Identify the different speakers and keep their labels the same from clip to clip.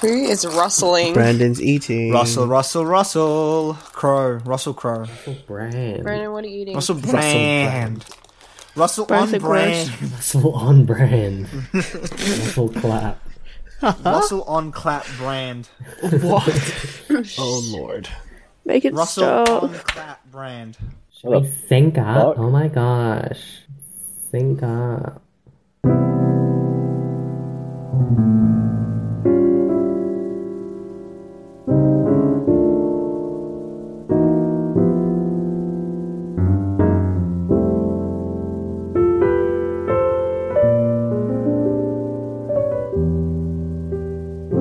Speaker 1: Who is rustling?
Speaker 2: Brandon's eating.
Speaker 3: Russell, Russell, Russell. Crow, Russell Crow.
Speaker 4: Brand.
Speaker 1: Brandon, what are you eating?
Speaker 3: Russell Brand. Russell
Speaker 1: Both
Speaker 3: on
Speaker 1: are gross.
Speaker 3: brand.
Speaker 4: Russell on brand. Russell clap.
Speaker 3: Russell on clap brand.
Speaker 2: Oh lord.
Speaker 5: Make it
Speaker 3: Russell
Speaker 5: stop.
Speaker 3: on clap brand.
Speaker 4: Shall we think up?
Speaker 6: fuck?
Speaker 4: Oh my gosh. Think up.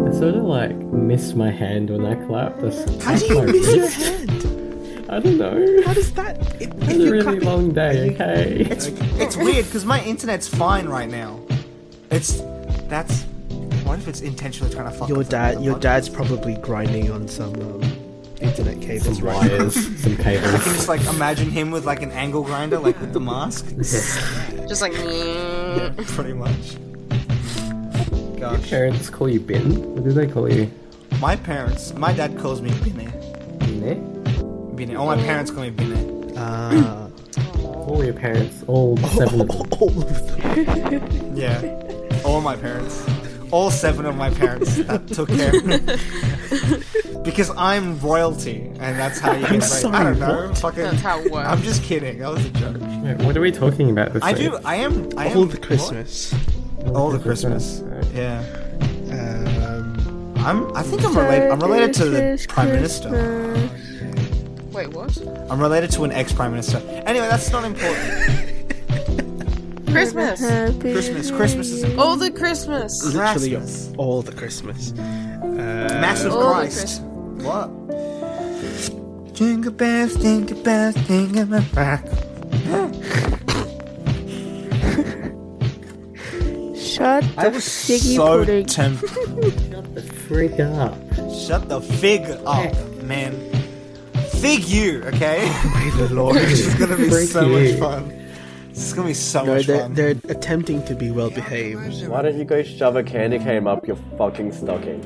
Speaker 4: I sort of like missed my hand when I clapped. That's,
Speaker 2: How do you miss your hand?
Speaker 4: I don't know.
Speaker 2: How does that? It,
Speaker 4: It's a really long day, okay?
Speaker 3: It's it's weird because my internet's fine right now. It's that's. What if it's intentionally trying to fuck
Speaker 2: Your
Speaker 3: with the-
Speaker 2: dad,
Speaker 3: the
Speaker 2: your
Speaker 3: podcast?
Speaker 2: dad's probably grinding on some um, internet cables right now.
Speaker 4: Wires, some
Speaker 3: I can
Speaker 4: cables.
Speaker 3: just like imagine him with like an angle grinder, like with the mask.
Speaker 1: Just like. mm.
Speaker 3: Pretty much. Gosh.
Speaker 4: Parents call you Ben? What do they call you?
Speaker 3: My parents, my dad calls me Binny.
Speaker 4: Bine?
Speaker 3: Binny. All my parents call me Binny.
Speaker 2: Ah,
Speaker 4: All your parents, all seven of them.
Speaker 2: all of them.
Speaker 3: Yeah. All my parents. All seven of my parents that took care of me. because I'm royalty, and that's how you get raised. I don't know. Fucking,
Speaker 1: That's how it works.
Speaker 3: I'm just kidding. That was a joke.
Speaker 4: Wait, What are we talking about this
Speaker 3: I
Speaker 4: week?
Speaker 3: do. I am. I am
Speaker 2: All the
Speaker 3: what?
Speaker 2: Christmas.
Speaker 3: All the Christmas.
Speaker 4: Alright.
Speaker 3: Yeah.
Speaker 2: Um,
Speaker 3: I'm. I think I'm related. I'm related to the prime minister.
Speaker 1: Wait, what?
Speaker 3: I'm related to an ex-prime minister. Anyway, that's not important.
Speaker 1: Christmas!
Speaker 3: Christmas. Christmas is important.
Speaker 1: All the Christmas!
Speaker 2: literally
Speaker 3: Christmas.
Speaker 2: all the Christmas.
Speaker 3: Massive
Speaker 1: All the
Speaker 3: Christ. What? Jingle bells, jingle bells, jingle bells. Back.
Speaker 5: Shut
Speaker 3: I
Speaker 5: the
Speaker 3: was
Speaker 5: figgy
Speaker 3: so
Speaker 5: pudding.
Speaker 3: tempted.
Speaker 4: Freak up.
Speaker 3: Shut the fig up, man. Fig you, okay?
Speaker 2: May the Lord.
Speaker 3: This is gonna be
Speaker 4: Freak
Speaker 3: so
Speaker 4: you.
Speaker 3: much fun. This is gonna be so
Speaker 2: No,
Speaker 3: much
Speaker 2: they're,
Speaker 3: fun.
Speaker 2: they're attempting to be well behaved.
Speaker 6: Why don't you go shove a candy cane up your fucking stocking?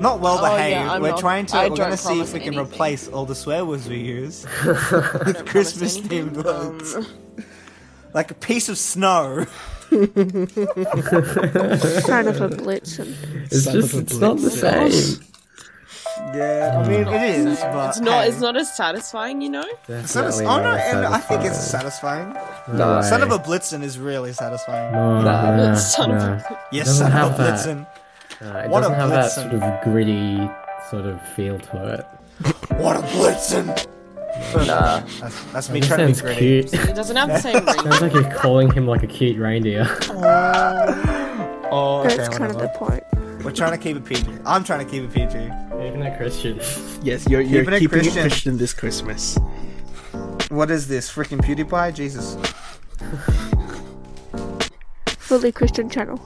Speaker 3: Not well
Speaker 1: Oh, yeah,
Speaker 3: behaved.
Speaker 1: I'm
Speaker 3: we're
Speaker 1: not-
Speaker 3: trying to.
Speaker 1: I
Speaker 3: we're
Speaker 1: don't
Speaker 3: gonna see if
Speaker 1: promise
Speaker 3: we can
Speaker 1: anything.
Speaker 3: replace all the swear words we use
Speaker 1: I
Speaker 3: with
Speaker 1: don't promise
Speaker 3: Christmas themed
Speaker 1: anything.
Speaker 3: words,
Speaker 1: Um,
Speaker 3: like a piece of snow.
Speaker 5: Son of a blitzen.
Speaker 4: It's
Speaker 2: Son
Speaker 4: just,
Speaker 2: of a
Speaker 4: it's not the
Speaker 2: blitz.
Speaker 4: same.
Speaker 3: Yeah, I mean it is, but
Speaker 1: it's not.
Speaker 3: hey.
Speaker 1: It's not as satisfying, you know.
Speaker 3: Satis-
Speaker 4: Definitely
Speaker 3: oh no,
Speaker 4: not
Speaker 3: and I think it's
Speaker 4: satisfying.
Speaker 3: satisfying.
Speaker 4: No.
Speaker 3: Son of a Blitzen is really satisfying.
Speaker 4: No, no, no,
Speaker 1: Son of a-
Speaker 4: no.
Speaker 3: Yes,
Speaker 4: doesn't
Speaker 3: son of a
Speaker 4: have that.
Speaker 3: Blitzen.
Speaker 4: No, it
Speaker 3: What a
Speaker 4: doesn't have that
Speaker 3: blitzen.
Speaker 4: sort of gritty sort of feel to it.
Speaker 3: What a Blitzen! Nah. That's, that's me
Speaker 4: It
Speaker 3: trying
Speaker 4: sounds
Speaker 3: to be gritty.
Speaker 4: cute.
Speaker 1: It doesn't have the same ring.
Speaker 4: sounds like you're calling him like a cute reindeer.
Speaker 3: Oh, okay,
Speaker 5: That's kind of the
Speaker 3: whatever.
Speaker 5: point.
Speaker 3: We're trying to keep it PG. I'm trying to keep it PG.
Speaker 4: Even a Christian.
Speaker 2: Yes, you're, you're
Speaker 3: Keeping it
Speaker 2: keeping it Christian.
Speaker 3: Christian.
Speaker 2: this Christmas.
Speaker 3: What is this? Freaking PewDiePie? Jesus.
Speaker 5: Fully Christian channel.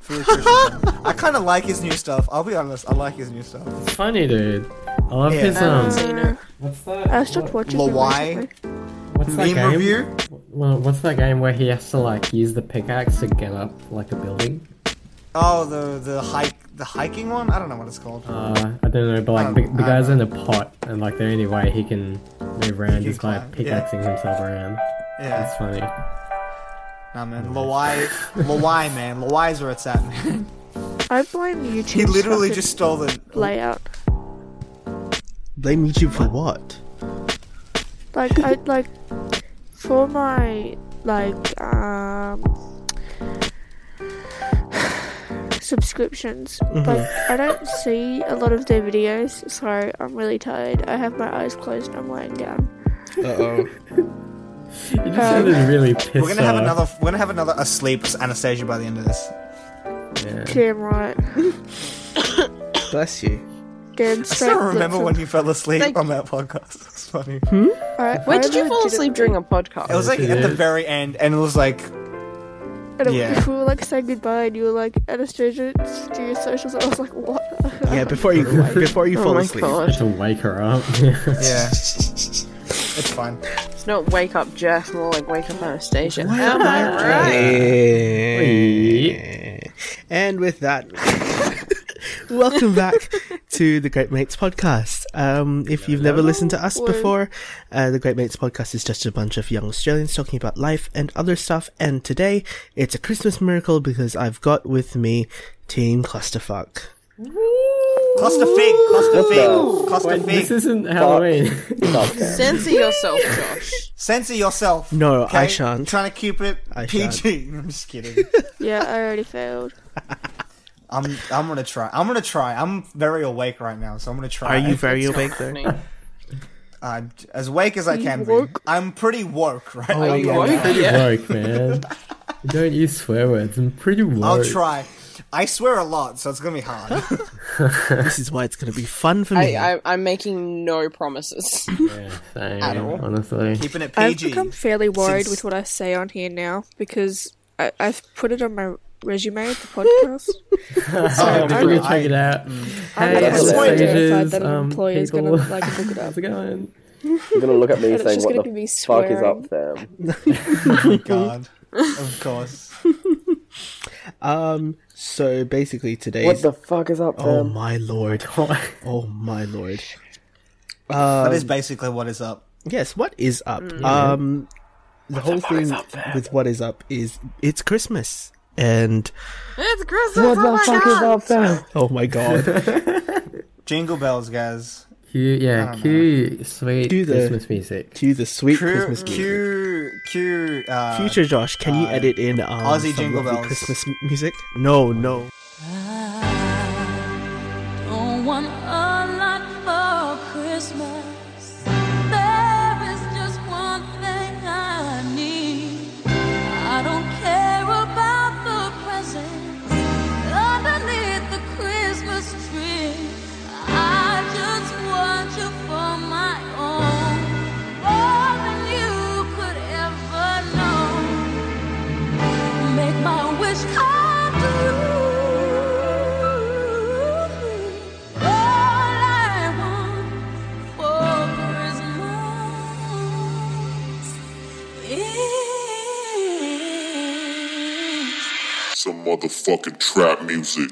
Speaker 3: Fully Christian. I kind of like his new stuff. I'll be honest. I like his new stuff.
Speaker 4: It's funny, dude. I love
Speaker 3: Yeah.
Speaker 4: his
Speaker 1: I haven't
Speaker 4: um.
Speaker 1: seen it.
Speaker 4: What's
Speaker 5: I
Speaker 4: that?
Speaker 5: stopped
Speaker 4: What,
Speaker 5: watching it
Speaker 3: Lawai?
Speaker 5: recently.
Speaker 4: what's that
Speaker 3: Meme
Speaker 4: game?
Speaker 3: review?
Speaker 4: Well, what's that game where he has to like use the pickaxe to get up like a building?
Speaker 3: Oh, the the hike, the hiking one. I don't know what it's called.
Speaker 4: Uh, I don't know, but like
Speaker 3: Um,
Speaker 4: the, the
Speaker 3: I
Speaker 4: guy's in a pot, and like the only way he can move around is by
Speaker 3: climb, yeah.
Speaker 4: pickaxing himself around. It's
Speaker 3: yeah.
Speaker 4: funny.
Speaker 3: Nah, man. Lawai, Lawai, man. Lawai's where it's at. Man.
Speaker 5: I blame YouTube.
Speaker 3: He literally just stole the.
Speaker 5: layout.
Speaker 2: Blame YouTube for what?
Speaker 5: Like I like for my like um subscriptions.
Speaker 3: Mm-hmm.
Speaker 5: Like I don't see a lot of their videos, so I'm really tired. I have my eyes closed and I'm laying down.
Speaker 2: Uh oh.
Speaker 4: You just sounded really pissed
Speaker 3: We're gonna have
Speaker 4: off.
Speaker 3: another. We're gonna have another asleep Anastasia by the end of this.
Speaker 4: Yeah.
Speaker 5: Damn right.
Speaker 2: Bless you.
Speaker 5: Damn
Speaker 3: I
Speaker 5: straight.
Speaker 3: still remember
Speaker 5: blitzen.
Speaker 3: when you fell asleep
Speaker 1: Thank-
Speaker 3: on that podcast. It's funny.
Speaker 5: I,
Speaker 1: Where
Speaker 5: I
Speaker 1: did you fall asleep
Speaker 5: legitimately-
Speaker 1: during a podcast?
Speaker 3: It was like at the very end, and it was like,
Speaker 5: And it-
Speaker 3: Yeah.
Speaker 5: we were like saying goodbye, and you were like, Anastasia, do your socials. I was like, what?
Speaker 2: Yeah, before you before
Speaker 4: Oh
Speaker 1: Oh
Speaker 2: you fall asleep.
Speaker 4: Just to wake her up. Yeah.
Speaker 3: yeah, it's fine.
Speaker 1: It's not wake up Jeff, more like wake up Anastasia. Am I
Speaker 2: Eh.
Speaker 1: right?
Speaker 2: And with that, Welcome back to the Great Mates podcast. Um, if you've never listened to us before, uh, the Great Mates podcast is just a bunch of young Australians talking about life and other stuff. And today, it's a Christmas miracle because I've got with me Team Clusterfuck.
Speaker 3: Cluster fig, cluster
Speaker 6: the-
Speaker 3: fig, cluster
Speaker 4: Wait, this
Speaker 3: fig.
Speaker 4: isn't Halloween.
Speaker 6: Stop that.
Speaker 1: Censor yourself, Josh.
Speaker 3: Censor yourself.
Speaker 2: No, I shan't.
Speaker 3: trying to keep it
Speaker 2: I
Speaker 3: PG. I'm just kidding.
Speaker 5: Yeah, I already failed.
Speaker 3: I'm I'm gonna try. I'm gonna try. I'm very awake right now, so I'm gonna try.
Speaker 2: Are you very awake there?
Speaker 1: Funny.
Speaker 3: Uh, as awake as I can be.
Speaker 5: woke?
Speaker 3: I'm pretty woke right now.
Speaker 1: Are you woke?
Speaker 4: Pretty
Speaker 1: Yeah.
Speaker 4: woke, man. Don't use swear words. I'm pretty woke.
Speaker 3: I'll try. I swear a lot, so it's gonna be hard.
Speaker 2: This is why it's going to be fun for me.
Speaker 1: I, I, I'm making no promises.
Speaker 4: Yeah, same,
Speaker 1: At all.
Speaker 4: honestly.
Speaker 3: Keeping it
Speaker 5: I've
Speaker 3: PG.
Speaker 5: become fairly worried
Speaker 3: Since-
Speaker 5: with what I say on here now because I, I've put it on my resume, the podcast.
Speaker 4: Oh,
Speaker 3: I-
Speaker 4: I'm gonna
Speaker 3: I-
Speaker 4: check it out.
Speaker 6: Mm.
Speaker 5: I'm
Speaker 4: Hey,
Speaker 5: like,
Speaker 6: it's
Speaker 5: so
Speaker 6: Sages,
Speaker 5: terrified that an
Speaker 4: um,
Speaker 5: employer's
Speaker 4: people.
Speaker 5: gonna like look it up.
Speaker 4: How's it going?
Speaker 6: You're gonna look at me
Speaker 5: And it's
Speaker 6: saying,
Speaker 5: just
Speaker 6: "What
Speaker 5: gonna
Speaker 6: the
Speaker 5: be
Speaker 6: fuck is
Speaker 5: swearing.
Speaker 6: up there?"
Speaker 3: Oh, God. Of course.
Speaker 2: Um, so basically
Speaker 6: What
Speaker 2: today's.
Speaker 6: the fuck is up
Speaker 2: oh
Speaker 6: there?
Speaker 2: my lord. Oh my lord.
Speaker 3: that
Speaker 2: Um,
Speaker 3: is basically what is up.
Speaker 2: Yes, what is up? Um, the whole thing with what is up is it's Christmas, and
Speaker 1: it's Christmas. oh my God.
Speaker 6: up there?
Speaker 2: oh my god,
Speaker 3: Jingle bells, guys.
Speaker 4: Cue, yeah, cue sweet
Speaker 2: Do the-
Speaker 4: Christmas music.
Speaker 2: to the sweet
Speaker 3: Cue,
Speaker 2: Christmas music.
Speaker 3: cue, cue. Uh,
Speaker 2: Future Josh, can you edit in um,
Speaker 3: Aussie
Speaker 2: some
Speaker 3: Jingle
Speaker 2: lovely
Speaker 3: Bells.
Speaker 2: Christmas m- music? No, no.
Speaker 7: Don't want a lot for Christmas. There is just one thing I need. I don't care about the presents underneath the Christmas tree. I just want you for my own, more than you could ever know make my wish come true. All I want for Christmas is.
Speaker 8: some motherfucking trap music.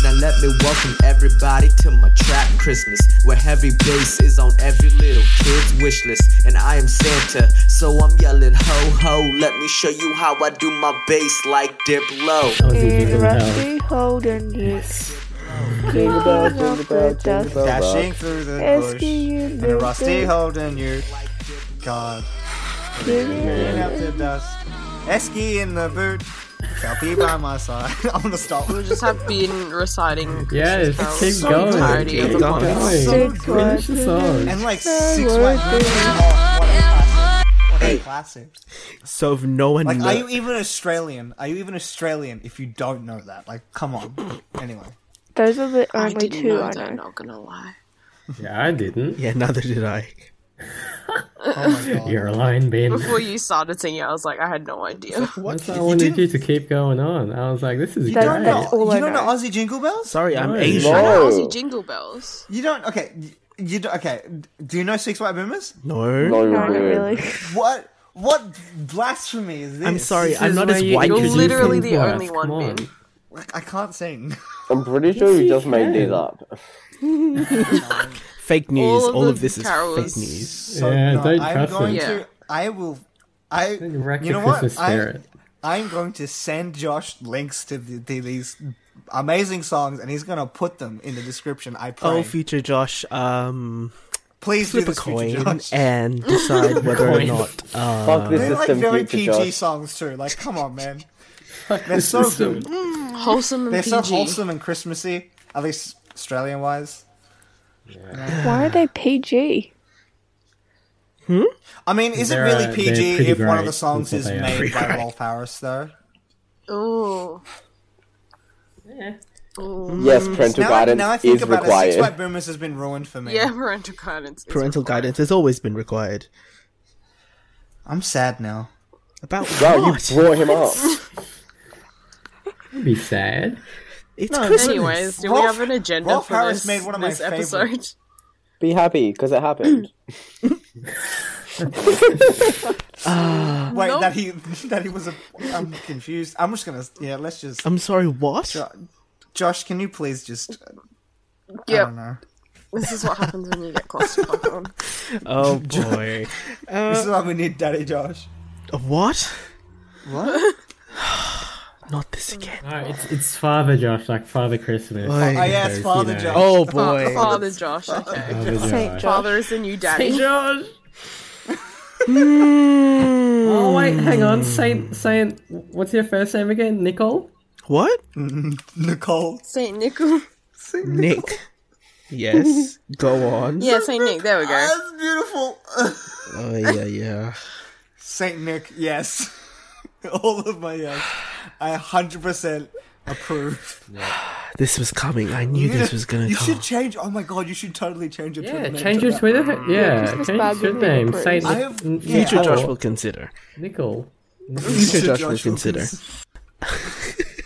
Speaker 9: Now let me welcome everybody to my trap Christmas, where heavy bass is on every little kid's wish list. And I am Santa, so I'm yelling ho ho. Let me show you how I do my bass like Diplo.
Speaker 4: Aussie
Speaker 5: In
Speaker 4: Jingle Bells.
Speaker 5: rusty Holden Yes. Jingle
Speaker 6: bell, jingle bell, jingle bell.
Speaker 3: Dashing through the bush.
Speaker 5: Asking
Speaker 3: And
Speaker 5: you
Speaker 3: a rusty holding you. God. Cleaning up the dust. Esky in the boot. Shall be by my side. I'm gonna stop.
Speaker 1: We'll just have been reciting.
Speaker 4: Yeah,
Speaker 1: Christmas carols
Speaker 4: just keep
Speaker 1: the
Speaker 4: going.
Speaker 1: entirety
Speaker 4: Keep
Speaker 1: of the
Speaker 2: going.
Speaker 1: podcast.
Speaker 4: Hey,
Speaker 3: So
Speaker 5: Six
Speaker 3: good.
Speaker 4: Finish the song.
Speaker 3: And like six white
Speaker 5: Word.
Speaker 3: Oh, what a classic. What a classic.
Speaker 2: So if no one
Speaker 3: Like,
Speaker 2: knows,
Speaker 3: are you even Australian? Are you even Australian if you don't know that? Like, come on. Anyway.
Speaker 5: Those are the
Speaker 1: I
Speaker 5: only
Speaker 1: didn't
Speaker 5: two
Speaker 1: know
Speaker 5: I
Speaker 1: that.
Speaker 5: know.
Speaker 1: Not gonna lie.
Speaker 4: Yeah, I didn't.
Speaker 2: yeah, neither did I.
Speaker 3: Oh my god.
Speaker 4: You're alone, Ben.
Speaker 1: Before you started singing, I was like, I had no idea.
Speaker 4: That's why I
Speaker 3: You
Speaker 4: wanted
Speaker 3: didn't-
Speaker 4: you to keep going on. I was like, this is
Speaker 3: You don't
Speaker 4: great.
Speaker 3: know,
Speaker 5: That's all
Speaker 3: you
Speaker 5: I
Speaker 3: don't know
Speaker 5: know.
Speaker 3: Aussie Jingle Bells?
Speaker 2: Sorry, I'm
Speaker 4: No.
Speaker 2: Asian.
Speaker 6: No.
Speaker 1: Aussie Jingle Bells.
Speaker 3: You don't. Okay. You, you don't, okay. Do you know Six White Boomers?
Speaker 2: No,
Speaker 6: No,
Speaker 5: No, not
Speaker 6: you're doing.
Speaker 5: really.
Speaker 3: What? What blasphemy is this?
Speaker 2: I'm sorry,
Speaker 4: This
Speaker 2: I'm
Speaker 4: is
Speaker 2: not
Speaker 4: where
Speaker 2: as
Speaker 4: you
Speaker 2: white
Speaker 1: You're
Speaker 2: as
Speaker 4: introduce
Speaker 2: you. think.
Speaker 1: literally the
Speaker 4: things
Speaker 1: only
Speaker 4: worth.
Speaker 1: one,
Speaker 4: Come on.
Speaker 1: Ben.
Speaker 3: Like, I can't sing.
Speaker 6: I'm pretty sure you
Speaker 4: you
Speaker 6: just made
Speaker 4: can.
Speaker 6: these up.
Speaker 2: Fake news.
Speaker 1: All
Speaker 2: All
Speaker 1: of
Speaker 2: of,
Speaker 1: the
Speaker 2: this is
Speaker 1: carols.
Speaker 2: fake news.
Speaker 3: So
Speaker 4: Yeah,
Speaker 3: no,
Speaker 4: don't
Speaker 3: I'm
Speaker 4: trust
Speaker 3: going
Speaker 1: them. Yeah.
Speaker 3: to. I will. I.
Speaker 4: Don't wreck
Speaker 3: You
Speaker 4: the
Speaker 3: know what?
Speaker 4: Christmas
Speaker 3: I,
Speaker 4: spirit.
Speaker 3: I'm going to send Josh links to, the, to these amazing songs, and he's going to put them in the description. I pray.
Speaker 2: Oh, future Josh, um,
Speaker 3: Please
Speaker 2: flip
Speaker 3: do
Speaker 2: a
Speaker 3: this, future
Speaker 2: coin
Speaker 3: Josh.
Speaker 2: and decide whether or
Speaker 4: Coin.
Speaker 2: not
Speaker 4: Uh,
Speaker 6: fuck this
Speaker 3: They're like
Speaker 6: system,
Speaker 3: very
Speaker 6: future
Speaker 3: PG
Speaker 6: Josh.
Speaker 3: songs too. Like, come on, man. They're so good.
Speaker 1: Wholesome and
Speaker 3: They're
Speaker 1: PG.
Speaker 3: so wholesome and Christmassy. At least Australian wise.
Speaker 5: Why are they PG?
Speaker 3: I mean, is
Speaker 4: They're,
Speaker 3: it really
Speaker 4: uh, they're
Speaker 3: PG
Speaker 4: pretty
Speaker 3: if one of
Speaker 4: great,
Speaker 3: the songs
Speaker 4: is
Speaker 3: is
Speaker 4: what they are.
Speaker 3: made by Rolf Harris though?
Speaker 1: Ooh.
Speaker 6: Yes, parental
Speaker 3: Now, I,
Speaker 6: guidance
Speaker 3: now I think
Speaker 6: is
Speaker 3: about it, Six White
Speaker 6: required.
Speaker 3: Boomers has been ruined for me.
Speaker 1: Yeah, parental guidance. is
Speaker 2: parental guidance has always been required.
Speaker 3: I'm sad now.
Speaker 2: About
Speaker 6: Wow, you
Speaker 2: what?
Speaker 6: brought him up.
Speaker 4: That'd be sad.
Speaker 2: It's
Speaker 1: Anyways, do we
Speaker 3: Rolf-
Speaker 1: have an agenda
Speaker 3: Rolf
Speaker 1: for
Speaker 3: Harris
Speaker 1: this,
Speaker 3: made one of my
Speaker 1: this
Speaker 3: favorite-
Speaker 1: episode?
Speaker 6: Be happy because it happened.
Speaker 3: Wait,
Speaker 1: No.
Speaker 3: that he that he was a. I'm confused. I'm just gonna. Yeah, let's just.
Speaker 2: I'm sorry, what?
Speaker 3: Josh, can you please just? uh, I
Speaker 1: Yep.
Speaker 3: don't know.
Speaker 1: This is what happens when you get close to Pokemon.
Speaker 2: Oh boy.
Speaker 3: This is why we need Daddy Josh.
Speaker 2: what?
Speaker 3: What?
Speaker 2: Not this again.
Speaker 4: No, Uh, it's, it's Father Josh, like Father Christmas.
Speaker 2: Oi.
Speaker 3: I asked Father
Speaker 4: know.
Speaker 3: Josh.
Speaker 2: Oh boy.
Speaker 1: Father Josh, okay.
Speaker 4: Father Josh.
Speaker 5: Saint Josh.
Speaker 1: Father is the new daddy.
Speaker 4: Josh. oh wait, hang on. Saint Saint, what's your first name again? Nicole.
Speaker 2: What?
Speaker 3: Nicole.
Speaker 1: Saint Nicol.
Speaker 2: Nick. Yes. Go on.
Speaker 1: Yeah, Saint Nick. There we go.
Speaker 3: That's beautiful.
Speaker 2: Oh yeah, yeah.
Speaker 3: Saint Nick. Yes. All of my yes. I hundred percent approve.
Speaker 2: This was coming. I knew this was gonna
Speaker 3: You
Speaker 2: come.
Speaker 3: should change. Oh my god! You should totally change your Twitter
Speaker 4: Yeah,
Speaker 3: name
Speaker 4: change
Speaker 3: to
Speaker 4: your
Speaker 3: that.
Speaker 4: Twitter. Yeah,
Speaker 5: Christmas
Speaker 4: change your
Speaker 5: bag
Speaker 4: Twitter
Speaker 5: would be
Speaker 4: name.
Speaker 5: approved.
Speaker 4: Saint
Speaker 3: I have-
Speaker 4: Nic-
Speaker 3: yeah.
Speaker 2: Future
Speaker 4: oh,
Speaker 2: Josh will consider.
Speaker 4: Nicole.
Speaker 2: Future Josh will
Speaker 3: will
Speaker 2: consider.
Speaker 3: cons-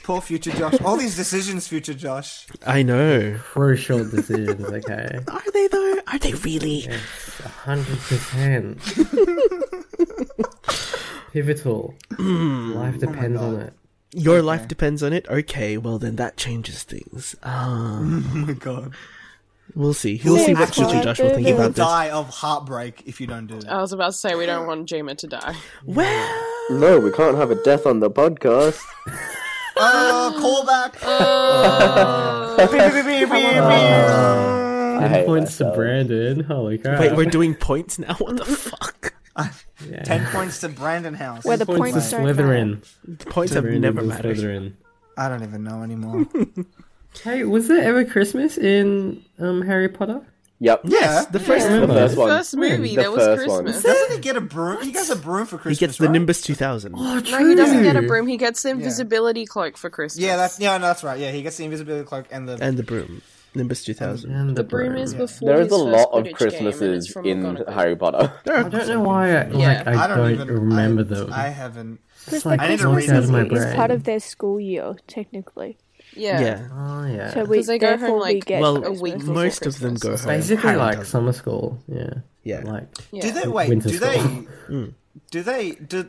Speaker 3: Poor future Josh. All these decisions, future Josh. Oh
Speaker 2: I know.
Speaker 4: Crucial decisions. Okay,
Speaker 2: Are they though? Are they really?
Speaker 4: hundred percent. Pivotal. Life depends on it.
Speaker 2: Your life depends on it. Okay, well then that changes things. Ah,
Speaker 3: Oh my god.
Speaker 2: we'll see. We'll see what
Speaker 5: Future
Speaker 2: future Josh will think
Speaker 5: Josh.
Speaker 2: about this.
Speaker 3: Die of heartbreak if you don't do that.
Speaker 1: I was about to say we don't want Jima to die.
Speaker 2: Well,
Speaker 6: no, we can't have a death on the podcast.
Speaker 3: Uh, callback.
Speaker 2: Uh.
Speaker 6: I hate
Speaker 4: Points to
Speaker 6: myself.
Speaker 4: Brandon. Holy crap!
Speaker 2: wait, we're doing points now. What the fuck?
Speaker 4: Yeah.
Speaker 3: Ten points to Brandon House.
Speaker 5: Where the
Speaker 4: points to
Speaker 5: points don't matter.
Speaker 4: Slytherin.
Speaker 2: The points have never
Speaker 4: Brandon to
Speaker 2: mattered.
Speaker 4: Slytherin.
Speaker 3: I don't even know anymore.
Speaker 4: Hey, was there ever Christmas in um, Harry Potter?
Speaker 6: Yep.
Speaker 2: Yes, the first
Speaker 6: The
Speaker 2: one.
Speaker 6: first one.
Speaker 1: First movie,
Speaker 6: The
Speaker 1: there was
Speaker 6: first one.
Speaker 1: Christmas.
Speaker 3: Doesn't he get a broom? He gets a broom for
Speaker 2: He
Speaker 3: Christmas.
Speaker 2: gets the
Speaker 3: right?
Speaker 2: Nimbus 2000.
Speaker 4: Oh,
Speaker 1: No, he doesn't get a broom. He gets the invisibility cloak for Christmas.
Speaker 3: Yeah, that's yeah, no, that's right. Yeah, he gets the invisibility cloak and the.
Speaker 2: And the broom. Nimbus 2000.
Speaker 4: And the,
Speaker 1: the broom is before.
Speaker 6: There is
Speaker 1: his
Speaker 6: a
Speaker 1: first
Speaker 6: lot
Speaker 1: Quidditch game,
Speaker 6: of
Speaker 1: and it's
Speaker 6: Christmases
Speaker 1: from
Speaker 6: in
Speaker 1: McGonagall.
Speaker 6: Harry Potter.
Speaker 4: I don't know why. I, like, I,
Speaker 3: I
Speaker 4: don't,
Speaker 3: don't, even
Speaker 4: remember
Speaker 3: I,
Speaker 4: them.
Speaker 3: I haven't.
Speaker 4: It's
Speaker 3: I need to
Speaker 4: knocked
Speaker 3: read
Speaker 4: out of my
Speaker 3: them.
Speaker 5: It's
Speaker 4: brain.
Speaker 5: part of their school year, technically.
Speaker 1: Yeah.
Speaker 2: Yeah.
Speaker 4: Oh yeah.
Speaker 5: So we
Speaker 1: Because they go home,
Speaker 5: therefore we
Speaker 1: like,
Speaker 5: get
Speaker 2: Well,
Speaker 1: a week before
Speaker 2: most of them go
Speaker 1: Christmas.
Speaker 2: home.
Speaker 4: Basically,
Speaker 2: Harry
Speaker 4: like
Speaker 2: doesn't.
Speaker 4: summer school. Yeah.
Speaker 2: Yeah.
Speaker 4: Like.
Speaker 1: yeah.
Speaker 3: Do they wait?
Speaker 4: Winter
Speaker 3: do they? Do they? Do.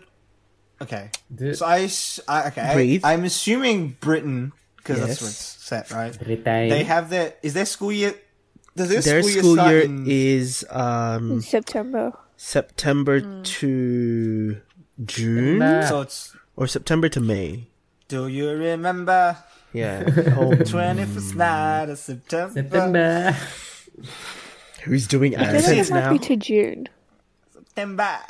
Speaker 3: Okay.
Speaker 4: Did,
Speaker 3: So I, s- I- okay.
Speaker 2: Breathe.
Speaker 3: I, am assuming Britain because that's
Speaker 2: Yes.
Speaker 3: where it's set, right?
Speaker 4: Britain.
Speaker 3: They have their. Is their school year? Does their,
Speaker 2: Their
Speaker 3: school,
Speaker 2: school
Speaker 3: year,
Speaker 2: year
Speaker 3: start in,
Speaker 2: is um,
Speaker 1: Hmm.
Speaker 5: in September.
Speaker 2: September to June
Speaker 4: Nah.
Speaker 3: So it's.
Speaker 2: or September to May.
Speaker 3: Do you remember
Speaker 2: Yeah.
Speaker 3: twenty
Speaker 2: Hmm.
Speaker 3: first night of September?
Speaker 4: September.
Speaker 2: Who's doing
Speaker 5: I feel like
Speaker 2: accents
Speaker 5: it might
Speaker 2: now?
Speaker 5: be to June.
Speaker 3: September.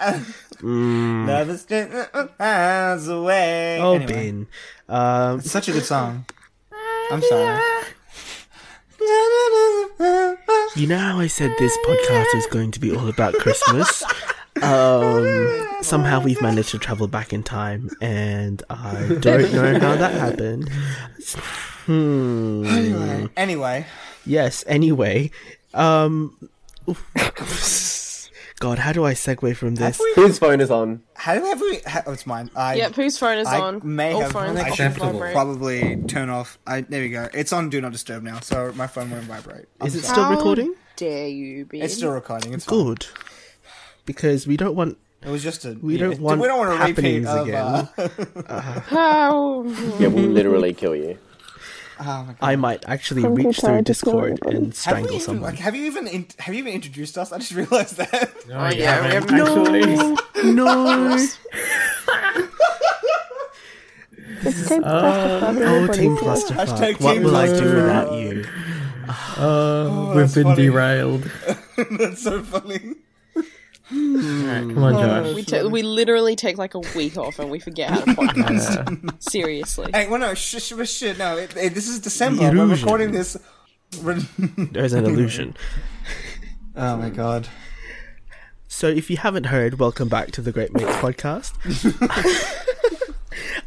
Speaker 3: Love is just miles away.
Speaker 2: Oh,
Speaker 3: Anyway,
Speaker 2: Ben. Um,
Speaker 3: it's such a good song. I'm sorry.
Speaker 2: you know how I said this podcast was going to be all about Christmas? Um, somehow we've managed to travel back in time, and I don't know how that happened. Hmm.
Speaker 3: Anyway, anyway,
Speaker 2: Yes, anyway. Um, God, how do I segue from this?
Speaker 6: Whose phone is on?
Speaker 3: how have we? ha- oh, it's mine. I,
Speaker 1: Yep, whose phone is
Speaker 3: I
Speaker 1: on?
Speaker 3: may
Speaker 1: All
Speaker 3: have-
Speaker 1: phones
Speaker 3: I
Speaker 1: on
Speaker 3: should
Speaker 1: vibrate.
Speaker 3: probably turn off. I there we go. It's on Do Not Disturb now, so my phone won't vibrate. I'm
Speaker 2: Is it
Speaker 3: sorry.
Speaker 2: still recording?
Speaker 1: Dare you be?
Speaker 3: It's still recording. It's cool.
Speaker 2: Good. Because we don't want
Speaker 3: It was just a.
Speaker 2: We don't
Speaker 3: it-
Speaker 2: want
Speaker 3: we don't want a repeat
Speaker 2: happenings
Speaker 3: of. Uh,
Speaker 1: How?
Speaker 6: Yeah, we'll literally kill you.
Speaker 3: oh my god.
Speaker 2: I might actually
Speaker 5: I'm too
Speaker 2: reach through
Speaker 5: tired to go
Speaker 2: Discord
Speaker 5: anybody.
Speaker 2: and
Speaker 3: Have we
Speaker 2: strangle
Speaker 3: even, like,
Speaker 2: someone.
Speaker 3: have you even in, have you even introduced us? I just realized that.
Speaker 1: Oh yeah, we have no.
Speaker 4: Actually.
Speaker 2: No!
Speaker 5: It's time uh,
Speaker 2: Oh, Team
Speaker 3: Hashtag
Speaker 2: Clusterfuck, what
Speaker 3: Team
Speaker 2: will I do
Speaker 3: Clusterfuck.
Speaker 2: without you?
Speaker 4: Uh,
Speaker 3: that's
Speaker 4: we've been
Speaker 3: funny.
Speaker 4: derailed.
Speaker 3: That's so funny.
Speaker 4: Alright, come on, Josh.
Speaker 1: We, ta- we literally take like a week off and we forget how to podcast. Seriously.
Speaker 3: Hey, well, no, shh, shh, shh, no. It, it, this is December. We're
Speaker 2: Illusion.
Speaker 3: recording this. We're-
Speaker 2: There's an illusion.
Speaker 3: oh my god.
Speaker 2: So, if you haven't heard, welcome back to the Great Mates podcast.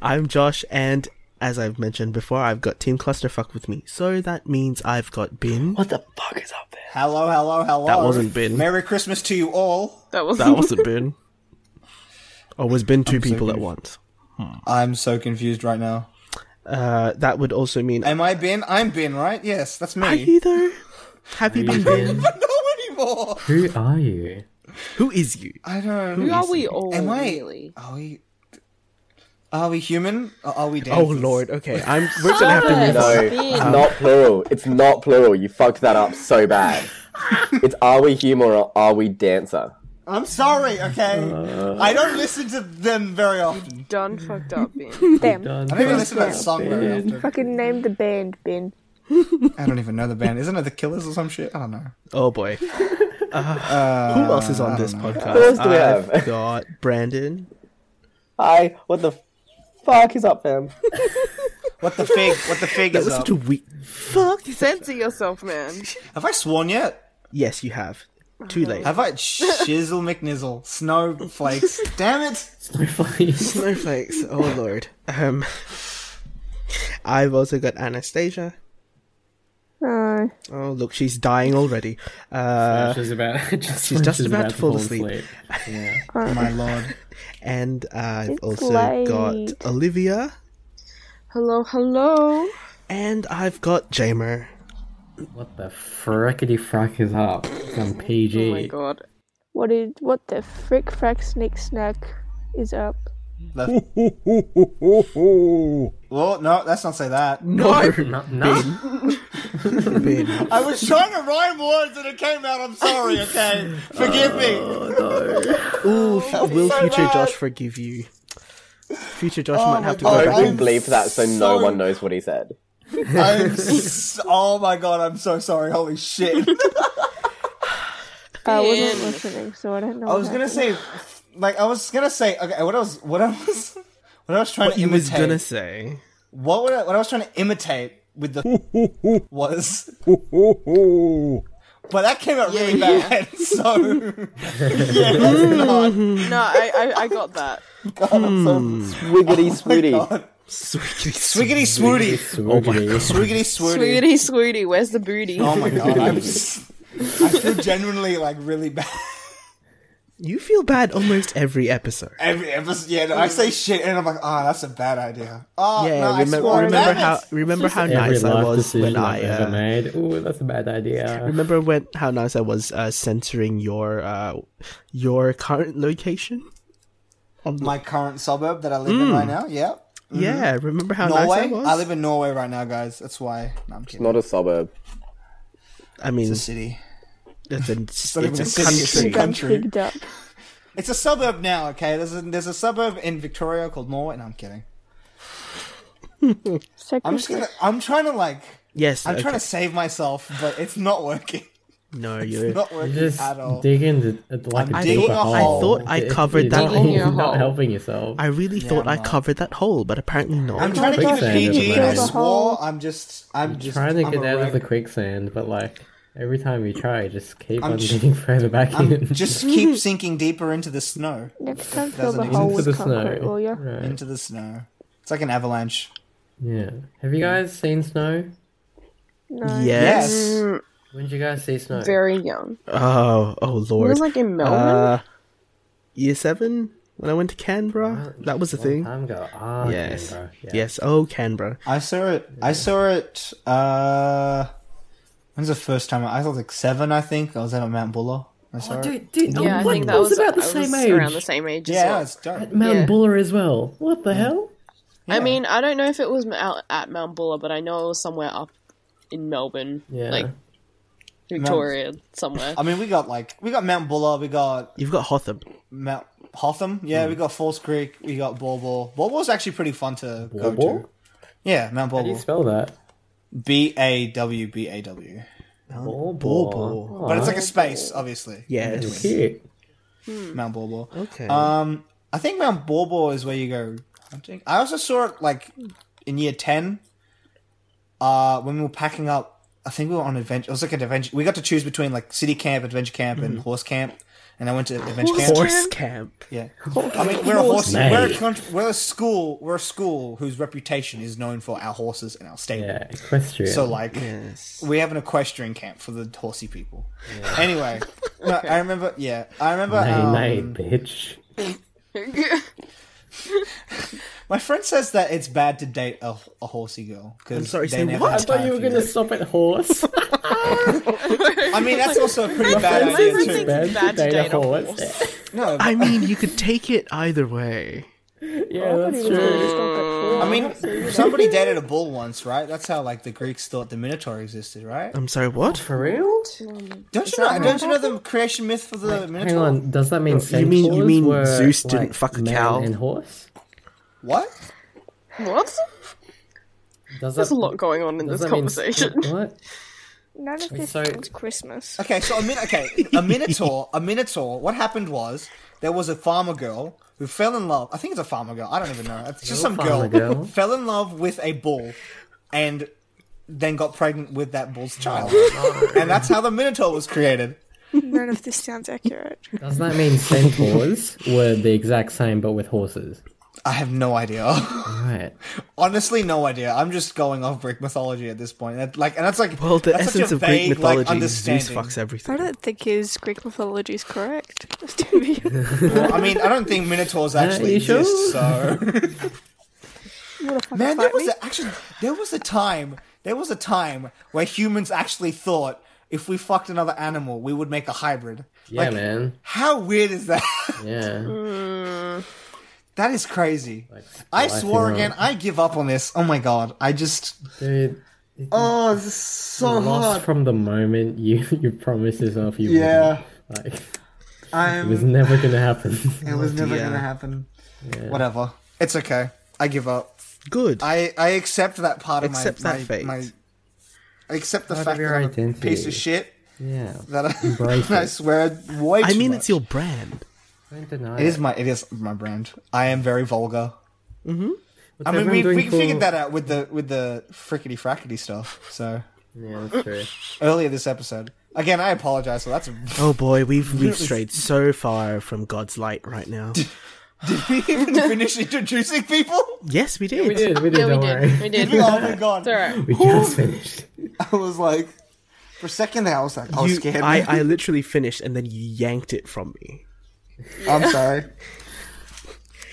Speaker 2: I'm Josh, and as I've mentioned before, I've got Team Clusterfuck with me. So that means I've got Bin.
Speaker 6: What the fuck is up there?
Speaker 3: Hello, hello, hello.
Speaker 2: That wasn't Ben.
Speaker 3: Merry Christmas to you all.
Speaker 1: That was
Speaker 2: That wasn't Bin. Or was Bin two people at
Speaker 3: confused.
Speaker 2: once?
Speaker 3: I'm so confused right now.
Speaker 2: Uh, that would also mean
Speaker 3: Am I Ben? I'm Ben, right? Yes, that's me.
Speaker 2: Are you there? Have you been
Speaker 3: I
Speaker 2: Bin?
Speaker 3: don't know anymore.
Speaker 4: Who are you?
Speaker 2: Who is you?
Speaker 3: I don't.
Speaker 1: Who are we all?
Speaker 3: Am I?
Speaker 1: Really?
Speaker 3: Are we? Are we human? Or are we
Speaker 2: Oh
Speaker 3: dancers?
Speaker 2: lord. Okay, I'm. We're gonna have to move.
Speaker 1: Stop
Speaker 2: on.
Speaker 1: it.
Speaker 6: No,
Speaker 1: Spin.
Speaker 6: it's not plural. It's not plural. You fucked that up so bad. It's are we human or are we dancer?
Speaker 3: I'm sorry. Okay. I don't listen to them very often.
Speaker 1: Done fucked up, Ben.
Speaker 5: Them.
Speaker 4: Done
Speaker 3: I don't even
Speaker 4: fucked
Speaker 3: listen to that
Speaker 4: up,
Speaker 3: song very
Speaker 4: Ben.
Speaker 3: often.
Speaker 5: Fucking name the band, Ben.
Speaker 3: I don't even know the band. Isn't it the Killers or some shit? I don't know.
Speaker 2: Oh boy. Uh, who else is on this podcast?
Speaker 6: Who else do we have?
Speaker 2: I've got Brandon.
Speaker 6: Hi, what the fuck is up, fam?
Speaker 3: What the fig? What the fig
Speaker 2: That
Speaker 3: is
Speaker 2: was
Speaker 3: up?
Speaker 2: such a weak.
Speaker 1: Fuck, censor yourself, man.
Speaker 3: Have I sworn yet?
Speaker 2: Yes, you have. Too late.
Speaker 3: Have I shizzle McNizzle snowflakes? Damn it!
Speaker 4: Snowflakes.
Speaker 2: Snowflakes. Oh lord. Um, I've also got Anastasia.
Speaker 5: Uh,
Speaker 2: Oh look, she's dying already. Uh,
Speaker 4: she's about. Just,
Speaker 2: she's just about to fall asleep.
Speaker 4: Yeah.
Speaker 3: My lord.
Speaker 2: and I've
Speaker 5: It's
Speaker 2: also
Speaker 5: late.
Speaker 2: got Olivia,
Speaker 1: Hello, hello.
Speaker 2: and I've got Jamer.
Speaker 4: What the frickety frack is up? Some PG.
Speaker 1: Oh my god.
Speaker 5: what did what the frick frack sneak snack is up?
Speaker 3: Well, no, let's not say that.
Speaker 2: No,
Speaker 4: No, no.
Speaker 2: Ben.
Speaker 3: I was trying to rhyme words and it came out. I'm sorry. Okay, forgive
Speaker 2: Oh,
Speaker 3: me.
Speaker 2: Ooh, f- will
Speaker 3: so
Speaker 2: future
Speaker 3: bad.
Speaker 2: Josh forgive you? Future Josh might
Speaker 3: my
Speaker 2: have to
Speaker 3: God,
Speaker 2: go
Speaker 6: No,
Speaker 2: back.
Speaker 6: we
Speaker 3: I'm
Speaker 6: bleep that so, no
Speaker 3: Oh, so-
Speaker 6: one knows what he said.
Speaker 3: I'm s- oh my god, I'm so sorry. Holy shit.
Speaker 5: I wasn't
Speaker 1: Ben.
Speaker 5: listening, so I don't know.
Speaker 3: I
Speaker 5: what
Speaker 3: was gonna
Speaker 5: happened.
Speaker 3: say, like, I was gonna say, okay, what I was, what I was, what I was trying
Speaker 2: What
Speaker 3: to
Speaker 2: he
Speaker 3: imitate.
Speaker 2: was gonna say.
Speaker 3: What would I, what I was trying to imitate with the was, but that came out really
Speaker 1: yeah. Mm.
Speaker 3: bad. So yeah, that's not.
Speaker 1: No, I, I, I got that.
Speaker 3: God, I'm so
Speaker 6: Wiggity swooty.
Speaker 3: Oh God.
Speaker 2: Swiggity
Speaker 3: swiggity swooty,
Speaker 4: Oh my
Speaker 3: swiggity swooty.
Speaker 1: Sweetie, sweetie, where's the booty?
Speaker 3: Oh my god, I'm just, I feel genuinely like really bad.
Speaker 2: You feel bad almost every episode.
Speaker 3: Every episode, yeah, no, I say shit and I'm like, ah, that's a bad idea. Oh,
Speaker 2: yeah,
Speaker 3: no, I
Speaker 2: remember,
Speaker 3: swore,
Speaker 2: remember
Speaker 3: damn it.
Speaker 2: how remember how
Speaker 4: Every
Speaker 2: nice I
Speaker 4: life
Speaker 2: was
Speaker 4: decision
Speaker 2: when
Speaker 4: I've
Speaker 2: I
Speaker 4: ever
Speaker 2: uh,
Speaker 4: made. Ooh, that's a bad idea.
Speaker 2: remember when how nice I was uh, censoring your uh, your current location.
Speaker 3: my current suburb that I live in right now. Yeah,
Speaker 2: Yeah, remember how nice I
Speaker 3: Mm-hmm. Norway.
Speaker 2: was.
Speaker 3: I live in Norway right now, guys. That's why. No, I'm kidding.
Speaker 6: Not a suburb.
Speaker 2: I mean,
Speaker 3: it's a
Speaker 2: it's a,
Speaker 3: city.
Speaker 2: it's a,
Speaker 3: not even a city, it's a
Speaker 2: country.
Speaker 3: country.
Speaker 5: Pigged up.
Speaker 3: It's a suburb now. Okay, there's a, there's a suburb in Victoria called Norway. No, I'm kidding. I'm just gonna. I'm trying to like.
Speaker 2: Yes,
Speaker 3: I'm trying
Speaker 2: okay.
Speaker 3: to save myself, but it's not working.
Speaker 2: No, you're.
Speaker 3: Not working
Speaker 4: Just
Speaker 3: at all.
Speaker 4: dig in the, at, like
Speaker 3: I'm
Speaker 4: a
Speaker 3: digging
Speaker 4: deeper
Speaker 3: a
Speaker 4: hole.
Speaker 3: hole. I
Speaker 2: thought I covered
Speaker 4: you're
Speaker 2: that
Speaker 4: not,
Speaker 1: hole.
Speaker 4: You're
Speaker 1: Yeah.
Speaker 4: not helping yourself.
Speaker 2: I really thought I
Speaker 3: not.
Speaker 2: covered that hole, but apparently not.
Speaker 3: I'm trying to keep it
Speaker 4: quicksand
Speaker 3: PG.
Speaker 4: at
Speaker 3: And
Speaker 4: the
Speaker 3: I
Speaker 4: moment.
Speaker 3: swore. I'm just. I'm, just.
Speaker 4: trying to
Speaker 3: I'm
Speaker 4: get
Speaker 3: a
Speaker 4: out
Speaker 3: wreck.
Speaker 4: of the quicksand, but like every time you try, you just keep
Speaker 3: I'm
Speaker 4: on
Speaker 3: just-
Speaker 4: digging further back in
Speaker 3: I'm just keep sinking deeper into the snow.
Speaker 5: Next time, fill the
Speaker 3: Doesn't
Speaker 5: hole
Speaker 4: into
Speaker 5: with
Speaker 4: the
Speaker 5: concrete,
Speaker 4: snow.
Speaker 5: will ya?
Speaker 4: Right.
Speaker 3: Into the snow. It's like an avalanche.
Speaker 4: Yeah. Have you guys seen snow?
Speaker 5: No.
Speaker 2: yes.
Speaker 3: Yes.
Speaker 4: When did you guys see snow?
Speaker 1: Very young.
Speaker 2: Oh, oh
Speaker 1: It
Speaker 2: lord.
Speaker 1: was like in Melbourne.
Speaker 2: uh, year seven when I went to Canberra, that was a
Speaker 4: Uh, Long
Speaker 2: thing.
Speaker 4: Time ago. Ah,
Speaker 2: Yes.
Speaker 4: Canberra. Yeah.
Speaker 2: Yes. Oh, Canberra.
Speaker 3: I saw it. I saw it. Uh, when's the first time? I, I was like seven, I think. I was at a Mount Buller. I saw it.
Speaker 4: Oh, Dude, dude,
Speaker 1: yeah, I
Speaker 4: what-
Speaker 1: think
Speaker 4: I
Speaker 1: that was,
Speaker 4: about the
Speaker 1: I
Speaker 4: same
Speaker 1: was
Speaker 4: age.
Speaker 1: around the same age as
Speaker 3: Yeah,
Speaker 1: well.
Speaker 3: it's dope.
Speaker 4: Mount
Speaker 1: Yeah.
Speaker 4: Buller as well. What the hell?
Speaker 1: I mean, I don't know if it was m- out at Mount Buller, but I know it was somewhere up in Melbourne,
Speaker 4: Yeah.
Speaker 1: like Victoria, somewhere.
Speaker 3: I mean, we got like we got Mount Buller, we got
Speaker 2: You've got Hotham.
Speaker 3: Mount Hotham, yeah, we got Falls Creek, we got Bauble. Bauble's actually pretty fun to go
Speaker 4: Bauble?
Speaker 3: to. Yeah, Mount
Speaker 4: How do you
Speaker 3: Bauble.
Speaker 4: spell that?
Speaker 3: B A W B A W.
Speaker 4: Bauble.
Speaker 2: Bauble.
Speaker 3: But it's like a space, obviously.
Speaker 2: Yeah.
Speaker 4: Alright.
Speaker 2: it's-
Speaker 4: cute. Hmm.
Speaker 3: Mount Bauble.
Speaker 2: Okay.
Speaker 3: Um, I think Mount Bauble is where you go hunting. I also saw it like in year ten. Uh, when we were packing up, I think we were on adventure. It was like an adventure. We got to choose between like city camp, adventure camp, and horse camp. And I went to adventure camp.
Speaker 2: Horse camp.
Speaker 3: Yeah, I mean we're a horse.
Speaker 4: Mate.
Speaker 3: We're a, country, we're a school. We're a school whose reputation is known for our horses and our stable.
Speaker 4: Yeah, equestrian.
Speaker 3: So like,
Speaker 2: Yes.
Speaker 3: we have an equestrian camp for the horsey people. Anyway, no, I remember. Yeah, I remember.
Speaker 4: hey,
Speaker 3: um,
Speaker 4: mate, bitch.
Speaker 3: My friend says that it's bad to date a, a horsey girl. Cause
Speaker 2: I'm sorry,
Speaker 3: they
Speaker 2: say
Speaker 3: never
Speaker 2: what?
Speaker 3: have
Speaker 4: I thought
Speaker 3: time
Speaker 4: you
Speaker 3: for
Speaker 4: were gonna stop at horse.
Speaker 3: I mean, that's also a pretty bad
Speaker 1: friends
Speaker 3: idea
Speaker 1: with
Speaker 3: too.
Speaker 1: things- Bad
Speaker 4: Bad
Speaker 1: data
Speaker 4: data
Speaker 1: horse.
Speaker 4: horse.
Speaker 3: No,
Speaker 2: I mean, you could take it either way.
Speaker 4: Yeah, that's
Speaker 5: It's
Speaker 4: true.
Speaker 5: not that cool.
Speaker 3: I mean, somebody dated a bull once, right? That's how like the Greeks thought the Minotaur existed, right?
Speaker 2: I'm sorry, what?
Speaker 4: For real?
Speaker 3: Don't you know? Don't you know the creation myth for the
Speaker 4: Hang
Speaker 3: Minotaur?
Speaker 4: on, does that mean
Speaker 2: you mean- you
Speaker 4: centaurs
Speaker 2: mean
Speaker 4: were,
Speaker 2: Zeus didn't
Speaker 4: like,
Speaker 2: fuck a
Speaker 4: man
Speaker 2: cow?
Speaker 4: and horse?
Speaker 3: What?
Speaker 1: What?
Speaker 4: Does
Speaker 1: There's
Speaker 4: that,
Speaker 1: a lot going on in
Speaker 4: does
Speaker 1: this
Speaker 4: that mean-
Speaker 1: conversation.
Speaker 4: what?
Speaker 5: None of this
Speaker 4: so-
Speaker 5: sounds Christmas.
Speaker 3: Okay, so a min- okay, a minotaur, a minotaur. What happened was there was a farmer girl who fell in love. I think it's a farmer girl. I don't even know. It's just some girl,
Speaker 4: farmer girl.
Speaker 3: fell in love with a bull, and then got pregnant with that
Speaker 2: Oh
Speaker 3: bull's child. and that's how the minotaur was created.
Speaker 5: None of this sounds accurate.
Speaker 4: Does that mean centaurs were the exact same but with horses?
Speaker 3: I have no idea.
Speaker 4: Right.
Speaker 3: Honestly, no idea. I'm just going off Greek mythology at this point. That, like, and that's like
Speaker 2: Well, the
Speaker 3: that's such a
Speaker 2: essence of Greek
Speaker 3: vague, like,
Speaker 2: mythology is Zeus
Speaker 3: understanding.
Speaker 2: fucks
Speaker 5: I
Speaker 2: everything.
Speaker 5: don't think his Greek mythology is correct. To be honest.
Speaker 3: I mean, I don't think minotaurs actually
Speaker 4: you sure?
Speaker 3: exist. So,
Speaker 5: You wanna fucking
Speaker 3: man, there
Speaker 5: fight
Speaker 3: was
Speaker 5: me?
Speaker 3: a, actually there was a time there was a time where humans actually thought if we fucked another animal, we would make a hybrid.
Speaker 4: Yeah,
Speaker 3: like,
Speaker 4: man.
Speaker 3: How weird is that?
Speaker 4: Yeah.
Speaker 3: that is crazy. I
Speaker 4: Like,
Speaker 3: swore
Speaker 4: you know.
Speaker 3: again. I give up on this. Oh my god. I just.
Speaker 4: Dude, you
Speaker 3: Oh, this is so
Speaker 4: lost
Speaker 3: hard.
Speaker 4: from the moment you, you promised yourself you
Speaker 3: Yeah.
Speaker 4: wouldn't. Like, it
Speaker 3: I'm.
Speaker 4: was never gonna happen.
Speaker 3: It was never
Speaker 2: dear.
Speaker 3: gonna happen. Whatever. It's okay. I give up.
Speaker 2: Good.
Speaker 3: I, I accept that part of
Speaker 2: Accept
Speaker 3: my,
Speaker 2: that
Speaker 3: my,
Speaker 2: fate.
Speaker 3: my I accept the
Speaker 4: Part of
Speaker 3: fact that
Speaker 4: your
Speaker 3: I'm a
Speaker 4: identity.
Speaker 3: piece of shit
Speaker 4: yeah.
Speaker 3: that I,
Speaker 4: Embrace
Speaker 3: that I
Speaker 4: it.
Speaker 3: swear way
Speaker 2: I
Speaker 3: too
Speaker 2: mean,
Speaker 3: much.
Speaker 2: it's your brand.
Speaker 4: Don't deny
Speaker 3: It is my it is my brand. I am very vulgar.
Speaker 2: Mm-hmm.
Speaker 4: What's
Speaker 3: I mean, we
Speaker 4: everyone doing
Speaker 3: we
Speaker 4: for-
Speaker 3: figured that out with the with the frickety frackety stuff. So
Speaker 4: Yeah, that's true.
Speaker 3: earlier this episode, again, I apologize. So that's a,
Speaker 2: Oh boy, we've we've strayed so far from God's light right now.
Speaker 3: did we even finish introducing people?
Speaker 2: Yes, we did.
Speaker 4: We did, we did,
Speaker 1: Yeah, we
Speaker 4: don't
Speaker 1: did.
Speaker 4: worry.
Speaker 1: We
Speaker 3: Oh
Speaker 1: did. It's
Speaker 3: my god!
Speaker 1: alright.
Speaker 4: We just finished.
Speaker 3: I was like, for a second there, I was like, I was
Speaker 2: You-
Speaker 3: scared.
Speaker 2: I, I literally finished and then you yanked it from me.
Speaker 3: I'm sorry.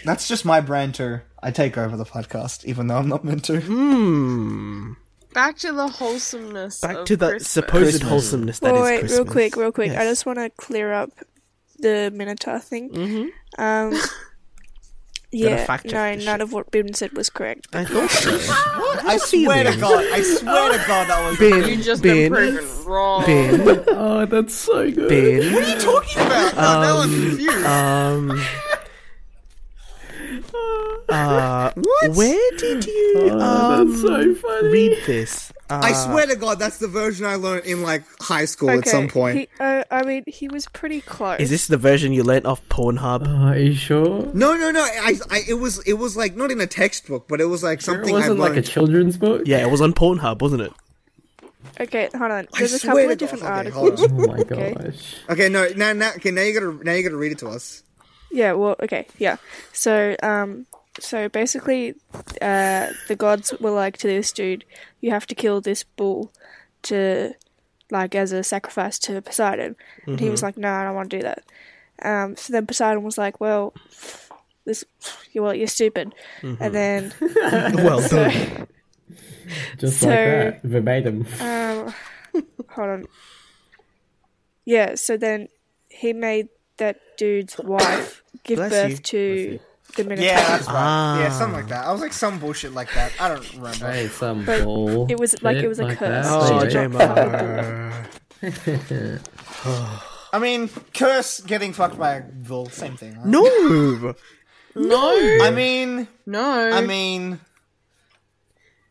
Speaker 3: That's just my brand too. I take over the podcast, even though I'm not meant
Speaker 2: Mm,
Speaker 3: to.
Speaker 5: Hmm.
Speaker 1: Back to the wholesomeness.
Speaker 2: Back
Speaker 1: of
Speaker 2: to the
Speaker 1: Christmas.
Speaker 2: supposed wholesomeness that is
Speaker 5: Well, wait,
Speaker 2: Christmas.
Speaker 5: real quick, real quick. I
Speaker 2: Yes.
Speaker 5: just want to clear up the Minotaur thing. Mm-hmm. Um, yeah,
Speaker 2: fact check
Speaker 5: no,
Speaker 2: this
Speaker 5: none of what Ben said was correct.
Speaker 2: I thought so.
Speaker 3: What? I swear to God! I swear to God! That was.
Speaker 2: Ben,
Speaker 1: You just
Speaker 2: Ben,
Speaker 1: been proven wrong.
Speaker 2: Ben,
Speaker 4: Oh, that's so good.
Speaker 2: Ben,
Speaker 3: What are you talking about? No, now I'm confused.
Speaker 2: um, uh, where did you
Speaker 5: Oh,
Speaker 2: um,
Speaker 4: so funny.
Speaker 2: read this? Uh,
Speaker 3: I swear to God, that's the version I learned in like high school at some point.
Speaker 5: He, uh, I mean, he was pretty close.
Speaker 2: Is this the version you learnt off Pornhub?
Speaker 4: Oh, are you sure?
Speaker 3: No, no, no. I, I, it was, it was like not in a textbook, but it was like
Speaker 4: It
Speaker 3: something I
Speaker 4: wasn't like a
Speaker 3: learned.
Speaker 4: children's book.
Speaker 2: Yeah, it was on Pornhub, wasn't it?
Speaker 5: Okay, hold on.
Speaker 3: I
Speaker 5: There's a
Speaker 3: swear
Speaker 5: couple
Speaker 3: to God.
Speaker 5: of different
Speaker 3: Okay, hold
Speaker 5: articles.
Speaker 4: Oh my
Speaker 5: Okay.
Speaker 4: gosh.
Speaker 3: okay, no, now, now, okay, now you gotta, now you gotta read it to us.
Speaker 5: Yeah, well, okay, yeah. So, um, so basically, uh, the gods were like to this dude, you have to kill this bull to, like, as a sacrifice to Poseidon. And he was
Speaker 2: Mm-hmm.
Speaker 5: like, no, I don't want to do that. Um, so then Poseidon was like, well, this, you well, you're stupid.
Speaker 2: Mm-hmm.
Speaker 5: And then,
Speaker 2: Well
Speaker 5: so,
Speaker 2: done.
Speaker 4: Just
Speaker 5: So-
Speaker 4: like that, verbatim.
Speaker 5: um, hold on. Yeah, so then he made that dude's wife give
Speaker 2: Bless you.
Speaker 5: birth to the Minotaur.
Speaker 3: Yeah, that's right.
Speaker 2: Ah.
Speaker 3: Yeah, something like that. I was like some bullshit like that. I don't remember.
Speaker 4: Hey, some
Speaker 5: But
Speaker 4: bull.
Speaker 5: it was like- it
Speaker 4: shit
Speaker 5: was a curse.
Speaker 4: that,
Speaker 5: Oh,
Speaker 2: Oh,
Speaker 4: right?
Speaker 5: Jay-
Speaker 2: J-Mar.
Speaker 3: I mean, curse getting fucked by a bull, same thing. Right?
Speaker 2: No,
Speaker 1: No,
Speaker 3: I mean,
Speaker 1: no.
Speaker 3: I mean,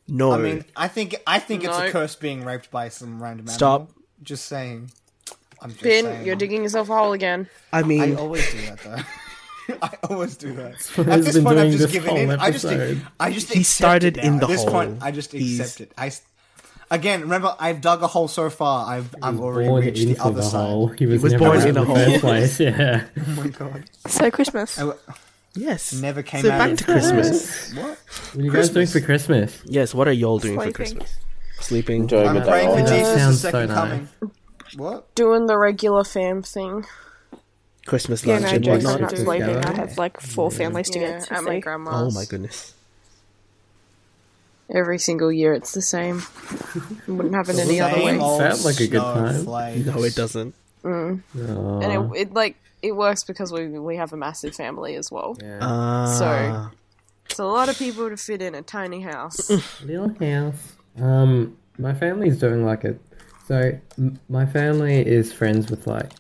Speaker 2: no.
Speaker 3: I mean, I think, I think it's a
Speaker 1: No.
Speaker 3: curse being raped by some random animal.
Speaker 2: Stop.
Speaker 3: Just saying. I'm just
Speaker 1: Ben,
Speaker 3: saying.
Speaker 1: you're digging yourself a hole again.
Speaker 2: I
Speaker 3: I
Speaker 2: mean,
Speaker 3: always do that though. I always do that.
Speaker 4: what
Speaker 3: At
Speaker 4: he's
Speaker 3: this
Speaker 4: been
Speaker 3: point, I'm
Speaker 4: doing
Speaker 3: just
Speaker 4: this
Speaker 3: giving
Speaker 4: whole
Speaker 3: in. I just,
Speaker 4: episode.
Speaker 3: I just.
Speaker 2: He
Speaker 3: accept
Speaker 2: started
Speaker 3: it
Speaker 2: in
Speaker 3: now.
Speaker 2: the
Speaker 3: At this point,
Speaker 2: hole.
Speaker 3: I just accept
Speaker 2: He's-
Speaker 3: it. I s- again remember I've dug a hole so far. I've I've already
Speaker 4: born
Speaker 3: reached the
Speaker 4: into
Speaker 3: other
Speaker 4: the
Speaker 3: side.
Speaker 4: hole. He was,
Speaker 2: was
Speaker 4: never
Speaker 2: born
Speaker 4: out
Speaker 2: in a
Speaker 4: the
Speaker 2: hole.
Speaker 4: first place. Yeah.
Speaker 3: Oh my god!
Speaker 5: So Christmas.
Speaker 3: I w-
Speaker 2: yes.
Speaker 3: never came
Speaker 2: so
Speaker 3: out
Speaker 2: back
Speaker 3: of
Speaker 2: to
Speaker 3: it.
Speaker 2: Christmas.
Speaker 3: What?
Speaker 4: What are you guys doing for Christmas?
Speaker 2: Yes, what are y'all doing for
Speaker 5: Sleeping.
Speaker 2: Christmas? Sleeping.
Speaker 6: Enjoying
Speaker 3: I'm
Speaker 6: it
Speaker 3: praying
Speaker 6: all.
Speaker 3: for Jesus'
Speaker 4: sounds so
Speaker 3: second
Speaker 4: nice.
Speaker 3: coming. What?
Speaker 1: Doing the regular fam thing.
Speaker 2: Christmas
Speaker 5: Yeah,
Speaker 2: lunch
Speaker 5: no,
Speaker 2: and
Speaker 5: Jake's
Speaker 2: whatnot.
Speaker 5: not
Speaker 4: Just
Speaker 5: sleeping.
Speaker 4: go.
Speaker 5: I have like four families to
Speaker 1: Yeah,
Speaker 4: Oh
Speaker 5: get to.
Speaker 1: at my
Speaker 5: see.
Speaker 1: grandma's.
Speaker 2: Oh my goodness.
Speaker 1: Every single year, it's the same. It wouldn't happen any other way.
Speaker 3: Same old
Speaker 4: Sounds like a good time.
Speaker 3: snowflakes.
Speaker 2: No, it doesn't.
Speaker 4: Oh,
Speaker 1: and it, it like it works because we we have a massive family as well.
Speaker 2: Uh,
Speaker 1: So it's a lot of people to fit in a tiny house.
Speaker 4: Little house. Um, my family's doing like a. So m- my family is friends with like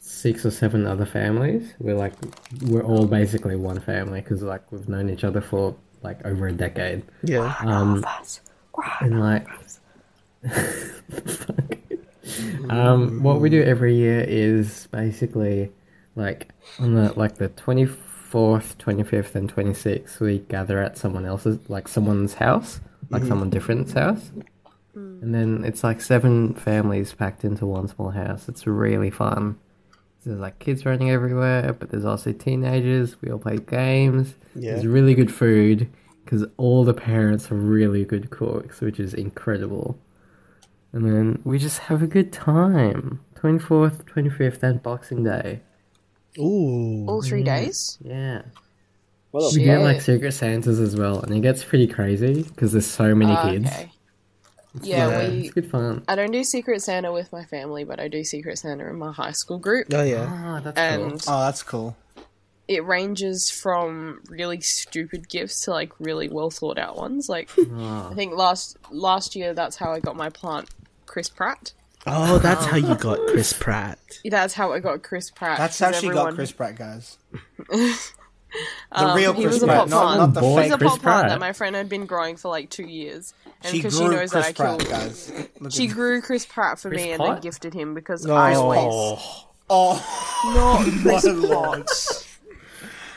Speaker 4: six or seven other families. We're like we're all basically one family because like we've known each other for like over a decade.
Speaker 2: yeah.
Speaker 4: Um, and like, um, what we do every year is basically like on the like the twenty fourth, twenty fifth, and twenty sixth. We gather at someone else's, like someone's house, like someone different's house, and then it's like seven families packed into one small house. It's really fun. There's like kids running everywhere, but there's also teenagers. We all play games. There's really good food because all the parents are really good cooks, which is incredible. And then we just have a good time. 24th, 25th, and Boxing Day.
Speaker 2: Ooh.
Speaker 1: All three days.
Speaker 4: Yeah.
Speaker 6: Well,
Speaker 4: Mm. We get like
Speaker 1: Shit.
Speaker 4: Secret Santas as well, and it gets pretty crazy because there's so many kids.
Speaker 1: Oh, Okay. Yeah, we.
Speaker 4: It's good fun.
Speaker 1: I don't do Secret Santa with my family, but I do Secret Santa in my high school group,
Speaker 2: Oh yeah.
Speaker 4: Ah, that's cool.
Speaker 1: and
Speaker 3: Oh, that's cool.
Speaker 1: it ranges from really stupid gifts to like really well thought out ones. Like
Speaker 3: Ah.
Speaker 1: I think last last year, that's how I got my plant, Chris Pratt.
Speaker 2: Oh, that's how you got Chris Pratt.
Speaker 1: That's how I got Chris Pratt.
Speaker 3: That's
Speaker 1: 'cause
Speaker 3: how she got
Speaker 1: everyone-
Speaker 3: Chris Pratt, guys. The
Speaker 1: Um,
Speaker 3: real
Speaker 1: he
Speaker 3: Chris
Speaker 1: was a
Speaker 3: Pratt,
Speaker 1: pop
Speaker 3: not,
Speaker 1: plant.
Speaker 3: not the
Speaker 4: Boy,
Speaker 1: He's
Speaker 3: fake.
Speaker 1: a
Speaker 4: Chris
Speaker 1: pot plant
Speaker 4: Pratt.
Speaker 1: that my friend had been growing for like two years, and
Speaker 3: She grew
Speaker 1: because she knows
Speaker 3: Chris
Speaker 1: that I
Speaker 3: Pratt,
Speaker 1: killed,
Speaker 3: guys. Look
Speaker 1: she
Speaker 3: at-
Speaker 1: grew Chris Pratt for me, and then
Speaker 4: Pratt?
Speaker 1: gifted him because I always
Speaker 3: Oh,
Speaker 1: not
Speaker 3: what
Speaker 1: Chris
Speaker 3: a
Speaker 1: Pratt,
Speaker 3: launch.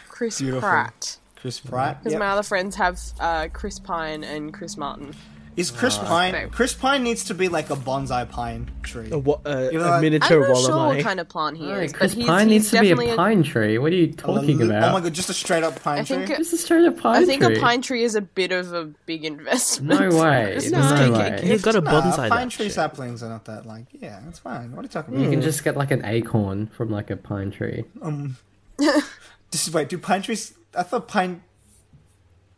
Speaker 1: Chris
Speaker 3: Beautiful.
Speaker 1: Pratt.
Speaker 3: Chris Pratt.
Speaker 1: Because
Speaker 3: Yep.
Speaker 1: my other friends have uh, Chris Pine and Chris Martin.
Speaker 3: Is Chris Pine?
Speaker 1: Babe.
Speaker 3: Chris Pine needs to be like a bonsai pine tree.
Speaker 2: A, wa- a,
Speaker 3: You're
Speaker 2: a
Speaker 3: like-
Speaker 2: miniature
Speaker 1: I'm not sure
Speaker 2: Wallamai.
Speaker 1: what kind of plant he
Speaker 4: Hey,
Speaker 1: is,
Speaker 4: Chris
Speaker 1: but he's,
Speaker 4: Pine
Speaker 1: he's
Speaker 4: needs to be a
Speaker 1: definitely
Speaker 4: pine tree. What are you
Speaker 3: A
Speaker 4: talking
Speaker 3: li-
Speaker 4: about?
Speaker 3: Oh my god, just a straight up pine
Speaker 1: I think
Speaker 3: tree.
Speaker 4: This is straight up pine
Speaker 1: I think
Speaker 4: tree.
Speaker 1: a pine tree is a bit of a big investment.
Speaker 4: No
Speaker 1: for
Speaker 4: way.
Speaker 1: Christmas.
Speaker 4: No
Speaker 1: Take a
Speaker 4: way.
Speaker 2: You uh,
Speaker 1: gift.
Speaker 2: got a
Speaker 3: Nah,
Speaker 2: bonsai.
Speaker 3: pine
Speaker 2: that
Speaker 3: tree
Speaker 2: shit. Hmm.
Speaker 3: saplings are not that like. Yeah, that's fine. What are you talking
Speaker 4: You
Speaker 3: about?
Speaker 4: can just get like an acorn from like a pine tree.
Speaker 3: This is wait. Do pine trees? I thought pine.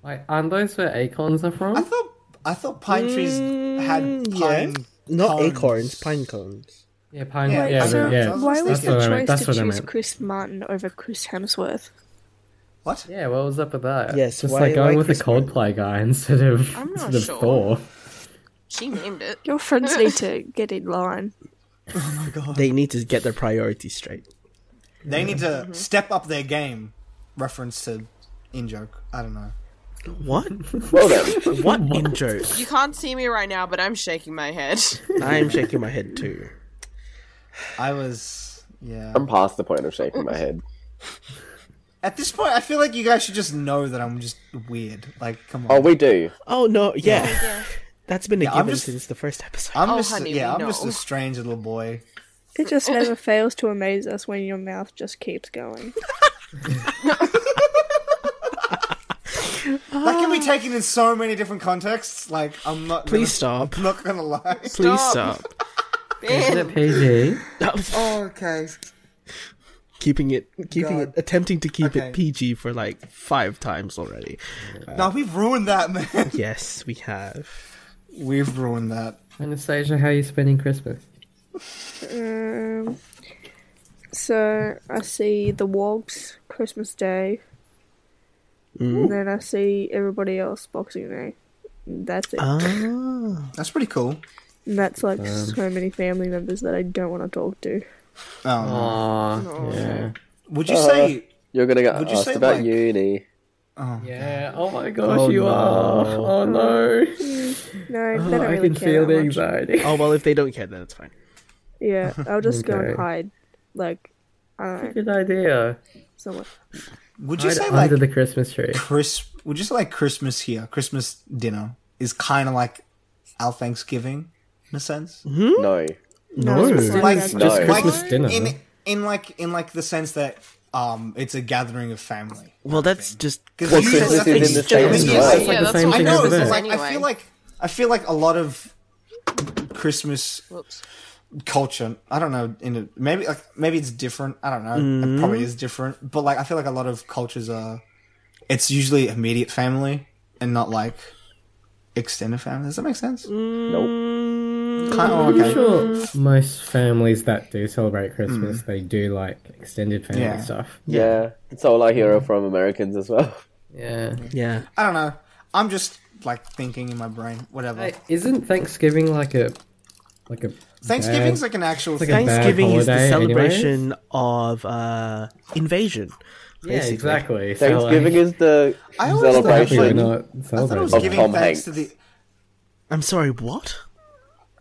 Speaker 4: Like, aren't those where acorns are from?
Speaker 3: I thought. I thought pine trees had
Speaker 2: Hmm, yeah.
Speaker 3: pine.
Speaker 2: Not
Speaker 3: cones.
Speaker 2: acorns, pine cones.
Speaker 4: Yeah, pine.
Speaker 3: Yeah,
Speaker 4: Yeah,
Speaker 3: I
Speaker 4: yeah,
Speaker 3: know.
Speaker 4: yeah.
Speaker 3: I was
Speaker 5: Why was
Speaker 4: that's what I
Speaker 5: the
Speaker 4: meant.
Speaker 5: choice
Speaker 4: That's
Speaker 5: to
Speaker 4: what I
Speaker 5: choose
Speaker 4: meant.
Speaker 5: Chris Martin over Chris Hemsworth?
Speaker 3: What?
Speaker 4: Yeah, what was up with that?
Speaker 2: Yes,
Speaker 4: just
Speaker 2: why-
Speaker 4: like going
Speaker 2: why
Speaker 4: with a
Speaker 2: Chris Pratt?
Speaker 4: Coldplay guy instead of
Speaker 1: I'm not
Speaker 4: instead of
Speaker 1: sure.
Speaker 4: Thor.
Speaker 1: She named it.
Speaker 5: Your friends need to get in line.
Speaker 2: They need to get their priorities straight.
Speaker 3: They need to step up their game. Reference to in joke. I don't know.
Speaker 2: What?
Speaker 6: well then,
Speaker 2: What in joke?
Speaker 1: You can't see me right now, but I'm shaking my head.
Speaker 2: I'm shaking my head too.
Speaker 3: I was. Yeah.
Speaker 6: I'm past the point of shaking my head.
Speaker 3: At this point, I feel like you guys should just know that I'm just weird. Like, come on.
Speaker 6: Oh, we do.
Speaker 2: Oh no, yeah. That's been a
Speaker 3: I'm
Speaker 2: given
Speaker 3: just-
Speaker 2: since the first episode.
Speaker 3: I'm
Speaker 1: Oh,
Speaker 3: just.
Speaker 1: honey,
Speaker 3: yeah,
Speaker 1: we
Speaker 3: I'm
Speaker 1: know.
Speaker 3: just a strange little boy.
Speaker 5: It just never fails to amaze us when your mouth just keeps going.
Speaker 3: That can be taken in so many different contexts. Like, I'm not.
Speaker 2: Please stop.
Speaker 3: Gonna, not gonna lie.
Speaker 2: Please
Speaker 1: Stop.
Speaker 2: stop.
Speaker 4: Isn't it PG?
Speaker 3: Oh, okay.
Speaker 2: keeping it, keeping
Speaker 3: God.
Speaker 2: it, attempting to keep
Speaker 3: Okay.
Speaker 2: it PG for like five times already.
Speaker 3: No, we've ruined that, man.
Speaker 2: Yes, we have.
Speaker 3: We've ruined that.
Speaker 4: Anastasia, how are you spending Christmas?
Speaker 5: Um, so I see the Wogs Christmas Day,
Speaker 4: Mm-hmm.
Speaker 5: and then I see everybody else Boxing Day. And That's it.
Speaker 4: Uh,
Speaker 2: Ah,
Speaker 3: That's pretty cool.
Speaker 5: and that's like so
Speaker 4: um,
Speaker 5: many family members that I don't want to talk to.
Speaker 3: Um,
Speaker 4: Aww, yeah.
Speaker 3: would you say? um,
Speaker 6: You're gonna get
Speaker 3: Would you
Speaker 6: asked
Speaker 3: say,
Speaker 6: about
Speaker 3: like-
Speaker 6: uni. Uh-huh.
Speaker 4: Yeah, oh my gosh, you are. Oh no.
Speaker 5: No, they don't
Speaker 4: oh, I
Speaker 5: really
Speaker 4: can
Speaker 5: care
Speaker 4: feel
Speaker 5: that
Speaker 4: the
Speaker 5: much.
Speaker 4: anxiety.
Speaker 2: oh well, if they don't care, then it's fine.
Speaker 5: Yeah, I'll just go and
Speaker 4: Okay.
Speaker 5: hide, like, I don't know,
Speaker 4: Good idea.
Speaker 5: somewhere.
Speaker 3: Would you
Speaker 4: Hide
Speaker 3: say
Speaker 4: under
Speaker 3: like
Speaker 4: the Christmas tree.
Speaker 3: Chris? Would you say like Christmas here, Christmas dinner is kind of like our Thanksgiving in a sense?
Speaker 6: No.
Speaker 2: No,
Speaker 3: Like
Speaker 5: Just
Speaker 3: like,
Speaker 4: Mm-hmm. Christmas dinner.
Speaker 3: in in like in like the sense that um it's a gathering of family.
Speaker 2: well, that's just
Speaker 3: Because
Speaker 6: Well, Christmas is in the same
Speaker 3: Yeah,
Speaker 6: place.
Speaker 4: It's like
Speaker 1: Yeah,
Speaker 4: the
Speaker 1: that's
Speaker 4: same
Speaker 1: what
Speaker 3: I
Speaker 4: thing
Speaker 3: know.
Speaker 4: over
Speaker 3: It's
Speaker 4: there.
Speaker 3: just Oh, like I
Speaker 1: Anyway.
Speaker 3: feel like I feel like a lot of Christmas
Speaker 1: Whoops.
Speaker 3: culture. I don't know. In a, maybe like maybe it's different. I don't know.
Speaker 4: Mm-hmm.
Speaker 3: It probably is different. But like I feel like a lot of cultures are. It's usually immediate family and not like extended family. Does that make sense? Mm.
Speaker 6: Nope.
Speaker 3: Kind of,
Speaker 4: Mm, I'm
Speaker 3: okay.
Speaker 4: sure most families that do celebrate Christmas, they do like extended family
Speaker 3: Yeah.
Speaker 4: stuff.
Speaker 6: Yeah, it's all I hear from Americans as well.
Speaker 4: Yeah.
Speaker 2: Yeah.
Speaker 3: I don't know. I'm just like thinking in my brain. Whatever.
Speaker 4: Hey, isn't Thanksgiving like a like a
Speaker 3: Thanksgiving's
Speaker 4: bad-
Speaker 3: like an actual
Speaker 4: like a
Speaker 3: thing.
Speaker 4: bad
Speaker 2: Thanksgiving is the
Speaker 4: holiday anyways?
Speaker 2: celebration of uh, invasion.
Speaker 4: Yeah,
Speaker 2: basically.
Speaker 4: exactly. So, like,
Speaker 6: Thanksgiving is the
Speaker 3: I always thought
Speaker 4: happy we're
Speaker 6: celebration.
Speaker 3: actually-
Speaker 4: not
Speaker 3: I thought it was
Speaker 6: Of
Speaker 4: celebrating.
Speaker 3: giving
Speaker 6: Tom
Speaker 3: thanks to
Speaker 6: Hanks.
Speaker 3: the.
Speaker 2: I'm sorry, what?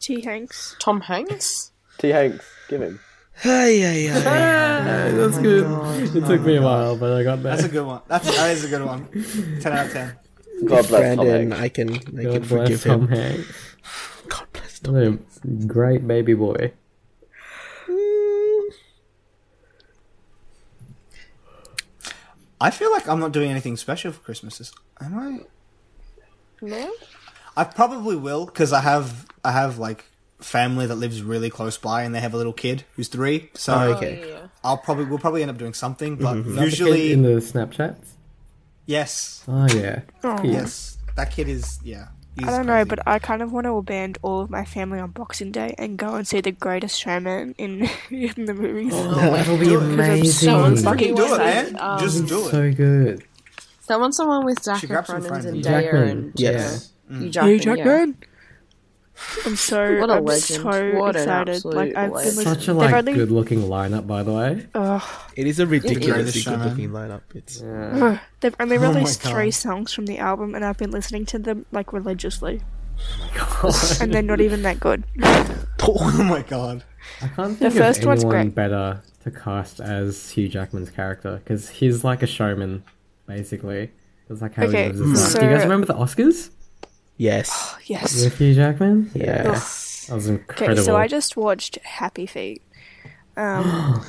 Speaker 5: T. Hanks.
Speaker 1: Tom Hanks?
Speaker 6: T. Hanks, give him.
Speaker 2: Ay, ay, ay.
Speaker 4: Yeah, that's good. it took me a while, but I got
Speaker 3: That's a
Speaker 4: there.
Speaker 3: good one. That's that is a good one. Ten out of ten.
Speaker 6: God bless Tom
Speaker 2: Brandon,
Speaker 6: Hanks.
Speaker 2: I can, I can
Speaker 4: God bless
Speaker 2: forgive him.
Speaker 4: Tom Hanks.
Speaker 2: God bless Tom.
Speaker 4: What a great baby boy.
Speaker 3: I feel like I'm not doing anything special for Christmas. this- Am I?
Speaker 1: No?
Speaker 3: I probably will because I have I have like family that lives really close by and they have a little kid who's three. So
Speaker 2: Oh, okay.
Speaker 1: Yeah.
Speaker 3: I'll probably we'll probably end up doing something. But
Speaker 4: Mm-hmm. The kid in
Speaker 3: usually,
Speaker 4: the Snapchats.
Speaker 3: yes,
Speaker 4: Oh yeah.
Speaker 3: yes, that kid is yeah. he's
Speaker 5: I don't know,
Speaker 3: crazy.
Speaker 5: but I kind of want to abandon all of my family on Boxing Day and go and see the greatest showman in in the movies.
Speaker 1: Oh,
Speaker 4: That'll be amazing.
Speaker 1: Someone fucking
Speaker 3: do it,
Speaker 1: excited.
Speaker 3: man.
Speaker 1: Um,
Speaker 3: Just do it.
Speaker 4: so good.
Speaker 1: someone, someone with Zac
Speaker 3: grab some
Speaker 1: Efron
Speaker 3: friends.
Speaker 1: and
Speaker 3: Hugh
Speaker 1: Zendaya
Speaker 4: Jackman.
Speaker 1: and
Speaker 3: Mm.
Speaker 2: Yes.
Speaker 1: yeah. Hugh
Speaker 5: Hugh
Speaker 1: Jackman, yeah.
Speaker 5: Jackman. I'm so
Speaker 1: What a
Speaker 5: I'm
Speaker 1: legend.
Speaker 5: so
Speaker 1: What an
Speaker 5: excited.
Speaker 1: absolute
Speaker 5: Like I've been
Speaker 1: legend.
Speaker 5: listening.
Speaker 4: Such a
Speaker 5: They've
Speaker 4: like
Speaker 5: only-
Speaker 4: good looking lineup, by the way.
Speaker 5: Ugh.
Speaker 2: It is a ridiculously
Speaker 3: is.
Speaker 2: good looking lineup. It's
Speaker 5: they've only
Speaker 4: Oh
Speaker 3: my
Speaker 5: released
Speaker 3: God.
Speaker 5: three songs from the album, and I've been listening to them like religiously.
Speaker 4: Oh
Speaker 5: and they're not even that good.
Speaker 3: Oh my god.
Speaker 4: I can't think
Speaker 5: first
Speaker 4: of
Speaker 5: one's
Speaker 4: anyone
Speaker 5: great.
Speaker 4: better to cast as Hugh Jackman's character because he's like a showman, basically. It's like how
Speaker 5: Okay,
Speaker 4: he lives his life. Do you
Speaker 5: so-
Speaker 4: guys remember the Oscars
Speaker 2: yes.
Speaker 5: Yes.
Speaker 4: with Hugh Jackman?
Speaker 2: Yeah.
Speaker 4: Yeah, that was incredible.
Speaker 5: Okay, so I just watched Happy Feet, um,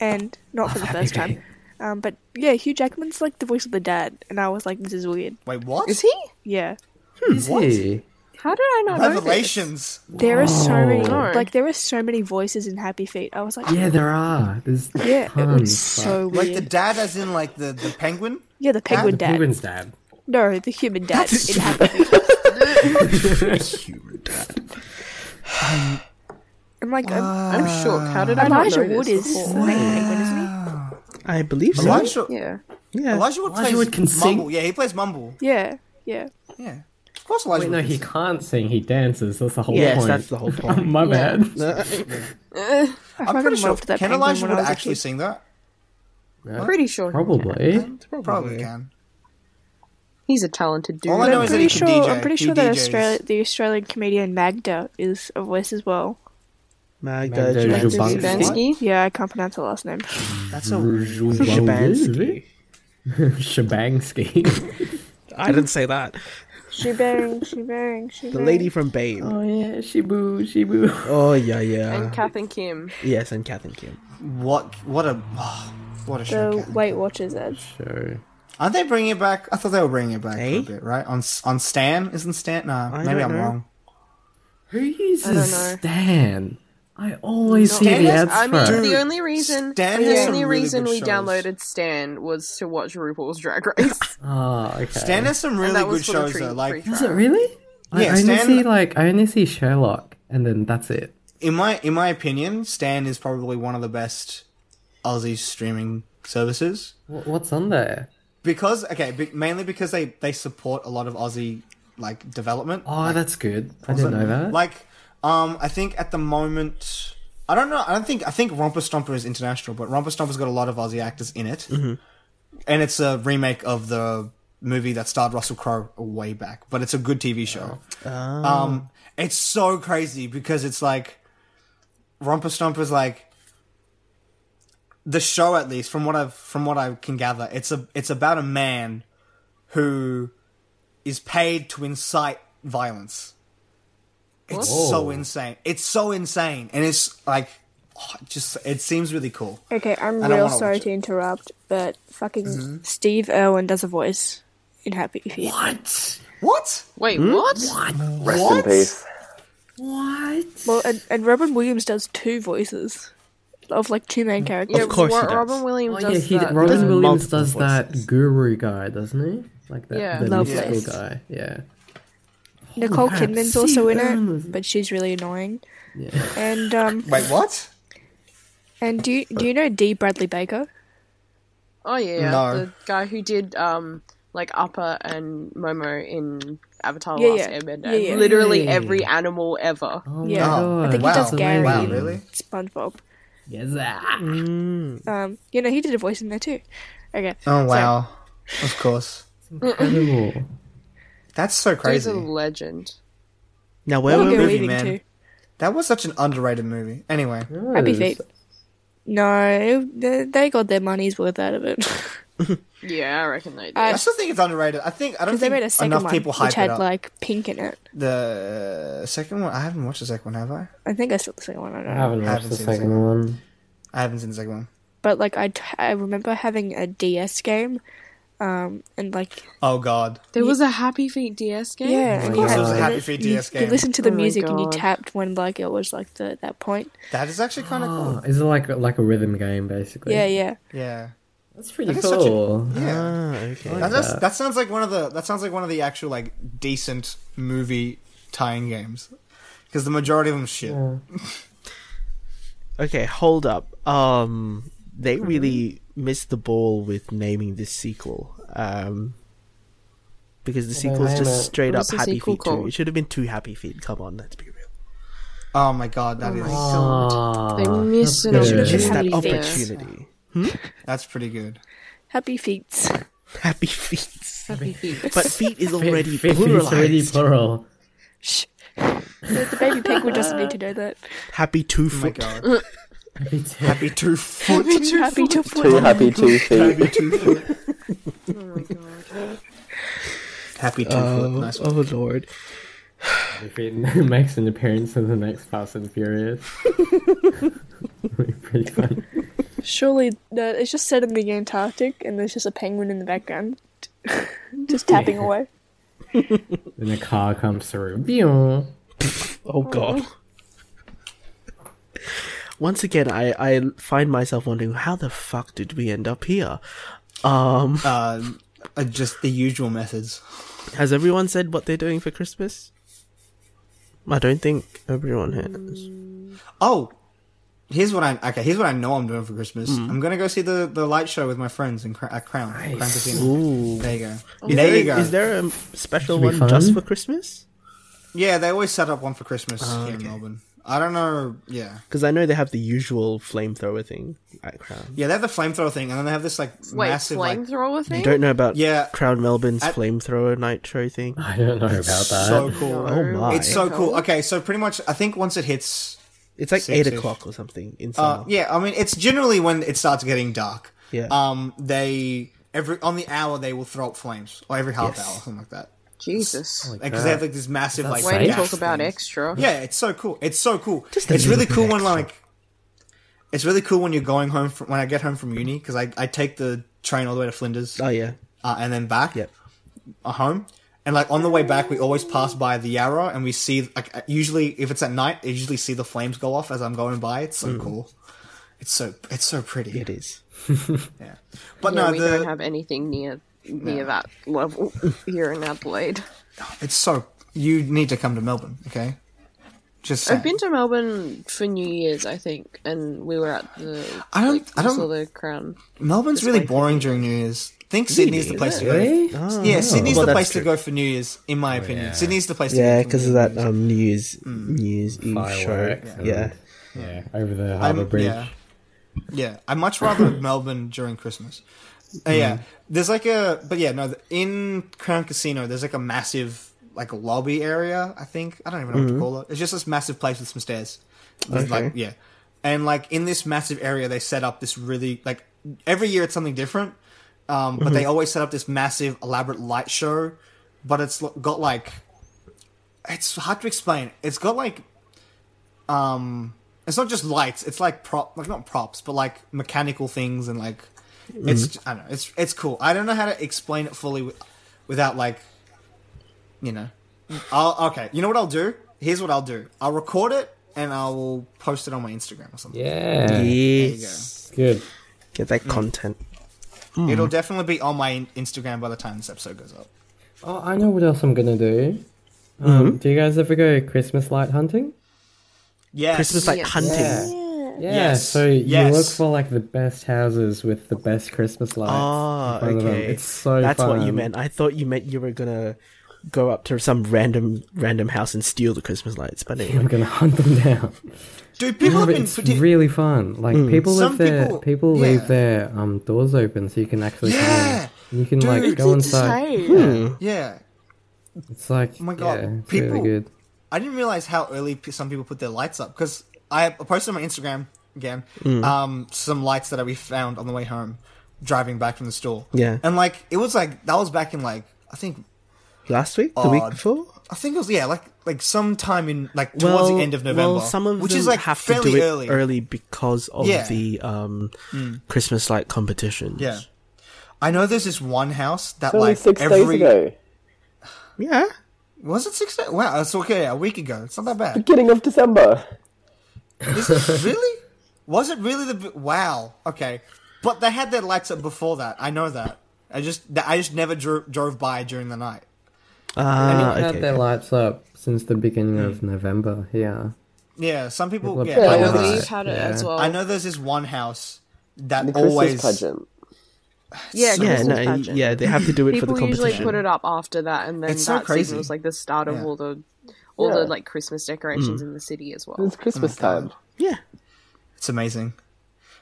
Speaker 5: and not for the
Speaker 4: Happy
Speaker 5: first time,
Speaker 4: Feet.
Speaker 5: um, but yeah, Hugh Jackman's like the voice of the dad, and I was like, this is weird.
Speaker 3: Wait, what?
Speaker 1: Is he?
Speaker 5: Yeah,
Speaker 4: Is he?
Speaker 1: How did I not know this?
Speaker 3: Revelations.
Speaker 5: there are so many
Speaker 1: Whoa.
Speaker 5: like there are so many voices in Happy Feet. I was like,
Speaker 4: Yeah, there are. There's
Speaker 5: yeah, it
Speaker 4: tons.
Speaker 5: was so
Speaker 3: Like
Speaker 5: weird.
Speaker 3: the dad, as in like the the penguin.
Speaker 5: yeah, the
Speaker 4: but-
Speaker 5: penguin
Speaker 4: the
Speaker 5: dad.
Speaker 4: penguin's dad.
Speaker 5: No, the human dad in Happy Feet.
Speaker 2: Human dad.
Speaker 5: I'm like, um,
Speaker 1: I'm shook. How did I not
Speaker 5: Elijah
Speaker 1: know this
Speaker 5: Wood is the
Speaker 1: before?
Speaker 5: main penguin, isn't he?
Speaker 2: I believe so.
Speaker 3: Elijah.
Speaker 1: Yeah.
Speaker 2: Yeah.
Speaker 3: Elijah Wood
Speaker 4: Elijah
Speaker 3: plays
Speaker 4: Wood can sing.
Speaker 3: Mumble. Yeah, he plays Mumble.
Speaker 5: Yeah, yeah.
Speaker 3: Yeah. Of course, Elijah.
Speaker 4: Wait,
Speaker 3: Wood
Speaker 4: no,
Speaker 3: can
Speaker 4: he
Speaker 3: sing.
Speaker 4: can't sing. He dances. That's the whole
Speaker 2: yes,
Speaker 4: point.
Speaker 2: that's the whole point.
Speaker 4: My
Speaker 1: Yeah.
Speaker 4: bad.
Speaker 5: I
Speaker 3: I'm
Speaker 5: fucking
Speaker 3: pretty sure.
Speaker 5: loved that
Speaker 3: Can
Speaker 5: penguin
Speaker 3: Elijah
Speaker 5: when
Speaker 3: Wood
Speaker 5: I was a
Speaker 3: actually
Speaker 5: kid.
Speaker 3: sing that?
Speaker 1: Pretty sure.
Speaker 4: Probably.
Speaker 3: Probably can.
Speaker 1: He's a talented dude.
Speaker 3: All I know
Speaker 5: I'm
Speaker 3: is that
Speaker 5: pretty
Speaker 3: he can
Speaker 5: sure.
Speaker 3: DJ.
Speaker 5: I'm pretty
Speaker 3: He
Speaker 5: sure that
Speaker 3: DJs.
Speaker 5: Australia, the Australian comedian Magda is a voice as well.
Speaker 2: Magda
Speaker 4: Magda
Speaker 2: Jubanski.
Speaker 4: Jubanski.
Speaker 1: Bansky?
Speaker 5: Yeah, I can't pronounce her last name.
Speaker 3: That's a.
Speaker 2: Jubanski.
Speaker 4: Shabangsky.
Speaker 2: I didn't say that.
Speaker 5: She bang, she bang, she
Speaker 2: The lady from Babe.
Speaker 4: oh yeah, Shibu, Shibu.
Speaker 2: Oh yeah, yeah.
Speaker 1: And Kath and Kim.
Speaker 2: yes, and Kath and Kim.
Speaker 3: What? What a. what a show.
Speaker 5: The
Speaker 3: Kat.
Speaker 5: Weight Watchers ad.
Speaker 4: Show.
Speaker 3: Aren't they bringing it back? I thought they were bringing it back
Speaker 2: Eh?
Speaker 3: for a bit, right? On on Stan, isn't Stan? Nah,
Speaker 2: I
Speaker 3: maybe
Speaker 2: don't
Speaker 3: I'm
Speaker 2: know.
Speaker 3: wrong.
Speaker 4: Who
Speaker 1: don't know.
Speaker 4: uses Stan? I always see
Speaker 3: Stan
Speaker 4: the
Speaker 3: has-
Speaker 4: ads
Speaker 1: I mean,
Speaker 4: for it.
Speaker 1: the only reason
Speaker 3: Stan
Speaker 1: the
Speaker 3: has some
Speaker 1: only
Speaker 3: really
Speaker 1: reason
Speaker 3: good
Speaker 1: we
Speaker 3: shows.
Speaker 1: downloaded Stan was to watch RuPaul's Drag Race.
Speaker 4: Oh, okay.
Speaker 3: Stan has some really
Speaker 1: that was for
Speaker 3: good
Speaker 1: the
Speaker 3: shows
Speaker 1: tree-
Speaker 3: though. Like
Speaker 1: tree
Speaker 4: Is it really? I
Speaker 3: Yeah,
Speaker 4: only
Speaker 3: Stan-
Speaker 4: see like I only see Sherlock, and then that's it.
Speaker 3: in my in my opinion, Stan is probably one of the best Aussie streaming services
Speaker 4: Wh- What's on there?
Speaker 3: because okay, be, mainly because they they support a lot of Aussie like development.
Speaker 4: Oh, that's good. I didn't know that.
Speaker 3: Like, um, I think at the moment, I don't know. I don't think I think Romper Stomper is international, but Romper Stomper's got a lot of Aussie actors in it, and it's a remake of the movie that starred Russell Crowe way back. But it's a good TV show. Um, it's so crazy because it's like Romper Stomper's like the show at least from what I've from what I can gather. It's a it's about a man who is paid to incite violence. It's so insane. It's so insane, and it's like, oh, it just it seems really cool.
Speaker 5: Okay, I'm
Speaker 3: don't
Speaker 5: real
Speaker 3: wanna
Speaker 5: sorry
Speaker 3: watch
Speaker 5: to interrupt, but fucking Steve Irwin does a voice in Happy Feet.
Speaker 4: what?
Speaker 3: What?
Speaker 1: Wait, what?
Speaker 6: Rest
Speaker 3: What?
Speaker 6: in peace.
Speaker 4: What?
Speaker 5: Well, and, and Robin Williams does two voices of like two main characters.
Speaker 2: Of course
Speaker 1: Ro-
Speaker 2: he does.
Speaker 1: Robin Williams
Speaker 4: Oh yeah,
Speaker 1: does
Speaker 4: he,
Speaker 1: that.
Speaker 4: Robin
Speaker 2: does
Speaker 4: Williams
Speaker 2: multiple
Speaker 4: does that
Speaker 2: voices.
Speaker 4: guru guy, doesn't he? Like that,
Speaker 1: Yeah.
Speaker 4: the
Speaker 5: Lovelace.
Speaker 4: mystical guy. Yeah.
Speaker 5: Nicole
Speaker 4: that
Speaker 5: Kidman's also in
Speaker 4: season.
Speaker 5: it, but she's really annoying.
Speaker 4: Yeah.
Speaker 5: And um,
Speaker 3: Wait, what?
Speaker 5: and do you, do you know D. Bradley Baker?
Speaker 1: Oh yeah, yeah,
Speaker 3: No.
Speaker 1: the guy who did um like Upper and Momo in Avatar: The
Speaker 5: Yeah,
Speaker 1: Last
Speaker 5: yeah.
Speaker 1: Airbender.
Speaker 5: Yeah,
Speaker 1: and
Speaker 5: yeah.
Speaker 1: Literally
Speaker 4: Really?
Speaker 1: every animal ever.
Speaker 4: Oh
Speaker 5: Yeah.
Speaker 4: my
Speaker 3: Oh,
Speaker 4: god.
Speaker 5: I think he
Speaker 3: wow.
Speaker 5: does Gary.
Speaker 3: Wow, really?
Speaker 5: SpongeBob.
Speaker 4: Yes. ah.
Speaker 5: Um, you know he did a voice in there too. Okay.
Speaker 3: Oh wow. Of course.
Speaker 4: Incredible.
Speaker 3: That's so
Speaker 1: He's
Speaker 3: crazy.
Speaker 1: a legend.
Speaker 2: Now, where
Speaker 5: I'll
Speaker 2: were
Speaker 5: go
Speaker 3: movie,
Speaker 5: eating
Speaker 3: man.
Speaker 5: too.
Speaker 3: That was such an underrated movie. Anyway,
Speaker 5: Happy feet. No, they, they got their money's worth out of it.
Speaker 1: Yeah, I reckon they did.
Speaker 5: I-
Speaker 3: I still think it's underrated. I think I don't
Speaker 5: Because they
Speaker 3: think
Speaker 5: made a second
Speaker 3: enough
Speaker 5: one,
Speaker 3: people hype
Speaker 5: which had
Speaker 3: it up.
Speaker 5: like pink in it.
Speaker 3: the uh, second one. I haven't watched the second one, have I?
Speaker 5: I think I saw the second one. I don't know.
Speaker 4: I haven't
Speaker 3: I
Speaker 4: watched
Speaker 3: haven't
Speaker 4: the
Speaker 3: seen the
Speaker 4: second
Speaker 3: second
Speaker 4: one.
Speaker 3: I haven't seen the second one.
Speaker 5: But like I, t- I remember having a DS game, um, and like
Speaker 3: Oh god.
Speaker 1: there was a Happy Feet DS game.
Speaker 3: Oh,
Speaker 5: yeah,
Speaker 4: my
Speaker 5: and
Speaker 4: God.
Speaker 5: you
Speaker 4: It was a
Speaker 5: had-
Speaker 3: Happy Feet
Speaker 5: you
Speaker 3: DS
Speaker 5: could
Speaker 3: game.
Speaker 5: listen to the
Speaker 1: Oh my
Speaker 5: music and you
Speaker 1: God.
Speaker 5: tapped when like it was like the that point.
Speaker 3: That is actually kind of
Speaker 4: Oh,
Speaker 3: cool.
Speaker 4: is it like like a rhythm game basically?
Speaker 5: Yeah, yeah.
Speaker 3: Yeah.
Speaker 4: That's pretty
Speaker 3: That is such a-
Speaker 4: cool.
Speaker 3: Yeah.
Speaker 2: Ah, okay.
Speaker 3: that, does- that sounds like one of the that sounds like one of the actual like decent movie tying games. Because the majority of them shit.
Speaker 2: Okay, hold up. Um, they really missed the ball with naming this sequel. Um, because the sequel is
Speaker 4: name
Speaker 2: just
Speaker 4: it?
Speaker 2: straight up
Speaker 1: What's the
Speaker 2: Happy
Speaker 1: sequel
Speaker 2: Feet Two.
Speaker 1: called?
Speaker 2: It should have been Two Happy Feet. Come on, let's be real.
Speaker 3: Oh my god, that is
Speaker 4: Ah,
Speaker 1: They missed an
Speaker 4: that's
Speaker 2: They
Speaker 4: good.
Speaker 1: opportunity.
Speaker 2: missed that
Speaker 1: Happy Feet.
Speaker 2: opportunity.
Speaker 3: that's pretty good.
Speaker 5: Happy feet.
Speaker 2: Happy Feet.
Speaker 1: Happy Feet.
Speaker 2: But feet is
Speaker 4: Fit-
Speaker 2: already
Speaker 4: fit- fit is already
Speaker 2: pluralized.
Speaker 4: plural.
Speaker 5: Shh. the, the baby penguin doesn't need to know that.
Speaker 2: Happy Two
Speaker 3: Oh my
Speaker 2: Foot.
Speaker 3: god.
Speaker 4: Happy to-
Speaker 3: Happy two foot.
Speaker 5: Too happy to
Speaker 6: Too
Speaker 5: foot.
Speaker 6: happy, too feet.
Speaker 3: Happy two foot. Happy two foot. Nice one.
Speaker 2: Oh lord.
Speaker 4: If it makes an appearance in the next Fast and Furious. It'll be pretty fun.
Speaker 5: Surely, no, it's just set in the Antarctic, and there's just a penguin in the background, just tapping away.
Speaker 4: Then a car comes through. Pew.
Speaker 2: Oh god. Once again, I, I find myself wondering how the fuck did we end up here? Um,
Speaker 3: Uh, uh, just the usual methods.
Speaker 2: has everyone said what they're doing for Christmas? I don't think everyone has.
Speaker 3: Oh, here's what I okay. Here's what I know I'm doing for Christmas. I'm gonna go see the the light show with my friends in Cra- at Crown. Crown Casino.
Speaker 2: Ooh.
Speaker 3: There you go. there you go.
Speaker 2: Is there a special one
Speaker 4: Should be
Speaker 2: just
Speaker 4: fun.
Speaker 2: for Christmas?
Speaker 3: yeah, they always set up one for Christmas
Speaker 2: Oh,
Speaker 3: here in Melbourne. I don't know. Yeah,
Speaker 2: Because I know they have the usual flamethrower thing at Crown.
Speaker 3: yeah. They have the flamethrower thing, and then they have this like
Speaker 1: Wait,
Speaker 3: massive like
Speaker 1: flamethrower thing?
Speaker 2: You don't know about
Speaker 3: Yeah.
Speaker 2: Crown Melbourne's
Speaker 3: At-
Speaker 2: flamethrower nitro thing?
Speaker 4: I don't know about that.
Speaker 3: so cool.
Speaker 2: Oh my.
Speaker 3: It's so cool. Okay, so pretty much, I think once it hits,
Speaker 2: It's like 8
Speaker 3: Six-ish.
Speaker 2: o'clock or something in
Speaker 3: uh,
Speaker 2: summer.
Speaker 3: yeah. I mean, it's generally when it starts getting dark.
Speaker 2: Yeah.
Speaker 3: Um, they every on the hour they will throw up flames, or every half
Speaker 2: Yes.
Speaker 3: hour, something like that.
Speaker 1: Jesus.
Speaker 3: Because they have like this massive like.
Speaker 1: Way to
Speaker 3: gas
Speaker 1: talk about
Speaker 3: things.
Speaker 1: extra.
Speaker 3: Yeah, it's so cool. It's so cool.
Speaker 2: Just a
Speaker 3: it's really
Speaker 2: little
Speaker 3: cool
Speaker 2: bit
Speaker 3: when
Speaker 2: extra.
Speaker 3: like, it's really cool when you're going home from when I get home from uni because I, I take the train all the way to Flinders
Speaker 2: Oh, yeah.
Speaker 3: uh, and then back
Speaker 2: Yep.
Speaker 3: uh, home. And like on the way back, we always pass by the Yarra and we see like uh, usually if it's at night, I usually see the flames go off as I'm going by. It's
Speaker 2: Hmm.
Speaker 3: so cool. It's so it's so pretty.
Speaker 2: It is.
Speaker 3: But
Speaker 1: Yeah,
Speaker 3: no,
Speaker 1: we
Speaker 3: the,
Speaker 1: don't have anything near near that level here in Adelaide.
Speaker 3: it's so you need to come to Melbourne. Okay, just saying.
Speaker 1: I've been to Melbourne for New Year's, I think, and we were at the
Speaker 3: I don't-
Speaker 1: like,
Speaker 3: I don't-
Speaker 1: saw the crown.
Speaker 3: Melbourne's really
Speaker 1: way.
Speaker 3: boring during New Year's. Think Sydney's the place to go.
Speaker 4: Really?
Speaker 3: Yeah, Sydney's
Speaker 2: Oh. Well,
Speaker 3: the
Speaker 2: that's
Speaker 3: place
Speaker 2: true. Oh,
Speaker 3: to go for New Year's, in my opinion. Sydney's the place to
Speaker 2: Yeah,
Speaker 3: go. for
Speaker 2: because
Speaker 3: New
Speaker 2: of that
Speaker 3: Year's.
Speaker 2: um, New Year's
Speaker 3: Hmm.
Speaker 2: New Year's Eve
Speaker 4: Fireworks
Speaker 2: show.
Speaker 4: and-
Speaker 2: Yeah,
Speaker 4: Yeah, over the
Speaker 3: I'm-
Speaker 4: harbour bridge.
Speaker 3: Yeah. yeah, I much rather Melbourne during Christmas. Uh, yeah, there's like a, but yeah, no, the- in Crown Casino, there's like a massive, like a lobby area, I think. I don't even know what to call it. It's just this massive place with some stairs. There's, Like, yeah. And like in this massive area, they set up this really, like, every year it's something different. Um, but they always set up this massive, elaborate light show. But it's lo- got like, it's hard to explain. It's got like it's not just lights. It's like prop, like not props, but like mechanical things and like it's. I don't know. It's it's cool. I don't know how to explain it fully wi- without like, you know. I'll okay. You know what I'll do? Here's what I'll do. I'll record it and I will post it on my Instagram or something.
Speaker 4: Yeah.
Speaker 2: yes,
Speaker 4: Good.
Speaker 2: get
Speaker 3: Hmm.
Speaker 2: that content.
Speaker 3: It'll definitely be on my in- Instagram by the time this episode goes up.
Speaker 4: Oh, I know what else I'm gonna do. Um,
Speaker 2: Mm-hmm.
Speaker 4: Do you guys ever go Christmas light hunting?
Speaker 3: Yes.
Speaker 2: Christmas like
Speaker 1: Yes.
Speaker 2: hunting.
Speaker 4: Yeah.
Speaker 3: Yes.
Speaker 4: So you look
Speaker 3: Yes.
Speaker 4: for like the best houses with the best Christmas lights.
Speaker 2: Ah,
Speaker 4: in front of them.
Speaker 2: okay.
Speaker 4: It's so
Speaker 2: That's what you
Speaker 4: fun.
Speaker 2: meant. I thought you meant you were gonna go up to some random random house and steal the Christmas lights. But
Speaker 4: I'm
Speaker 2: anyway,
Speaker 4: gonna hunt them down.
Speaker 3: Dude, people have
Speaker 4: But
Speaker 3: been
Speaker 4: it's
Speaker 3: partic-
Speaker 4: really fun. Like people
Speaker 3: Some
Speaker 4: leave their
Speaker 3: people-
Speaker 4: people,
Speaker 3: yeah.
Speaker 4: leave their um doors open so you can actually come
Speaker 3: Yeah.
Speaker 4: in. You can like
Speaker 3: Dude,
Speaker 4: go inside.
Speaker 3: Yeah.
Speaker 4: It's like
Speaker 3: Oh my God,
Speaker 4: yeah, it's
Speaker 3: people-
Speaker 4: really good.
Speaker 3: I didn't realize how early p- some people put their lights up because I posted on my Instagram again
Speaker 2: Mm.
Speaker 3: um, some lights that we found on the way home driving back from the store.
Speaker 2: Yeah.
Speaker 3: and like it was like that was back in like I think
Speaker 2: last week, the
Speaker 3: Hmm. Odd.
Speaker 2: week before.
Speaker 3: I think it was yeah like like sometime in like towards
Speaker 2: Well,
Speaker 3: the end of November,
Speaker 2: well, some of
Speaker 3: which
Speaker 2: them
Speaker 3: is like
Speaker 2: have to
Speaker 3: fairly
Speaker 2: do it
Speaker 3: early.
Speaker 2: early, because of
Speaker 3: Yeah. Mm.
Speaker 2: the um, Christmas light competitions.
Speaker 3: Yeah, I know there's this one house that
Speaker 6: Only
Speaker 3: like
Speaker 6: six
Speaker 3: every
Speaker 6: days ago.
Speaker 2: yeah.
Speaker 3: was it six days? Wow, it's okay, a week ago. It's not that bad.
Speaker 6: Beginning of December.
Speaker 3: Is it really? Was it really the wow? Okay, but they had their lights up before that. I know that. I just that- I just never dro- drove by during the night. Uh,
Speaker 2: Ah,
Speaker 4: Had
Speaker 2: okay.
Speaker 4: their
Speaker 2: okay.
Speaker 4: lights up since the beginning of
Speaker 3: Hmm.
Speaker 4: November. Yeah.
Speaker 3: Yeah, some people.
Speaker 4: People
Speaker 3: Yeah,
Speaker 4: have
Speaker 3: I,
Speaker 1: I
Speaker 3: know
Speaker 1: know
Speaker 4: Right.
Speaker 3: there's,
Speaker 1: we've had it
Speaker 4: Yeah.
Speaker 1: as well.
Speaker 3: I know there's this one house
Speaker 6: The
Speaker 3: that
Speaker 6: Christmas
Speaker 3: always
Speaker 6: pageant.
Speaker 1: yeah,
Speaker 2: Yeah,
Speaker 1: Christmas
Speaker 2: no,
Speaker 1: pageant.
Speaker 2: yeah, they have to do it for
Speaker 1: People
Speaker 2: the
Speaker 1: usually
Speaker 2: competition.
Speaker 1: put it up after that, and then
Speaker 3: It's so
Speaker 1: that
Speaker 3: crazy.
Speaker 1: season was like the start of
Speaker 3: Yeah.
Speaker 1: all the all
Speaker 6: Yeah.
Speaker 1: the like
Speaker 2: Mm.
Speaker 1: Christmas decorations in the city as well.
Speaker 6: It's Christmas time.
Speaker 2: yeah.
Speaker 3: It's amazing.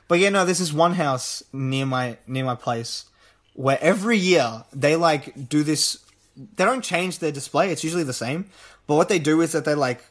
Speaker 3: But yeah, no, there's this one house near my near my place where every year they like do this they don't change their display, it's usually the same. But what they do is that they like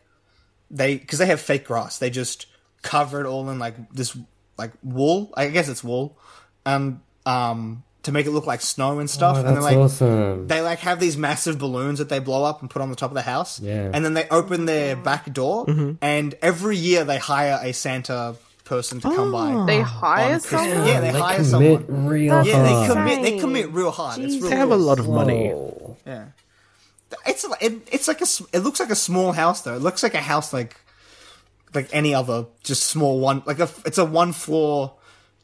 Speaker 3: they cuz they have fake grass, they just cover it all in like this like wool. I guess it's wool. And um to make it look like snow and stuff
Speaker 4: Oh,
Speaker 3: and then
Speaker 4: that's
Speaker 3: like
Speaker 4: awesome.
Speaker 3: they like have these massive balloons that they blow up and put on the top of the house.
Speaker 4: Yeah.
Speaker 3: And then they open their back door,
Speaker 1: Mm-hmm.
Speaker 3: and every year they hire a Santa person to come by.
Speaker 2: Oh,
Speaker 1: They
Speaker 3: on
Speaker 1: hire
Speaker 3: Christmas-
Speaker 1: someone.
Speaker 3: Yeah, they,
Speaker 4: They
Speaker 3: hire
Speaker 4: commit
Speaker 3: someone.
Speaker 4: real
Speaker 5: That's
Speaker 3: Yeah, they
Speaker 5: Insane.
Speaker 4: hard.
Speaker 3: commit. They commit real hard. It's
Speaker 5: Jesus.
Speaker 3: real.
Speaker 2: They have a
Speaker 3: cool.
Speaker 2: lot of money.
Speaker 4: Oh.
Speaker 3: Yeah. It's like- it, it's like a s- it looks like a small house though. It looks like a house like like any other just small one like a f- it's a one floor,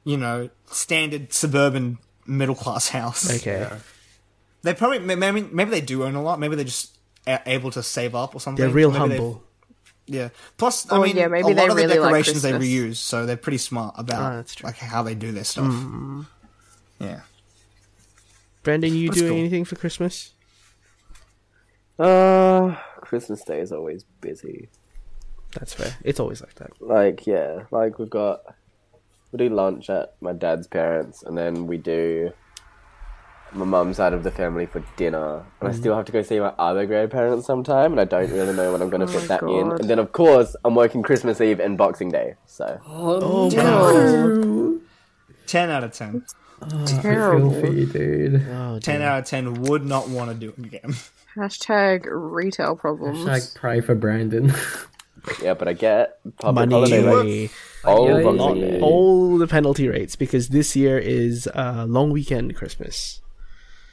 Speaker 3: you know, standard suburban middle class house.
Speaker 2: Okay.
Speaker 3: They probably may- maybe maybe they do own a lot. Maybe they're just a- able to save up or something.
Speaker 2: They're real
Speaker 3: Maybe they've-
Speaker 2: humble.
Speaker 3: Yeah. Plus, I
Speaker 1: Oh,
Speaker 3: mean,
Speaker 1: yeah, maybe
Speaker 3: a lot
Speaker 1: they
Speaker 3: of the
Speaker 1: really like
Speaker 3: decorations they
Speaker 1: Christmas.
Speaker 3: reuse, so they're pretty smart about
Speaker 2: Ah, that's true. Mm.
Speaker 3: like how they do their stuff. Yeah.
Speaker 2: Brandon, you
Speaker 3: That's
Speaker 2: doing
Speaker 3: cool.
Speaker 2: anything for Christmas?
Speaker 6: Uh, Christmas Day is always busy.
Speaker 2: That's fair. It's always like that.
Speaker 6: Like, yeah, like we've got we do lunch at my dad's parents, and then we do my mum's side of the family for dinner. And I still have to go see my other grandparents sometime, and I don't really know when I'm going to fit that in.
Speaker 1: God.
Speaker 6: And then, of course, I'm working Christmas Eve and Boxing Day, so
Speaker 4: Oh,
Speaker 3: Ten out of ten.
Speaker 4: feel
Speaker 1: Terrible.
Speaker 4: for you, dude.
Speaker 2: Oh,
Speaker 3: Ten
Speaker 2: dear.
Speaker 3: out of ten would not want to do it again.
Speaker 1: Hashtag retail problems.
Speaker 4: Like pray for Brandon.
Speaker 6: yeah. But I get public holiday rates.
Speaker 2: money,
Speaker 6: all
Speaker 4: Yeah,
Speaker 6: Boxing
Speaker 4: yeah,
Speaker 6: Day.
Speaker 2: Oh, all the penalty rates because this year is uh, long weekend Christmas.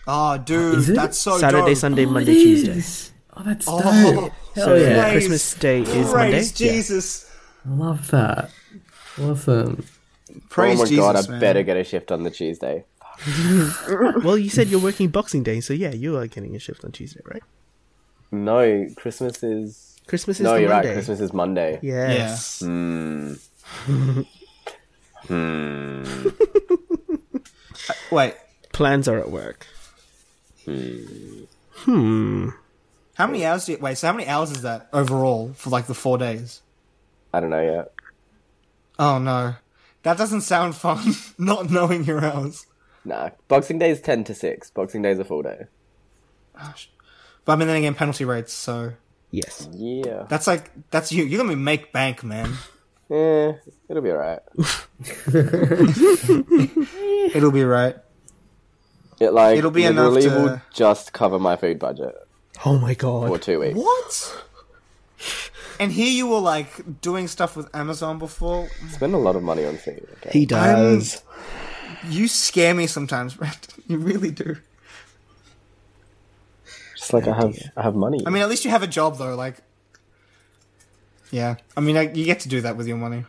Speaker 3: Oh, dude,
Speaker 4: it?
Speaker 3: that's so
Speaker 2: Saturday,
Speaker 3: dope.
Speaker 2: Sunday, Monday, Tuesday.
Speaker 4: Oh, that's dope.
Speaker 3: Oh,
Speaker 4: Hell
Speaker 2: So
Speaker 4: yeah.
Speaker 2: Christmas Day is Monday.
Speaker 3: praise Jesus.
Speaker 6: Oh
Speaker 4: Love that. Awesome.
Speaker 3: Praise
Speaker 6: oh my
Speaker 3: Jesus,
Speaker 6: god, I
Speaker 3: man.
Speaker 6: better get a shift on the Tuesday.
Speaker 2: Yeah. Well, you said you're working Boxing Day, so yeah, you are getting a shift on Tuesday, right?
Speaker 6: No, Christmas is.
Speaker 2: Christmas is
Speaker 6: No,
Speaker 2: the
Speaker 6: you're
Speaker 2: Monday.
Speaker 6: right. Christmas is Monday.
Speaker 2: Yes.
Speaker 3: Uh, Wait,
Speaker 2: Plans are at work.
Speaker 3: how many hours? Do you, wait, so how many hours is that overall for like the four days?
Speaker 6: I don't know yet.
Speaker 3: Oh no, that doesn't sound fun. not knowing your hours.
Speaker 6: Nah, Boxing Day is ten to six. Boxing Day is a full day.
Speaker 3: But I mean, then again, penalty rates. So
Speaker 2: Yes.
Speaker 6: Yeah,
Speaker 3: that's like that's you. You're gonna be make bank, man.
Speaker 6: yeah, Eh, it'll be alright.
Speaker 3: It'll be right.
Speaker 6: It like
Speaker 3: It'll be enough
Speaker 6: literally
Speaker 3: to-
Speaker 6: will just cover my food budget
Speaker 2: Oh my
Speaker 6: for
Speaker 2: god.
Speaker 6: two weeks.
Speaker 3: What? And here you were like doing stuff with Amazon before.
Speaker 6: Spend a lot of money on food. Okay?
Speaker 2: He does.
Speaker 3: You scare me sometimes, Brandon. You really do.
Speaker 6: Just like I have, I have money.
Speaker 3: I mean, at least you have a job though. Like, yeah. I mean, like, you get to do that with your money.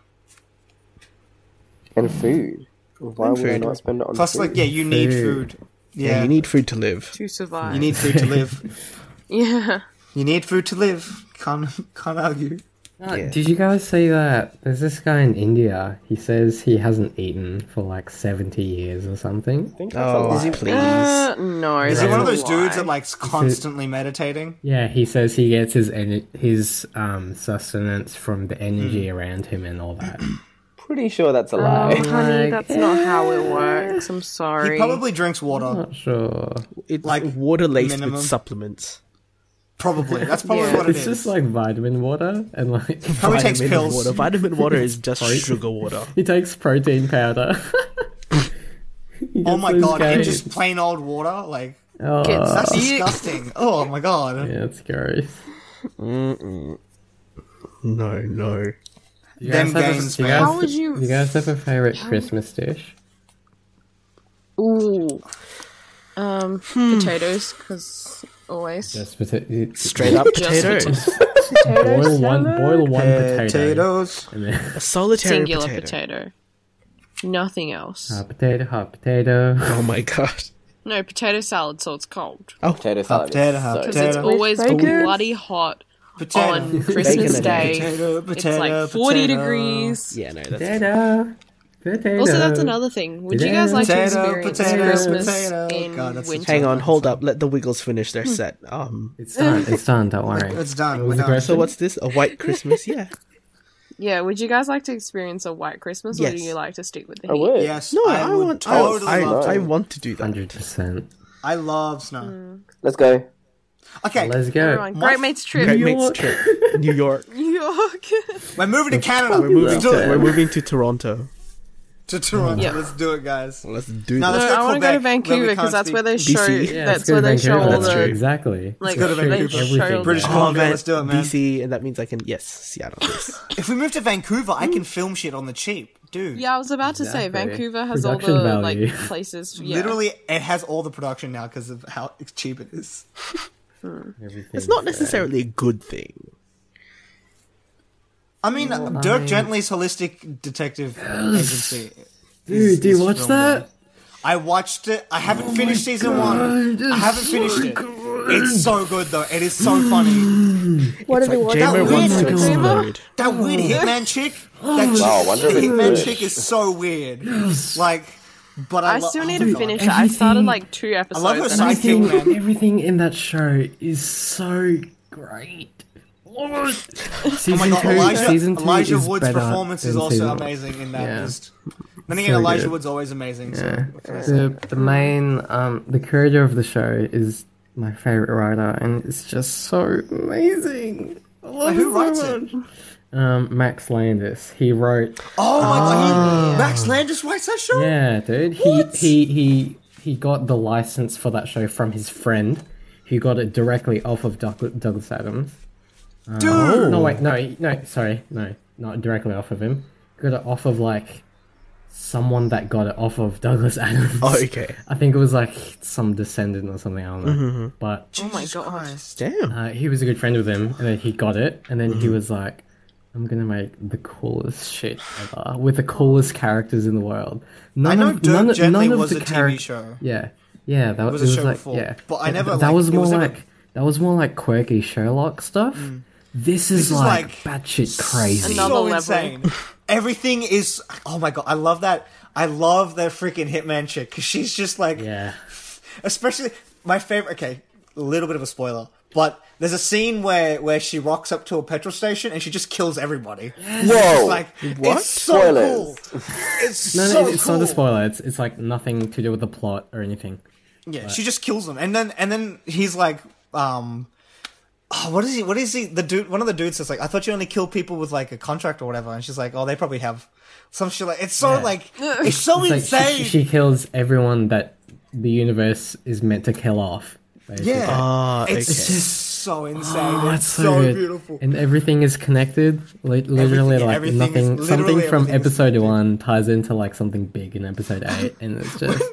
Speaker 6: and food. Why would I
Speaker 2: food.
Speaker 6: not spend it on
Speaker 3: Plus,
Speaker 6: food?
Speaker 3: like, yeah, you need food. Yeah,
Speaker 2: You need food to live.
Speaker 1: to survive.
Speaker 3: you need food to live.
Speaker 1: yeah.
Speaker 3: You need food to live. Can't can't argue.
Speaker 4: Uh, Did you guys see that? There's this guy in India. He says he hasn't eaten for like 70 years or something.
Speaker 6: I think that's a
Speaker 2: Oh,
Speaker 6: lie.
Speaker 2: please.
Speaker 1: Uh, no.
Speaker 3: Is he
Speaker 1: that's
Speaker 3: one of
Speaker 1: a
Speaker 3: those
Speaker 1: lie.
Speaker 3: dudes that likes constantly meditating?
Speaker 4: Yeah, he says he gets his ener- his um, sustenance from the energy
Speaker 3: Hmm.
Speaker 4: around him and all that.
Speaker 6: Pretty sure that's a lie.
Speaker 5: Honey,
Speaker 4: Like,
Speaker 1: Oh,
Speaker 5: that's
Speaker 1: That's not how it works. I'm sorry.
Speaker 3: He probably drinks water.
Speaker 4: Not sure.
Speaker 2: It's
Speaker 3: Like,
Speaker 2: like water laced
Speaker 3: minimum.
Speaker 2: with supplements.
Speaker 3: Probably. That's probably what it
Speaker 4: It's
Speaker 3: is.
Speaker 4: just like vitamin water and like
Speaker 3: Probably takes
Speaker 2: Vitamin
Speaker 3: pills.
Speaker 2: water. Vitamin water is just sugar water.
Speaker 4: he takes protein powder. He
Speaker 3: Oh
Speaker 4: gets
Speaker 3: my
Speaker 4: those
Speaker 3: god, and
Speaker 4: guys-
Speaker 3: just plain old water? Like,
Speaker 4: oh,
Speaker 1: Gets
Speaker 3: that's
Speaker 1: sick.
Speaker 3: disgusting. Oh my god.
Speaker 4: yeah, it's gross.
Speaker 2: No, no.
Speaker 4: You
Speaker 3: Them
Speaker 4: guys have a-
Speaker 3: games,
Speaker 4: you
Speaker 3: man.
Speaker 4: guys-
Speaker 1: How would you-
Speaker 4: You guys have a favorite Christmas dish?
Speaker 1: Ooh. Um, potatoes, because always.
Speaker 4: Just pota-
Speaker 2: Straight up
Speaker 1: Just
Speaker 2: potato.
Speaker 4: boil one, boil one potato,
Speaker 3: Potatoes.
Speaker 4: and then
Speaker 2: A solitary
Speaker 1: Singular
Speaker 2: potato.
Speaker 1: potato. Nothing else.
Speaker 4: hot Uh, potato, hot potato.
Speaker 2: Oh my god.
Speaker 1: no, potato salad, so it's cold.
Speaker 2: Oh.
Speaker 6: Potato salad.
Speaker 3: Potato,
Speaker 6: is so
Speaker 1: Because it's
Speaker 3: potato,
Speaker 1: always
Speaker 5: bacon?
Speaker 1: bloody hot on
Speaker 3: potato.
Speaker 1: Christmas
Speaker 2: and
Speaker 1: Day.
Speaker 3: Potato,
Speaker 1: it's
Speaker 3: potato,
Speaker 1: like 40
Speaker 3: potato.
Speaker 1: degrees.
Speaker 2: Yeah, no, that's
Speaker 4: Potato, potato.
Speaker 1: Also, that's another thing. Would you guys like to
Speaker 3: Potato,
Speaker 1: experience
Speaker 3: potato,
Speaker 1: Christmas
Speaker 3: potato.
Speaker 1: in
Speaker 3: God, that's a
Speaker 1: winter?
Speaker 2: Hang on, hold up. Let the Wiggles finish their set. Um,
Speaker 4: It's done. It's done. Don't worry.
Speaker 3: It's done.
Speaker 4: was
Speaker 3: We're
Speaker 4: the
Speaker 3: done.
Speaker 4: question?
Speaker 2: so what's this? A white Christmas? Yeah.
Speaker 1: Yeah, would you guys like to experience a white Christmas, or
Speaker 2: Yes.
Speaker 1: do you like to stick with the
Speaker 6: I
Speaker 1: heat?
Speaker 6: would.
Speaker 3: Yes,
Speaker 2: No, I,
Speaker 3: I, would
Speaker 2: want. I-
Speaker 3: totally
Speaker 2: I,
Speaker 3: love
Speaker 2: I
Speaker 3: to.
Speaker 2: want to do that.
Speaker 4: Hundred percent.
Speaker 3: I love snow.
Speaker 6: Let's go.
Speaker 3: Okay,
Speaker 4: Let's go.
Speaker 1: Everyone, Great mates trip.
Speaker 2: Great mates trip. New York.
Speaker 1: New York.
Speaker 3: we're moving to Canada.
Speaker 2: We're moving. To,
Speaker 3: Let's do it.
Speaker 2: we're moving to Toronto.
Speaker 3: to Toronto.
Speaker 1: Yeah.
Speaker 3: Let's do it, guys.
Speaker 2: Let's do
Speaker 3: No,
Speaker 2: that.
Speaker 1: no,
Speaker 3: Let's go
Speaker 1: I want to go to
Speaker 3: Quebec, where we
Speaker 1: Vancouver
Speaker 3: can't
Speaker 1: because that's where they
Speaker 2: speak-
Speaker 1: show.
Speaker 2: BC.
Speaker 4: Yeah, let's
Speaker 1: that's
Speaker 4: go
Speaker 1: where
Speaker 4: to
Speaker 1: they show
Speaker 4: Vancouver.
Speaker 1: all
Speaker 4: That's true.
Speaker 1: the
Speaker 4: Exactly.
Speaker 1: like
Speaker 3: go to
Speaker 1: they
Speaker 3: Vancouver.
Speaker 1: show
Speaker 4: Everything.
Speaker 3: British
Speaker 4: Yeah.
Speaker 2: Oh,
Speaker 3: Columbia.
Speaker 2: man,
Speaker 3: Let's do it, man.
Speaker 2: DC, and that means I can yes, Seattle. Yes.
Speaker 3: If we move to Vancouver, I can film shit on the cheap, dude.
Speaker 1: Yeah, I was about to say
Speaker 4: Exactly.
Speaker 1: Vancouver has all
Speaker 4: Production
Speaker 1: the
Speaker 4: value.
Speaker 1: like places. Yeah.
Speaker 3: Literally, it has all the production now because of how cheap it is.
Speaker 2: it's not necessarily a good thing.
Speaker 3: I mean, Dirk Gently's holistic detective agency.
Speaker 4: Dude, do you watch that?
Speaker 3: I watched it. I haven't finished season one. I haven't finished it. It's so good though. It is so funny.
Speaker 5: What did we watch?
Speaker 2: Jamer
Speaker 3: That weird
Speaker 2: wants to
Speaker 3: Vancouver?
Speaker 2: explode.
Speaker 3: That weird hitman chick. That chick,
Speaker 6: Wow, I wonder if
Speaker 3: the
Speaker 6: it's
Speaker 3: hitman
Speaker 6: good.
Speaker 3: chick is so weird. Like, but I,
Speaker 1: I
Speaker 3: lo-
Speaker 1: still
Speaker 3: oh
Speaker 1: need
Speaker 3: my
Speaker 1: to
Speaker 3: God.
Speaker 1: finish it. I started like two
Speaker 3: I
Speaker 1: episodes.
Speaker 3: love her
Speaker 1: and I-
Speaker 3: sidekick, man.
Speaker 4: Everything in that show is so great.
Speaker 3: Oh my
Speaker 4: season
Speaker 3: god,
Speaker 4: two,
Speaker 3: Elijah,
Speaker 4: season two
Speaker 3: Elijah
Speaker 4: is
Speaker 3: Wood's
Speaker 4: better
Speaker 3: performance is
Speaker 4: than
Speaker 3: also
Speaker 4: season one.
Speaker 3: amazing in that.
Speaker 4: Yeah.
Speaker 3: Just, then again, Elijah
Speaker 4: good.
Speaker 3: Wood's always amazing. So.
Speaker 4: The, the main, um, the creator of the show is my favorite writer, and it's just so amazing. I love
Speaker 3: Who
Speaker 4: it
Speaker 3: writes
Speaker 4: so
Speaker 3: it?
Speaker 4: much. Um, Max Landis. He wrote.
Speaker 3: Oh my god, he, Max Landis writes that show?
Speaker 4: Ah. Yeah, dude. He he he he got the license for that show from his friend, who got it directly off of Doug- Douglas Adams.
Speaker 3: Dude!
Speaker 4: No, wait, no, no, sorry, no, not directly off of him. Got it off of like someone that got it off of Douglas Adams.
Speaker 2: Oh, okay.
Speaker 4: I think it was like some descendant or something. I don't know.
Speaker 3: Mm-hmm.
Speaker 4: But
Speaker 1: oh my god.
Speaker 2: Damn.
Speaker 4: uh, he was a good friend with him, and then he got it, and then
Speaker 3: Mm-hmm.
Speaker 4: he was like, "I'm gonna make the coolest shit ever with the coolest characters in the world." None
Speaker 3: I know
Speaker 4: of,
Speaker 3: Dirk
Speaker 4: none, of-
Speaker 3: Gently
Speaker 4: none of
Speaker 3: was
Speaker 4: the
Speaker 3: a TV
Speaker 4: charac-
Speaker 3: show.
Speaker 4: Yeah, yeah, that
Speaker 3: was
Speaker 4: was,
Speaker 3: a
Speaker 4: it was
Speaker 3: show
Speaker 4: like,
Speaker 3: before,
Speaker 4: yeah,
Speaker 3: but I
Speaker 4: Th-
Speaker 3: never,
Speaker 4: That
Speaker 3: like,
Speaker 4: was
Speaker 3: it
Speaker 4: more
Speaker 3: was never-
Speaker 4: like that was more like quirky Sherlock stuff. This
Speaker 3: is
Speaker 4: is like,
Speaker 3: like
Speaker 4: batshit crazy.
Speaker 1: Another
Speaker 3: so
Speaker 1: level.
Speaker 3: insane. Everything is. Oh my god, I love that. I love that freaking Hitman chick because she's just like.
Speaker 4: Yeah.
Speaker 3: Especially my favorite. Okay, a little bit of a spoiler, but there's a scene where where she rocks up to a petrol station and she just kills everybody.
Speaker 6: Whoa!
Speaker 3: Like
Speaker 6: What?
Speaker 3: it's so
Speaker 6: Spoilers.
Speaker 3: cool. It's
Speaker 4: No, no,
Speaker 3: so
Speaker 4: it's- it's
Speaker 3: cool.
Speaker 4: not a spoiler. It's it's like nothing to do with the plot or anything.
Speaker 3: Yeah, she just kills him, and then and then he's like, um, oh, what is he? What is he? The dude, one of the dudes is like, I thought you only kill people with like a contract or whatever, and she's like, oh, they probably have some shit. Like it's so
Speaker 4: Yeah.
Speaker 3: like it's so
Speaker 4: Like, she-
Speaker 3: insane.
Speaker 4: she, she kills everyone that the universe is meant to kill off. basically.
Speaker 3: yeah,
Speaker 2: Ah,
Speaker 3: it's
Speaker 2: okay.
Speaker 3: just so insane.
Speaker 4: Oh,
Speaker 3: it's so
Speaker 4: good.
Speaker 3: beautiful.
Speaker 4: And everything is connected. Like literally,
Speaker 3: Everything-
Speaker 4: like
Speaker 3: everything is-
Speaker 4: nothing.
Speaker 3: literally
Speaker 4: something from
Speaker 3: everything is
Speaker 4: episode one ties into like something big in episode eight, and it's just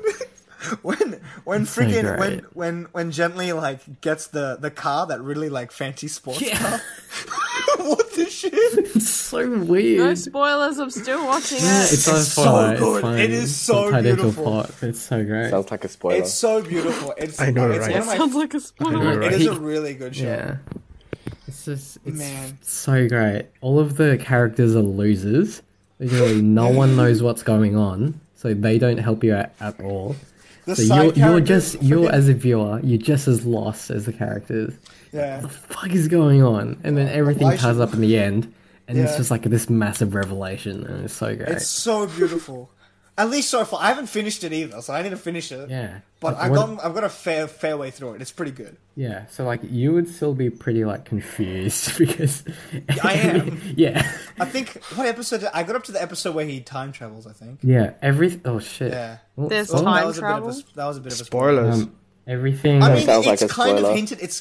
Speaker 3: when when freaking
Speaker 4: great.
Speaker 3: when when when gently like gets the the car that really like fancy sports car. what the shit?
Speaker 4: it's so weird.
Speaker 1: No spoilers. I'm still watching it.
Speaker 4: It's, not a
Speaker 3: It's so
Speaker 4: spoiler,
Speaker 3: good.
Speaker 4: fine,
Speaker 3: It is
Speaker 4: it's
Speaker 3: so
Speaker 4: tied into a
Speaker 3: beautiful.
Speaker 4: plot, It's so great.
Speaker 6: Sounds like a spoiler.
Speaker 3: It's so beautiful. It's
Speaker 2: I know,
Speaker 3: it's
Speaker 2: right?
Speaker 3: one of my
Speaker 1: Sounds like a spoiler.
Speaker 3: It is a
Speaker 2: Right.
Speaker 3: really good show.
Speaker 4: yeah. It's just it's
Speaker 3: Man.
Speaker 4: so great. All of the characters are losers. Literally, no one knows what's going on, so they don't help you out at all.
Speaker 3: The
Speaker 4: so
Speaker 3: side
Speaker 4: you're, you're
Speaker 3: characters
Speaker 4: just you're
Speaker 3: forget-
Speaker 4: as a viewer, you're just as lost as the characters.
Speaker 3: Yeah.
Speaker 4: The fuck is going on? And then everything
Speaker 3: why
Speaker 4: ties
Speaker 3: should-
Speaker 4: up in the end, and it's
Speaker 3: Yeah.
Speaker 4: just like this massive revelation, and it's so great.
Speaker 3: It's so beautiful. At least so far. I haven't finished it either, so I need to finish it.
Speaker 4: yeah,
Speaker 3: But
Speaker 4: Like,
Speaker 3: I've
Speaker 4: what-
Speaker 3: gone I've got a fair fair way through it. It's pretty good.
Speaker 4: Yeah, so like you would still be pretty like confused because
Speaker 3: I am.
Speaker 4: yeah,
Speaker 3: I think what episode did- I got up to the episode where he time travels, I think.
Speaker 4: yeah. Every oh shit.
Speaker 3: Yeah.
Speaker 4: Well,
Speaker 1: There's
Speaker 4: well,
Speaker 1: time
Speaker 3: that was
Speaker 1: travel?
Speaker 3: a bit of a that was a bit of a
Speaker 2: Spoilers.
Speaker 4: Um, everything.
Speaker 3: I mean,
Speaker 6: sounds
Speaker 3: it's
Speaker 6: like a
Speaker 3: kind of
Speaker 6: spoiler.
Speaker 3: hinted. It's it's,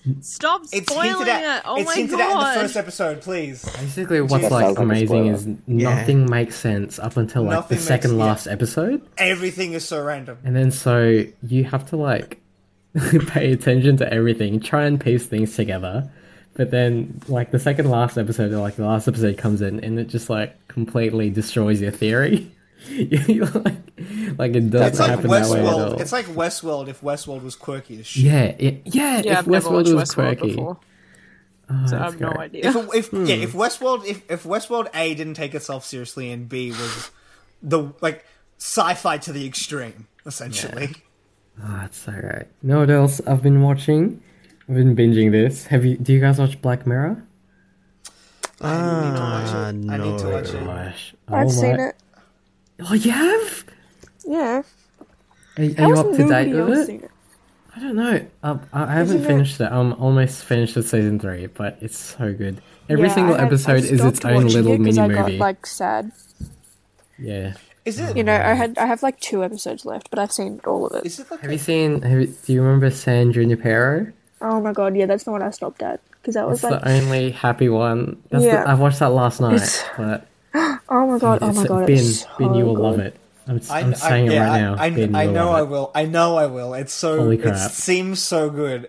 Speaker 1: Finn, stop
Speaker 3: it's
Speaker 1: spoiling
Speaker 3: hinted at.
Speaker 1: it! Oh
Speaker 3: it's
Speaker 1: my
Speaker 3: hinted
Speaker 1: god!
Speaker 3: at in the first episode. Please,
Speaker 4: basically, what's
Speaker 6: That
Speaker 4: like
Speaker 6: sounds like a
Speaker 4: amazing
Speaker 6: spoiler.
Speaker 4: is nothing makes sense up until like
Speaker 3: Nothing
Speaker 4: the
Speaker 3: makes-
Speaker 4: second
Speaker 3: yeah.
Speaker 4: last episode,
Speaker 3: everything is so random.
Speaker 4: and then so you have to like pay attention to everything, try and piece things together. But then, like the second last episode, or like the last episode comes in, and it just like completely destroys your theory. You're like, like it doesn't
Speaker 3: It's like
Speaker 4: happen that way at all.
Speaker 3: Westworld. It's like Westworld if Westworld was quirky as shit.
Speaker 4: Yeah, yeah, yeah.
Speaker 1: yeah,
Speaker 4: if
Speaker 1: I've never watched
Speaker 4: Westworld was
Speaker 1: Westworld
Speaker 4: quirky, Oh,
Speaker 1: before, so I
Speaker 4: that's
Speaker 1: have no
Speaker 4: great.
Speaker 1: idea.
Speaker 3: If, if
Speaker 4: Hmm.
Speaker 3: yeah, if Westworld if, if Westworld A didn't take itself seriously and B was the like sci-fi to the extreme essentially.
Speaker 4: oh, that's so great. You know what else I've been watching? I've been binging this. Have you? Do you guys watch Black Mirror?
Speaker 2: Ah,
Speaker 3: I need to watch it.
Speaker 4: Gosh,
Speaker 5: I've seen it.
Speaker 4: Oh, you have?
Speaker 5: Yeah.
Speaker 4: Are, are
Speaker 5: How
Speaker 4: you
Speaker 5: has
Speaker 4: up to date
Speaker 5: nobody else
Speaker 4: with it?
Speaker 5: seen it?
Speaker 4: I don't know. Um, I, I haven't
Speaker 5: Isn't it-
Speaker 4: finished it. I'm almost finished with season three, but it's so good. Every
Speaker 5: Yeah,
Speaker 4: single
Speaker 5: I had- I
Speaker 4: episode is its
Speaker 5: stopped
Speaker 4: own
Speaker 5: watching
Speaker 4: little
Speaker 5: it 'cause
Speaker 4: mini
Speaker 5: I got
Speaker 4: movie.
Speaker 5: like sad.
Speaker 4: Yeah.
Speaker 3: Is it?
Speaker 5: You know, I had I have like two episodes left, but I've seen all of it.
Speaker 3: Is it like
Speaker 4: Have you seen? Have you, do you remember San Junipero?
Speaker 5: Oh my god, yeah, that's the one I stopped at because that was
Speaker 4: It's
Speaker 5: like,
Speaker 4: the only happy one. That's
Speaker 5: Yeah.
Speaker 4: the, I watched that last night,
Speaker 5: It's-
Speaker 4: but
Speaker 5: oh my god, oh my
Speaker 4: it's-
Speaker 5: god,
Speaker 4: Ben,
Speaker 5: it's so
Speaker 4: Ben, you will
Speaker 5: good.
Speaker 4: love it. I'm,
Speaker 3: I,
Speaker 4: am
Speaker 3: I-
Speaker 4: saying it
Speaker 3: yeah,
Speaker 4: right
Speaker 3: I-
Speaker 4: now.
Speaker 3: I,
Speaker 4: ben,
Speaker 3: I
Speaker 4: you will
Speaker 3: know
Speaker 4: love
Speaker 3: I
Speaker 4: it.
Speaker 3: will. I know I will. It's so.
Speaker 4: Holy
Speaker 3: It
Speaker 4: crap.
Speaker 3: seems so good.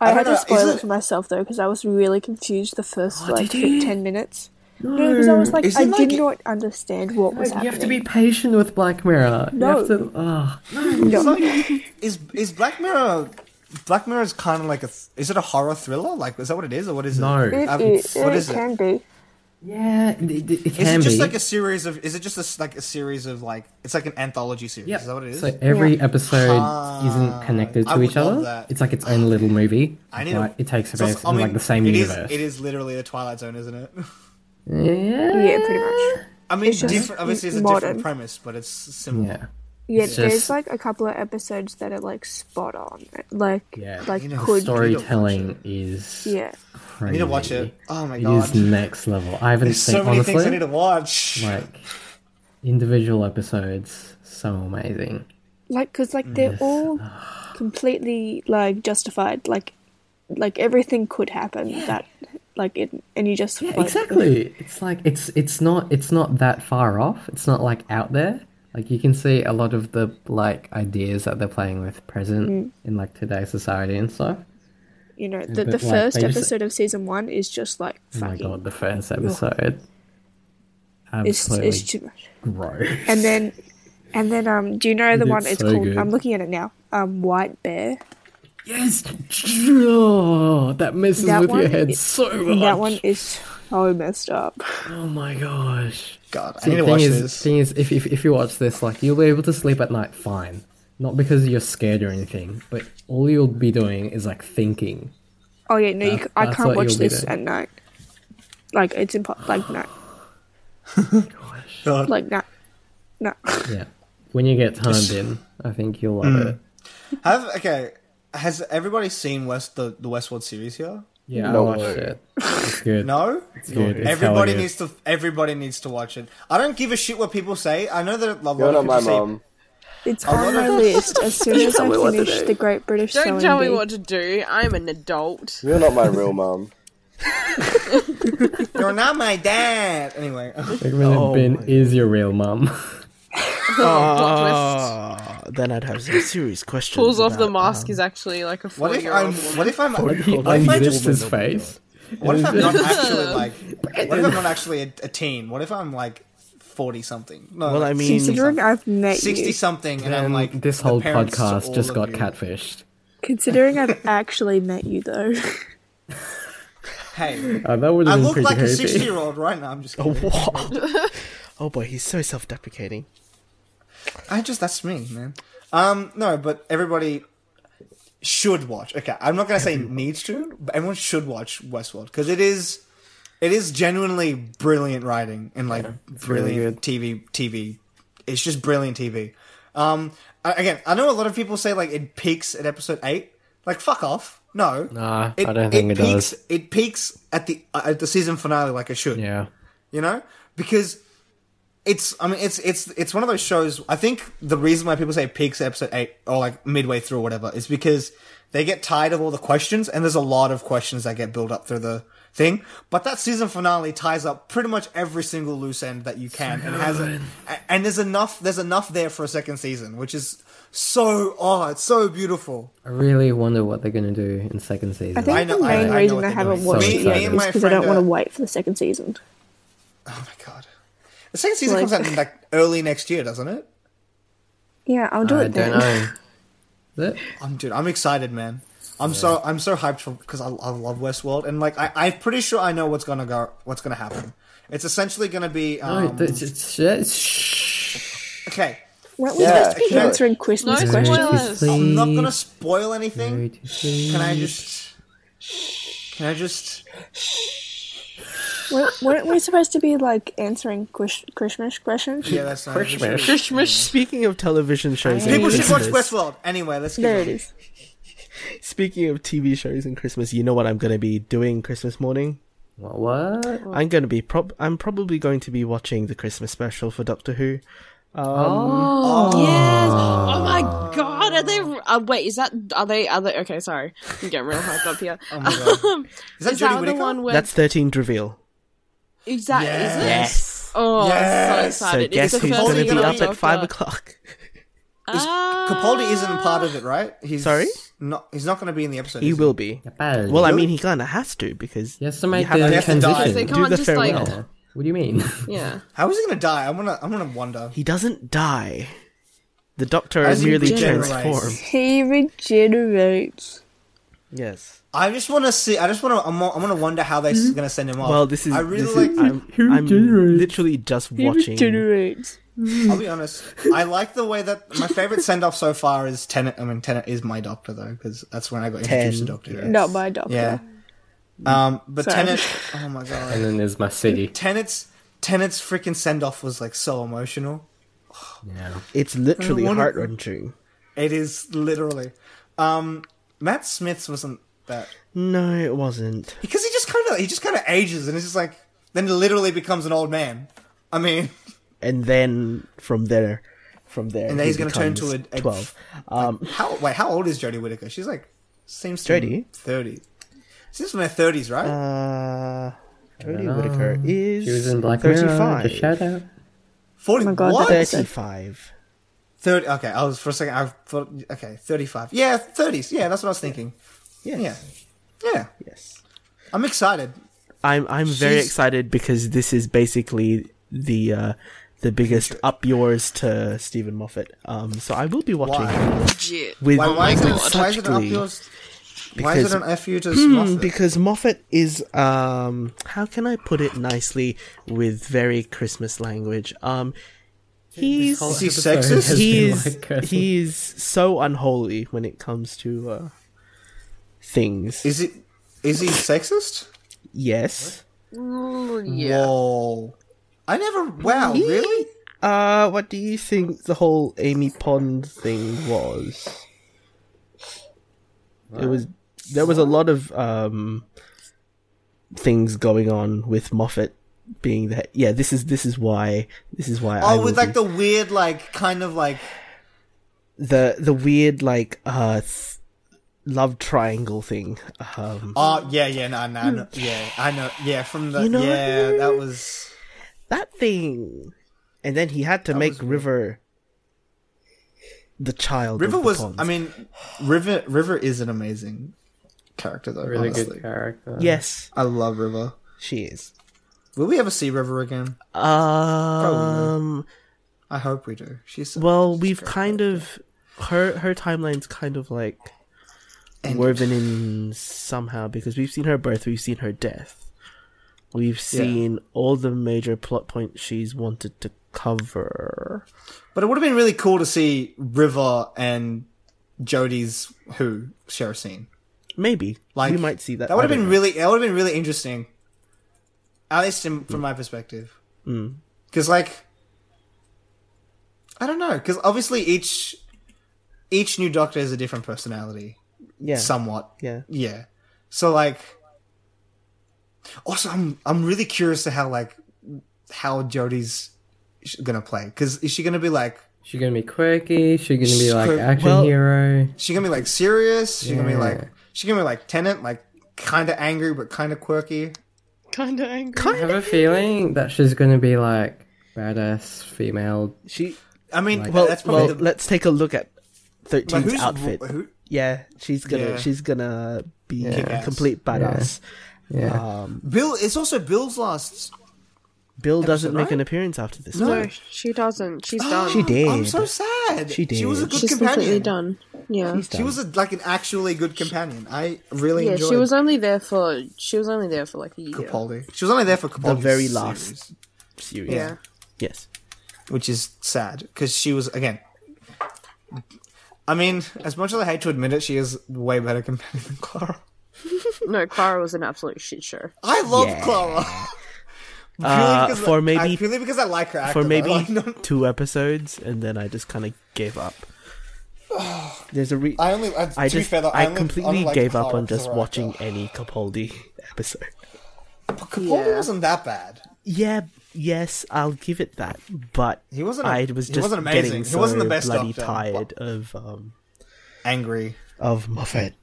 Speaker 5: I,
Speaker 3: don't
Speaker 5: had to
Speaker 3: know,
Speaker 5: spoil
Speaker 3: is
Speaker 5: it,
Speaker 3: it-
Speaker 5: for myself though because I was really confused the first like
Speaker 4: did
Speaker 5: fif-
Speaker 4: you?
Speaker 5: ten minutes. No, because I was like,
Speaker 3: Is
Speaker 5: I
Speaker 3: it
Speaker 5: did
Speaker 3: like-
Speaker 5: not understand what was
Speaker 4: You
Speaker 5: happening.
Speaker 4: have to be patient with Black Mirror. You have
Speaker 5: No.
Speaker 4: to. Oh,
Speaker 3: It's like, is is Black Mirror? Black Mirror is kind of like a. th- Is it a horror thriller? Like, is that what it is, or what is it?
Speaker 4: No. It
Speaker 5: It,
Speaker 3: Um,
Speaker 5: is-
Speaker 3: what
Speaker 5: it
Speaker 3: is
Speaker 5: can
Speaker 3: it?
Speaker 5: be.
Speaker 4: yeah, it, it- it
Speaker 3: Is
Speaker 4: can
Speaker 3: it just
Speaker 4: be.
Speaker 3: like a series of? Is it just a s like a series of like? It's like an anthology series.
Speaker 4: Yeah.
Speaker 3: Is that what it is?
Speaker 4: So every
Speaker 5: Yeah.
Speaker 4: episode
Speaker 3: Ah,
Speaker 4: isn't connected
Speaker 3: I
Speaker 4: to
Speaker 3: would
Speaker 4: each
Speaker 3: love
Speaker 4: other.
Speaker 3: that.
Speaker 4: It's like its own little movie.
Speaker 3: I need
Speaker 4: but
Speaker 3: to-
Speaker 4: it takes
Speaker 3: So
Speaker 4: place
Speaker 3: it's- I
Speaker 4: in
Speaker 3: mean,
Speaker 4: like the same
Speaker 3: it is-
Speaker 4: universe.
Speaker 3: it is literally the Twilight Zone, isn't it?
Speaker 4: Yeah.
Speaker 5: Yeah, pretty much.
Speaker 3: I mean,
Speaker 5: just
Speaker 3: different. Obviously, it's a
Speaker 5: modern.
Speaker 3: different premise, but it's similar.
Speaker 4: Yeah.
Speaker 5: Yeah,
Speaker 4: It's
Speaker 5: there's
Speaker 4: just-
Speaker 5: like a couple of episodes that are like spot on, like
Speaker 4: Yeah.
Speaker 5: like
Speaker 3: You know,
Speaker 5: could
Speaker 4: Storytelling is
Speaker 5: yeah.
Speaker 4: crazy.
Speaker 3: I need to watch it. Oh my
Speaker 4: It
Speaker 3: god!
Speaker 4: is next level. I haven't
Speaker 3: There's
Speaker 4: seen
Speaker 3: so many
Speaker 4: honestly.
Speaker 3: things I need to watch.
Speaker 4: like individual episodes so amazing
Speaker 5: like because like they're all completely like justified like like everything could happen that like it and you just like,
Speaker 4: exactly it's like it's it's not it's not that far off it's not like out there like you can see a lot of the like ideas that they're playing with present
Speaker 5: Mm.
Speaker 4: in like today's society and stuff Oh
Speaker 5: you know the,
Speaker 4: but,
Speaker 5: the
Speaker 4: like,
Speaker 5: first
Speaker 4: they just-
Speaker 5: episode of season one is just like
Speaker 4: oh my
Speaker 5: fucking
Speaker 4: god the first episode
Speaker 5: it's
Speaker 4: absolutely
Speaker 5: it's too much
Speaker 4: gross
Speaker 5: and then and then um do you know the
Speaker 4: It's
Speaker 5: one it's
Speaker 4: so
Speaker 5: called
Speaker 4: good.
Speaker 5: i'm looking at it now um white bear
Speaker 4: yes Oh, that messes
Speaker 5: That
Speaker 4: with your
Speaker 5: one
Speaker 4: head
Speaker 5: is-
Speaker 4: so much
Speaker 5: that one is so messed up
Speaker 4: oh my gosh
Speaker 3: God, I
Speaker 4: See,
Speaker 3: need
Speaker 4: the
Speaker 3: to
Speaker 4: thing
Speaker 3: watch
Speaker 4: is,
Speaker 3: this.
Speaker 4: thing is, if, if if you watch this, like you'll be able to sleep at night fine, not because you're scared or anything, but all you'll be doing is like thinking.
Speaker 5: oh yeah no you,
Speaker 4: That-
Speaker 5: c- i
Speaker 4: that's
Speaker 5: can't
Speaker 4: what
Speaker 5: watch
Speaker 4: you'll be
Speaker 5: this
Speaker 4: doing.
Speaker 5: at night like it's impo- like no
Speaker 3: God.
Speaker 5: like no no
Speaker 4: Yeah, when you get time in, I think you'll love
Speaker 3: Mm.
Speaker 4: it.
Speaker 3: Have okay. Has everybody seen West the, the Westworld series here?
Speaker 4: Yeah,
Speaker 6: No
Speaker 4: I watched
Speaker 6: way.
Speaker 4: it. It's good.
Speaker 3: No.
Speaker 4: it's good. It's
Speaker 3: everybody
Speaker 4: hella
Speaker 3: needs to. Everybody needs to watch it. I don't give a shit what people say. I know that a lot
Speaker 6: You're
Speaker 3: of
Speaker 6: not my
Speaker 3: people say.
Speaker 6: mom.
Speaker 5: It's on my list as soon as I finish the Great British
Speaker 1: Don't
Speaker 5: Sewing
Speaker 1: tell me
Speaker 5: Bee.
Speaker 1: what to do. I'm an adult.
Speaker 6: You're not my real mom.
Speaker 3: You're not my dad. Anyway,
Speaker 4: good. Like, really,
Speaker 2: Oh
Speaker 4: ben
Speaker 2: my
Speaker 4: is your real mum.
Speaker 3: Uh,
Speaker 2: Ah, then I'd have some serious questions.
Speaker 1: Pulls off the
Speaker 2: about, uh,
Speaker 1: mask is actually like a
Speaker 3: what
Speaker 1: four
Speaker 3: if
Speaker 1: year
Speaker 3: I'm?
Speaker 1: old woman.
Speaker 3: What if I'm?
Speaker 4: he
Speaker 3: if I
Speaker 4: unzips
Speaker 3: just-
Speaker 4: his face.
Speaker 3: What if I'm not actually like? What if I'm not actually a, a teen? What if I'm like forty something? No,
Speaker 2: Well,
Speaker 3: like
Speaker 2: I mean,
Speaker 5: Considering I've met
Speaker 3: sixty
Speaker 5: you,
Speaker 3: something, and I'm
Speaker 4: And
Speaker 3: like
Speaker 4: this
Speaker 3: the
Speaker 4: whole
Speaker 3: parents to
Speaker 4: podcast
Speaker 3: all
Speaker 4: just
Speaker 3: of
Speaker 4: got
Speaker 3: you.
Speaker 4: catfished.
Speaker 5: considering I've actually met you though,
Speaker 3: Hey,
Speaker 4: Uh, that would
Speaker 3: I
Speaker 4: have been
Speaker 3: look
Speaker 4: pretty
Speaker 3: like a
Speaker 4: creepy.
Speaker 3: sixty-year-old right now. I'm just kidding.
Speaker 2: What? oh boy, he's so self-deprecating.
Speaker 3: I just that's me, man. Um, no, but everybody should watch. Okay, I'm not gonna say needs to, but everyone should watch Westworld because it is, it is genuinely brilliant writing and like brilliant TV. TV, it's just brilliant TV. Um, I, again, I know a lot of people say like it peaks at episode eight. Like fuck off. No,
Speaker 4: Nah, I don't think it
Speaker 3: peaks,
Speaker 4: does.
Speaker 3: It peaks at the uh, at the season finale like it should
Speaker 4: Yeah.
Speaker 3: you know because it's i mean it's it's it's one of those shows i think the reason why people say it peaks at episode 8 or like midway through or whatever is because they get tired of all the questions and there's a lot of questions that get built up through the thing but that season finale ties up pretty much every single loose end that you can and has a, and there's enough there's enough there for a second season which is so oh it's so beautiful
Speaker 4: I really wonder what they're going to do in second season.
Speaker 5: I think
Speaker 3: I know-
Speaker 5: the
Speaker 3: I- I know
Speaker 5: main
Speaker 3: what
Speaker 5: reason I
Speaker 3: they're
Speaker 5: haven't
Speaker 3: doing.
Speaker 5: watched
Speaker 4: Me-
Speaker 5: it yet
Speaker 4: me and
Speaker 5: is
Speaker 4: my
Speaker 5: because I don't
Speaker 3: friend,
Speaker 5: want to
Speaker 3: uh,
Speaker 5: wait for the second season.
Speaker 3: oh my god the second season
Speaker 5: Like-
Speaker 3: comes out in like early next year doesn't it
Speaker 5: Yeah, I'll do
Speaker 4: I
Speaker 5: it then.
Speaker 4: don't know. Is it?
Speaker 3: I'm dude. I'm excited, man. I'm so I'm so hyped for because I, I love Westworld and like I I'm pretty sure I know what's gonna go what's gonna happen. It's essentially gonna be
Speaker 4: No,
Speaker 3: um,
Speaker 4: that's- Oh, it's- it's- shh.
Speaker 3: okay.
Speaker 5: Why don't we
Speaker 6: Yeah,
Speaker 5: just be
Speaker 3: sure.
Speaker 5: answering Christmas
Speaker 1: No
Speaker 5: questions?
Speaker 1: spoilers.
Speaker 3: I'm not gonna
Speaker 4: Please.
Speaker 3: spoil anything.
Speaker 4: Please.
Speaker 3: Can I just? Can I just?
Speaker 5: Weren't, weren't we supposed to be like answering Chris- Christmas questions?
Speaker 3: Yeah, that's not
Speaker 4: Christmas.
Speaker 1: Kishmish.
Speaker 2: Speaking of television shows, and
Speaker 3: People should watch
Speaker 2: Christmas-
Speaker 3: Westworld. Anyway, let's
Speaker 5: There
Speaker 3: get
Speaker 5: it
Speaker 3: it.
Speaker 5: is.
Speaker 2: Speaking of TV shows and Christmas, you know what I'm going to be doing Christmas morning?
Speaker 4: What? what?
Speaker 2: I'm going to be prob I'm probably going to be watching the Christmas special for Doctor Who.
Speaker 1: Yes. Oh my god. Are they? Uh, wait. Is that? Are they? Are they? Okay. Sorry. I'm getting real hyped up here. Um,
Speaker 3: Oh my god. Is that
Speaker 1: is
Speaker 3: Jodie
Speaker 1: that the
Speaker 3: Whittaker?
Speaker 1: one where?
Speaker 2: That's 13 Dreviel.
Speaker 1: exactly. Is it?
Speaker 2: Yes.
Speaker 1: Oh, I'm so
Speaker 3: Yes.
Speaker 2: So
Speaker 1: excited.
Speaker 2: guess
Speaker 1: it's the
Speaker 2: who's
Speaker 1: first
Speaker 2: going to
Speaker 1: thing
Speaker 2: be
Speaker 3: gonna
Speaker 2: up
Speaker 3: be
Speaker 2: at five o'clock?
Speaker 3: Capaldi isn't part of it, right? He's
Speaker 2: Sorry?
Speaker 3: Not. He's not gonna be in the episode.
Speaker 2: He
Speaker 3: is
Speaker 2: will be.
Speaker 4: Bad.
Speaker 2: Well, I mean, he kind of has to because
Speaker 4: He has to make
Speaker 2: have
Speaker 4: the
Speaker 2: to-
Speaker 3: They have to die.
Speaker 4: transition.
Speaker 1: They
Speaker 2: Do
Speaker 1: can't
Speaker 2: the
Speaker 1: just like.
Speaker 2: farewell.
Speaker 4: What do you mean?
Speaker 1: Yeah.
Speaker 3: How is he gonna die? I'm gonna. I'm gonna wonder.
Speaker 2: he doesn't die. The Doctor
Speaker 3: As he
Speaker 2: merely
Speaker 3: regenerates.
Speaker 2: transforms.
Speaker 5: He regenerates.
Speaker 2: Yes.
Speaker 3: I just want to see. I just want to. I'm, I'm gonna wonder how they're gonna send him off.
Speaker 2: Well, this is.
Speaker 3: Oh, I really
Speaker 2: this
Speaker 3: like.
Speaker 2: is, I'm,
Speaker 4: Who
Speaker 2: I'm
Speaker 4: generates?
Speaker 2: literally just watching.
Speaker 5: regenerates.
Speaker 3: I'll be honest. I like the way that my favorite send off so far is Tenet. I mean, Tenet is my doctor though, because that's when I got introduced to Doctor. Who.
Speaker 5: Not my doctor.
Speaker 3: Yeah. Um, but
Speaker 5: Sorry.
Speaker 3: Tenet. Oh my
Speaker 4: and
Speaker 3: god.
Speaker 4: then there's my city.
Speaker 3: Tenet's Tenet's freaking send off was like so emotional.
Speaker 2: It's literally
Speaker 3: wanna-
Speaker 2: heart wrenching.
Speaker 3: It is literally. Um, Matt Smith's wasn't that
Speaker 2: No, it wasn't.
Speaker 3: because he just kind of he just kind of ages and it's just like then literally becomes an old man. I mean,
Speaker 2: And then from there, from there,
Speaker 3: and then
Speaker 2: he
Speaker 3: he's gonna turn to
Speaker 2: becomes
Speaker 3: a, a
Speaker 2: twelve.
Speaker 3: How wait? How old is Jodie Whittaker? She's like seems to
Speaker 2: Jodie?
Speaker 3: be thirty. She's in her thirties, right?
Speaker 2: Uh, Jodie Whittaker is
Speaker 4: She was in Black Mirror. The
Speaker 2: 35.
Speaker 4: Shadow.
Speaker 3: Forty.
Speaker 5: Oh my God,
Speaker 3: what?
Speaker 5: that is-
Speaker 2: 35.
Speaker 3: Thirty. Okay, I was for a second. I thought. Okay, thirty-five. Yeah, thirties. Yeah, that's what I was thinking.
Speaker 2: Yes.
Speaker 3: Yeah, yeah.
Speaker 2: Yes.
Speaker 3: I'm excited.
Speaker 2: I'm I'm very
Speaker 3: She's-
Speaker 2: excited because this is basically the uh, the biggest up yours to Stephen Moffat. Um, so I will be watching
Speaker 3: Why?
Speaker 1: Legit.
Speaker 2: with,
Speaker 3: Why? Why is
Speaker 2: with
Speaker 3: it? Why
Speaker 2: such
Speaker 3: is it an up
Speaker 2: glee.
Speaker 3: yours? Why is
Speaker 2: Because-
Speaker 3: it an fu to
Speaker 2: Hmm,
Speaker 3: Moffat?
Speaker 2: because Moffat is um how can I put it nicely with very Christmas language um he's
Speaker 3: Is he sexist?
Speaker 4: has been
Speaker 2: he's
Speaker 4: like a-
Speaker 2: he's so unholy when it comes to uh things
Speaker 3: Is it? Is he sexist?
Speaker 2: yes
Speaker 1: Yeah.
Speaker 3: Whoa! I never. Wow! Really?
Speaker 2: uh what do you think the whole Amy Pond thing was it was there was a lot of um things going on with Moffat being that yeah this is this is why this is why I
Speaker 3: Oh,
Speaker 2: will
Speaker 3: with
Speaker 2: be-
Speaker 3: like the weird, like kind of like.
Speaker 2: the the weird like uh th- love triangle thing um
Speaker 3: Oh yeah, yeah, no, no, no, yeah, I know, yeah, from the
Speaker 2: Hmm. You know?
Speaker 3: yeah, that was
Speaker 2: that thing and then he had to make river the child
Speaker 3: River
Speaker 2: of the
Speaker 3: was.
Speaker 2: ponds.
Speaker 3: I mean, River River is an amazing character though.
Speaker 4: Really
Speaker 3: honestly.
Speaker 4: good character.
Speaker 2: yes
Speaker 3: I love River.
Speaker 2: she is
Speaker 3: Will we ever see River again?
Speaker 2: um
Speaker 3: I hope we do. She's
Speaker 2: well we've kind of her her timeline's kind of like woven in somehow because we've seen her birth, we've seen her death, we've seen all the major plot points she's wanted to cover.
Speaker 3: But it would have been really cool to see River and Jodie's who share a scene.
Speaker 2: Maybe
Speaker 3: Like
Speaker 2: we might see that.
Speaker 3: That would
Speaker 2: I
Speaker 3: have
Speaker 2: don't
Speaker 3: been
Speaker 2: know.
Speaker 3: really. That would have been really interesting. At least in, from my perspective,
Speaker 2: Mm.
Speaker 3: because like, I don't know. Because obviously each each new Doctor is a different personality,
Speaker 2: yeah,
Speaker 3: somewhat.
Speaker 2: yeah.
Speaker 3: Yeah. So like also I'm I'm really curious to how like how Jodie's sh- gonna play cuz is she gonna be like
Speaker 4: She's gonna be quirky. She's gonna be
Speaker 3: She's
Speaker 4: like
Speaker 3: quir-
Speaker 4: action
Speaker 2: well-
Speaker 4: hero.
Speaker 3: she gonna be like serious? She gonna be
Speaker 4: Yeah.
Speaker 3: like she gonna be like tenant like kind of angry but kind of quirky?
Speaker 1: Kind of angry.
Speaker 4: I have a feeling that she's gonna be like badass female.
Speaker 2: She
Speaker 3: I mean,
Speaker 4: Like-
Speaker 2: well,
Speaker 3: that's probably
Speaker 2: well,
Speaker 3: the
Speaker 2: let's take a look at
Speaker 3: like,
Speaker 2: Thirteen's
Speaker 3: who's-
Speaker 2: outfit.
Speaker 3: who-
Speaker 2: yeah, she's gonna
Speaker 3: Yeah.
Speaker 2: she's gonna be a
Speaker 3: Kick-ass.
Speaker 2: complete badass.
Speaker 4: Yeah.
Speaker 2: Um,
Speaker 3: Bill it's also Bill's last.
Speaker 2: Bill doesn't make
Speaker 3: right?
Speaker 2: an appearance after this.
Speaker 3: No.
Speaker 2: one.
Speaker 1: No, she doesn't. She's done.
Speaker 2: She did.
Speaker 3: I'm so sad.
Speaker 2: She
Speaker 3: She was a
Speaker 2: did.
Speaker 3: good
Speaker 1: She's completely done.
Speaker 3: companion.
Speaker 1: Yeah.
Speaker 3: She was a, like an actually good companion. I really
Speaker 1: Yeah,
Speaker 3: enjoyed
Speaker 1: she was only there for she was only there for like a year.
Speaker 3: Capaldi. She was only there for Capaldi's
Speaker 2: very last.
Speaker 3: series.
Speaker 2: serious.
Speaker 1: Yeah.
Speaker 2: Yes.
Speaker 3: which is sad because she was again. I mean, as much as I hate to admit it, she is way better companion than Clara.
Speaker 1: No, Clara was an absolute shit show.
Speaker 3: I love
Speaker 2: Yeah.
Speaker 3: Clara. Purely
Speaker 2: Uh,
Speaker 3: because
Speaker 2: for
Speaker 3: I-
Speaker 2: maybe-
Speaker 3: purely because I like her actor,
Speaker 2: for
Speaker 3: though.
Speaker 2: maybe
Speaker 3: Like, no-
Speaker 2: two episodes, and then I just kind of gave up. There's a re-
Speaker 3: I only. I, to
Speaker 2: I
Speaker 3: be
Speaker 2: just
Speaker 3: fair, though,
Speaker 2: I
Speaker 3: only-
Speaker 2: completely
Speaker 3: only like
Speaker 2: gave up
Speaker 3: Clara
Speaker 2: on
Speaker 3: because
Speaker 2: just
Speaker 3: of her
Speaker 2: watching
Speaker 3: actor.
Speaker 2: any Capaldi episode.
Speaker 3: But Capaldi
Speaker 1: Yeah.
Speaker 3: wasn't that bad.
Speaker 2: Yeah, yes, I'll give it that, but
Speaker 3: He wasn't a-
Speaker 2: I was
Speaker 3: he
Speaker 2: just
Speaker 3: wasn't amazing.
Speaker 2: getting
Speaker 3: He
Speaker 2: so
Speaker 3: wasn't the best
Speaker 2: bloody
Speaker 3: Doctor,
Speaker 2: tired of um
Speaker 3: Angry.
Speaker 2: of Moffat.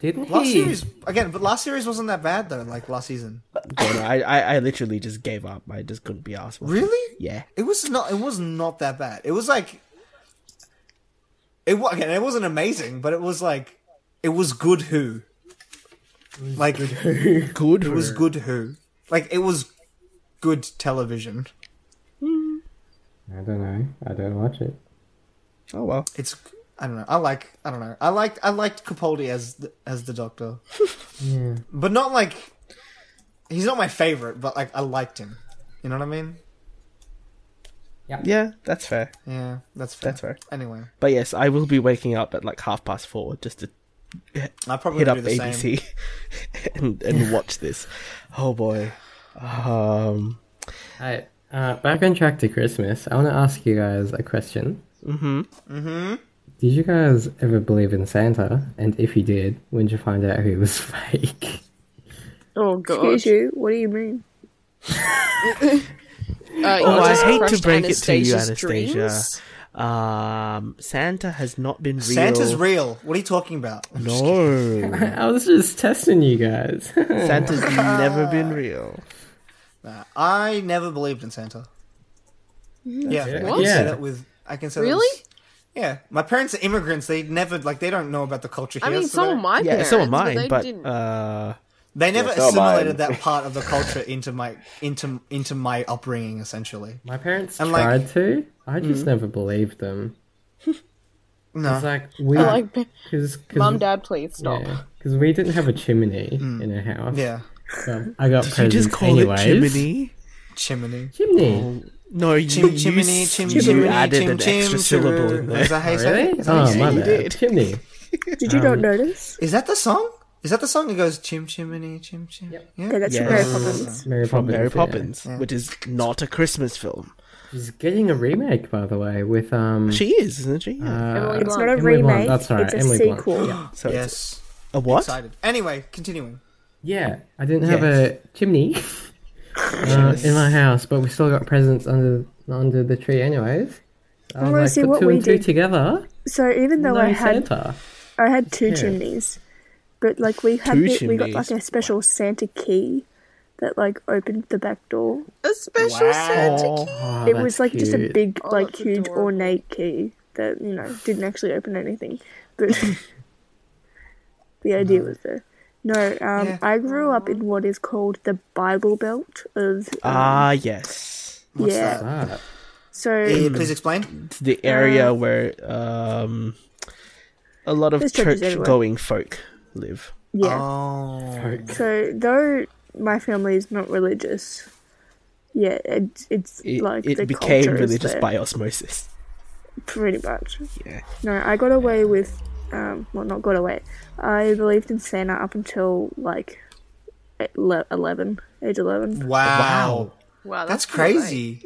Speaker 4: Didn't
Speaker 3: Last
Speaker 4: he?
Speaker 3: series again, but last series wasn't that bad though. Like last season,
Speaker 2: You know, I, I I literally just gave up. I just couldn't be asked.
Speaker 3: really?
Speaker 2: Yeah.
Speaker 3: It was not. It was not that bad. It was like, it wa- again. It wasn't amazing, but it was like, it was good. Who, like, it
Speaker 2: Good.
Speaker 3: was good. Who, like, it was good television.
Speaker 4: I don't know. I don't watch it.
Speaker 2: Oh well.
Speaker 3: It's I don't know. I like I don't know. I liked I liked Capaldi as the, as the Doctor, but not like he's not my favorite. But like I liked him. You know what I mean?
Speaker 2: Yeah, that's fair.
Speaker 3: Yeah, that's fair.
Speaker 2: That's fair.
Speaker 3: Anyway,
Speaker 2: But yes, I will be waking up at like half past four just to
Speaker 3: I probably
Speaker 2: hit
Speaker 3: do
Speaker 2: up
Speaker 3: the same.
Speaker 2: ABC and, and watch this. Oh boy. Um,
Speaker 4: Hey, uh, back on track to Christmas. I want to ask you guys a question. Mm-hmm. Mm-hmm. Did you guys ever believe in Santa? And if you did, when did you find out he was fake?
Speaker 1: Oh god.
Speaker 5: you? What do you mean?
Speaker 1: Uh,
Speaker 2: Oh,
Speaker 1: you
Speaker 2: I
Speaker 1: just
Speaker 2: hate to
Speaker 1: crushed
Speaker 2: break it to you,
Speaker 1: Anastasia's
Speaker 2: Anastasia.
Speaker 1: dreams?
Speaker 2: um, Santa has not been real.
Speaker 3: Santa's real. What are you talking about?
Speaker 2: No,
Speaker 4: I was just testing you guys.
Speaker 2: Santa's never been real.
Speaker 3: Nah, I never believed in Santa. yeah,
Speaker 4: it.
Speaker 3: I can
Speaker 4: Yeah.
Speaker 3: say that with I can say that with-
Speaker 1: Mm-hmm. Really?
Speaker 3: yeah, my parents are immigrants. They never like they don't know about the culture
Speaker 1: I
Speaker 3: here.
Speaker 1: mean,
Speaker 3: so
Speaker 1: so
Speaker 3: they-
Speaker 1: were my
Speaker 2: Yeah,
Speaker 1: parents.
Speaker 2: so am
Speaker 1: they
Speaker 2: I, but
Speaker 1: didn't.
Speaker 2: uh,
Speaker 3: they never
Speaker 6: Yeah, so am
Speaker 3: assimilated
Speaker 6: I.
Speaker 3: that part of the culture into my into into my upbringing. Essentially,
Speaker 4: My parents
Speaker 3: And, like-
Speaker 4: tried to. I just never believed them.
Speaker 3: no.
Speaker 4: It's like we,
Speaker 1: I like,
Speaker 4: cause, cause,
Speaker 1: mum, dad, please stop.
Speaker 4: because we didn't have a chimney in our house.
Speaker 3: yeah,
Speaker 4: so I got
Speaker 2: you
Speaker 4: presents
Speaker 2: just call
Speaker 4: anyways.
Speaker 2: it chimney.
Speaker 3: chimney.
Speaker 4: Chimney.
Speaker 2: No, you
Speaker 3: Chim,
Speaker 2: you
Speaker 3: chimney,
Speaker 2: s-
Speaker 3: chim,
Speaker 2: you
Speaker 3: chimney,
Speaker 2: added
Speaker 3: chim,
Speaker 2: an
Speaker 3: chim,
Speaker 2: extra
Speaker 3: chim,
Speaker 2: syllable in
Speaker 3: Is
Speaker 2: there.
Speaker 3: that how you say it?
Speaker 4: Really?
Speaker 3: Is that, how you
Speaker 4: Oh
Speaker 3: say
Speaker 4: my
Speaker 3: it?
Speaker 4: bad. Chimney.
Speaker 5: Did you not
Speaker 4: Um,
Speaker 5: notice?
Speaker 3: Is that the song? Is that the song? It goes chim chimney chim chim. Yeah.
Speaker 5: Yeah, that's
Speaker 2: Yeah.
Speaker 5: Mary Poppins.
Speaker 4: Mary
Speaker 2: From
Speaker 4: Poppins.
Speaker 2: Mary
Speaker 4: yeah.
Speaker 2: Poppins,
Speaker 3: Mm.
Speaker 2: which is not a Christmas film.
Speaker 4: She's getting a remake, by the way, with um.
Speaker 2: She is, isn't she? Yeah.
Speaker 4: uh,
Speaker 1: Emily
Speaker 5: It's not a
Speaker 4: Emily Blunt,
Speaker 5: remake.
Speaker 4: that's right,
Speaker 5: It's a
Speaker 4: Emily Blunt.
Speaker 5: sequel.
Speaker 2: so it's
Speaker 3: Yes.
Speaker 2: a what?
Speaker 3: Excited. Anyway, continuing.
Speaker 4: Yeah, I didn't have a chimney uh, in my house, but we still got presents under under the tree, anyways. I
Speaker 5: wanna see
Speaker 4: put
Speaker 5: what
Speaker 4: two
Speaker 5: we
Speaker 4: and two
Speaker 5: did.
Speaker 4: together.
Speaker 5: So even though
Speaker 4: No,
Speaker 5: I had
Speaker 4: Santa.
Speaker 5: I had two chimneys, but like we had
Speaker 2: Two
Speaker 5: the, we got
Speaker 2: chimneys?
Speaker 5: like a special Santa key that like opened the back door.
Speaker 1: A special Santa key.
Speaker 4: Oh,
Speaker 5: it
Speaker 4: that's
Speaker 5: was like just a
Speaker 4: cute.
Speaker 5: big,
Speaker 1: Oh,
Speaker 5: like
Speaker 1: that's
Speaker 5: huge
Speaker 1: adorable.
Speaker 5: ornate key that you know didn't actually open anything, but the idea was there. No, um,
Speaker 3: Yeah.
Speaker 5: I grew up in what is called the Bible Belt of um,
Speaker 2: Ah, yes.
Speaker 3: What's
Speaker 5: yeah.
Speaker 3: that?
Speaker 4: Ah,
Speaker 5: So
Speaker 2: Mm.
Speaker 3: Eh, Please explain.
Speaker 2: It's the area where um a lot of
Speaker 5: There's churches
Speaker 2: church going folk live.
Speaker 5: Yeah.
Speaker 3: Oh.
Speaker 5: So though my family is not religious, yeah, it, it's
Speaker 2: It,
Speaker 5: like the
Speaker 2: it became
Speaker 5: culture is
Speaker 2: religious
Speaker 5: there,
Speaker 2: by osmosis.
Speaker 5: pretty much.
Speaker 2: Yeah.
Speaker 5: No, I got away with, um, well, not got away. I believed in Santa up until like ele- eleven, age eleven.
Speaker 3: Wow.
Speaker 1: Wow,
Speaker 3: That's
Speaker 1: not right.
Speaker 3: crazy.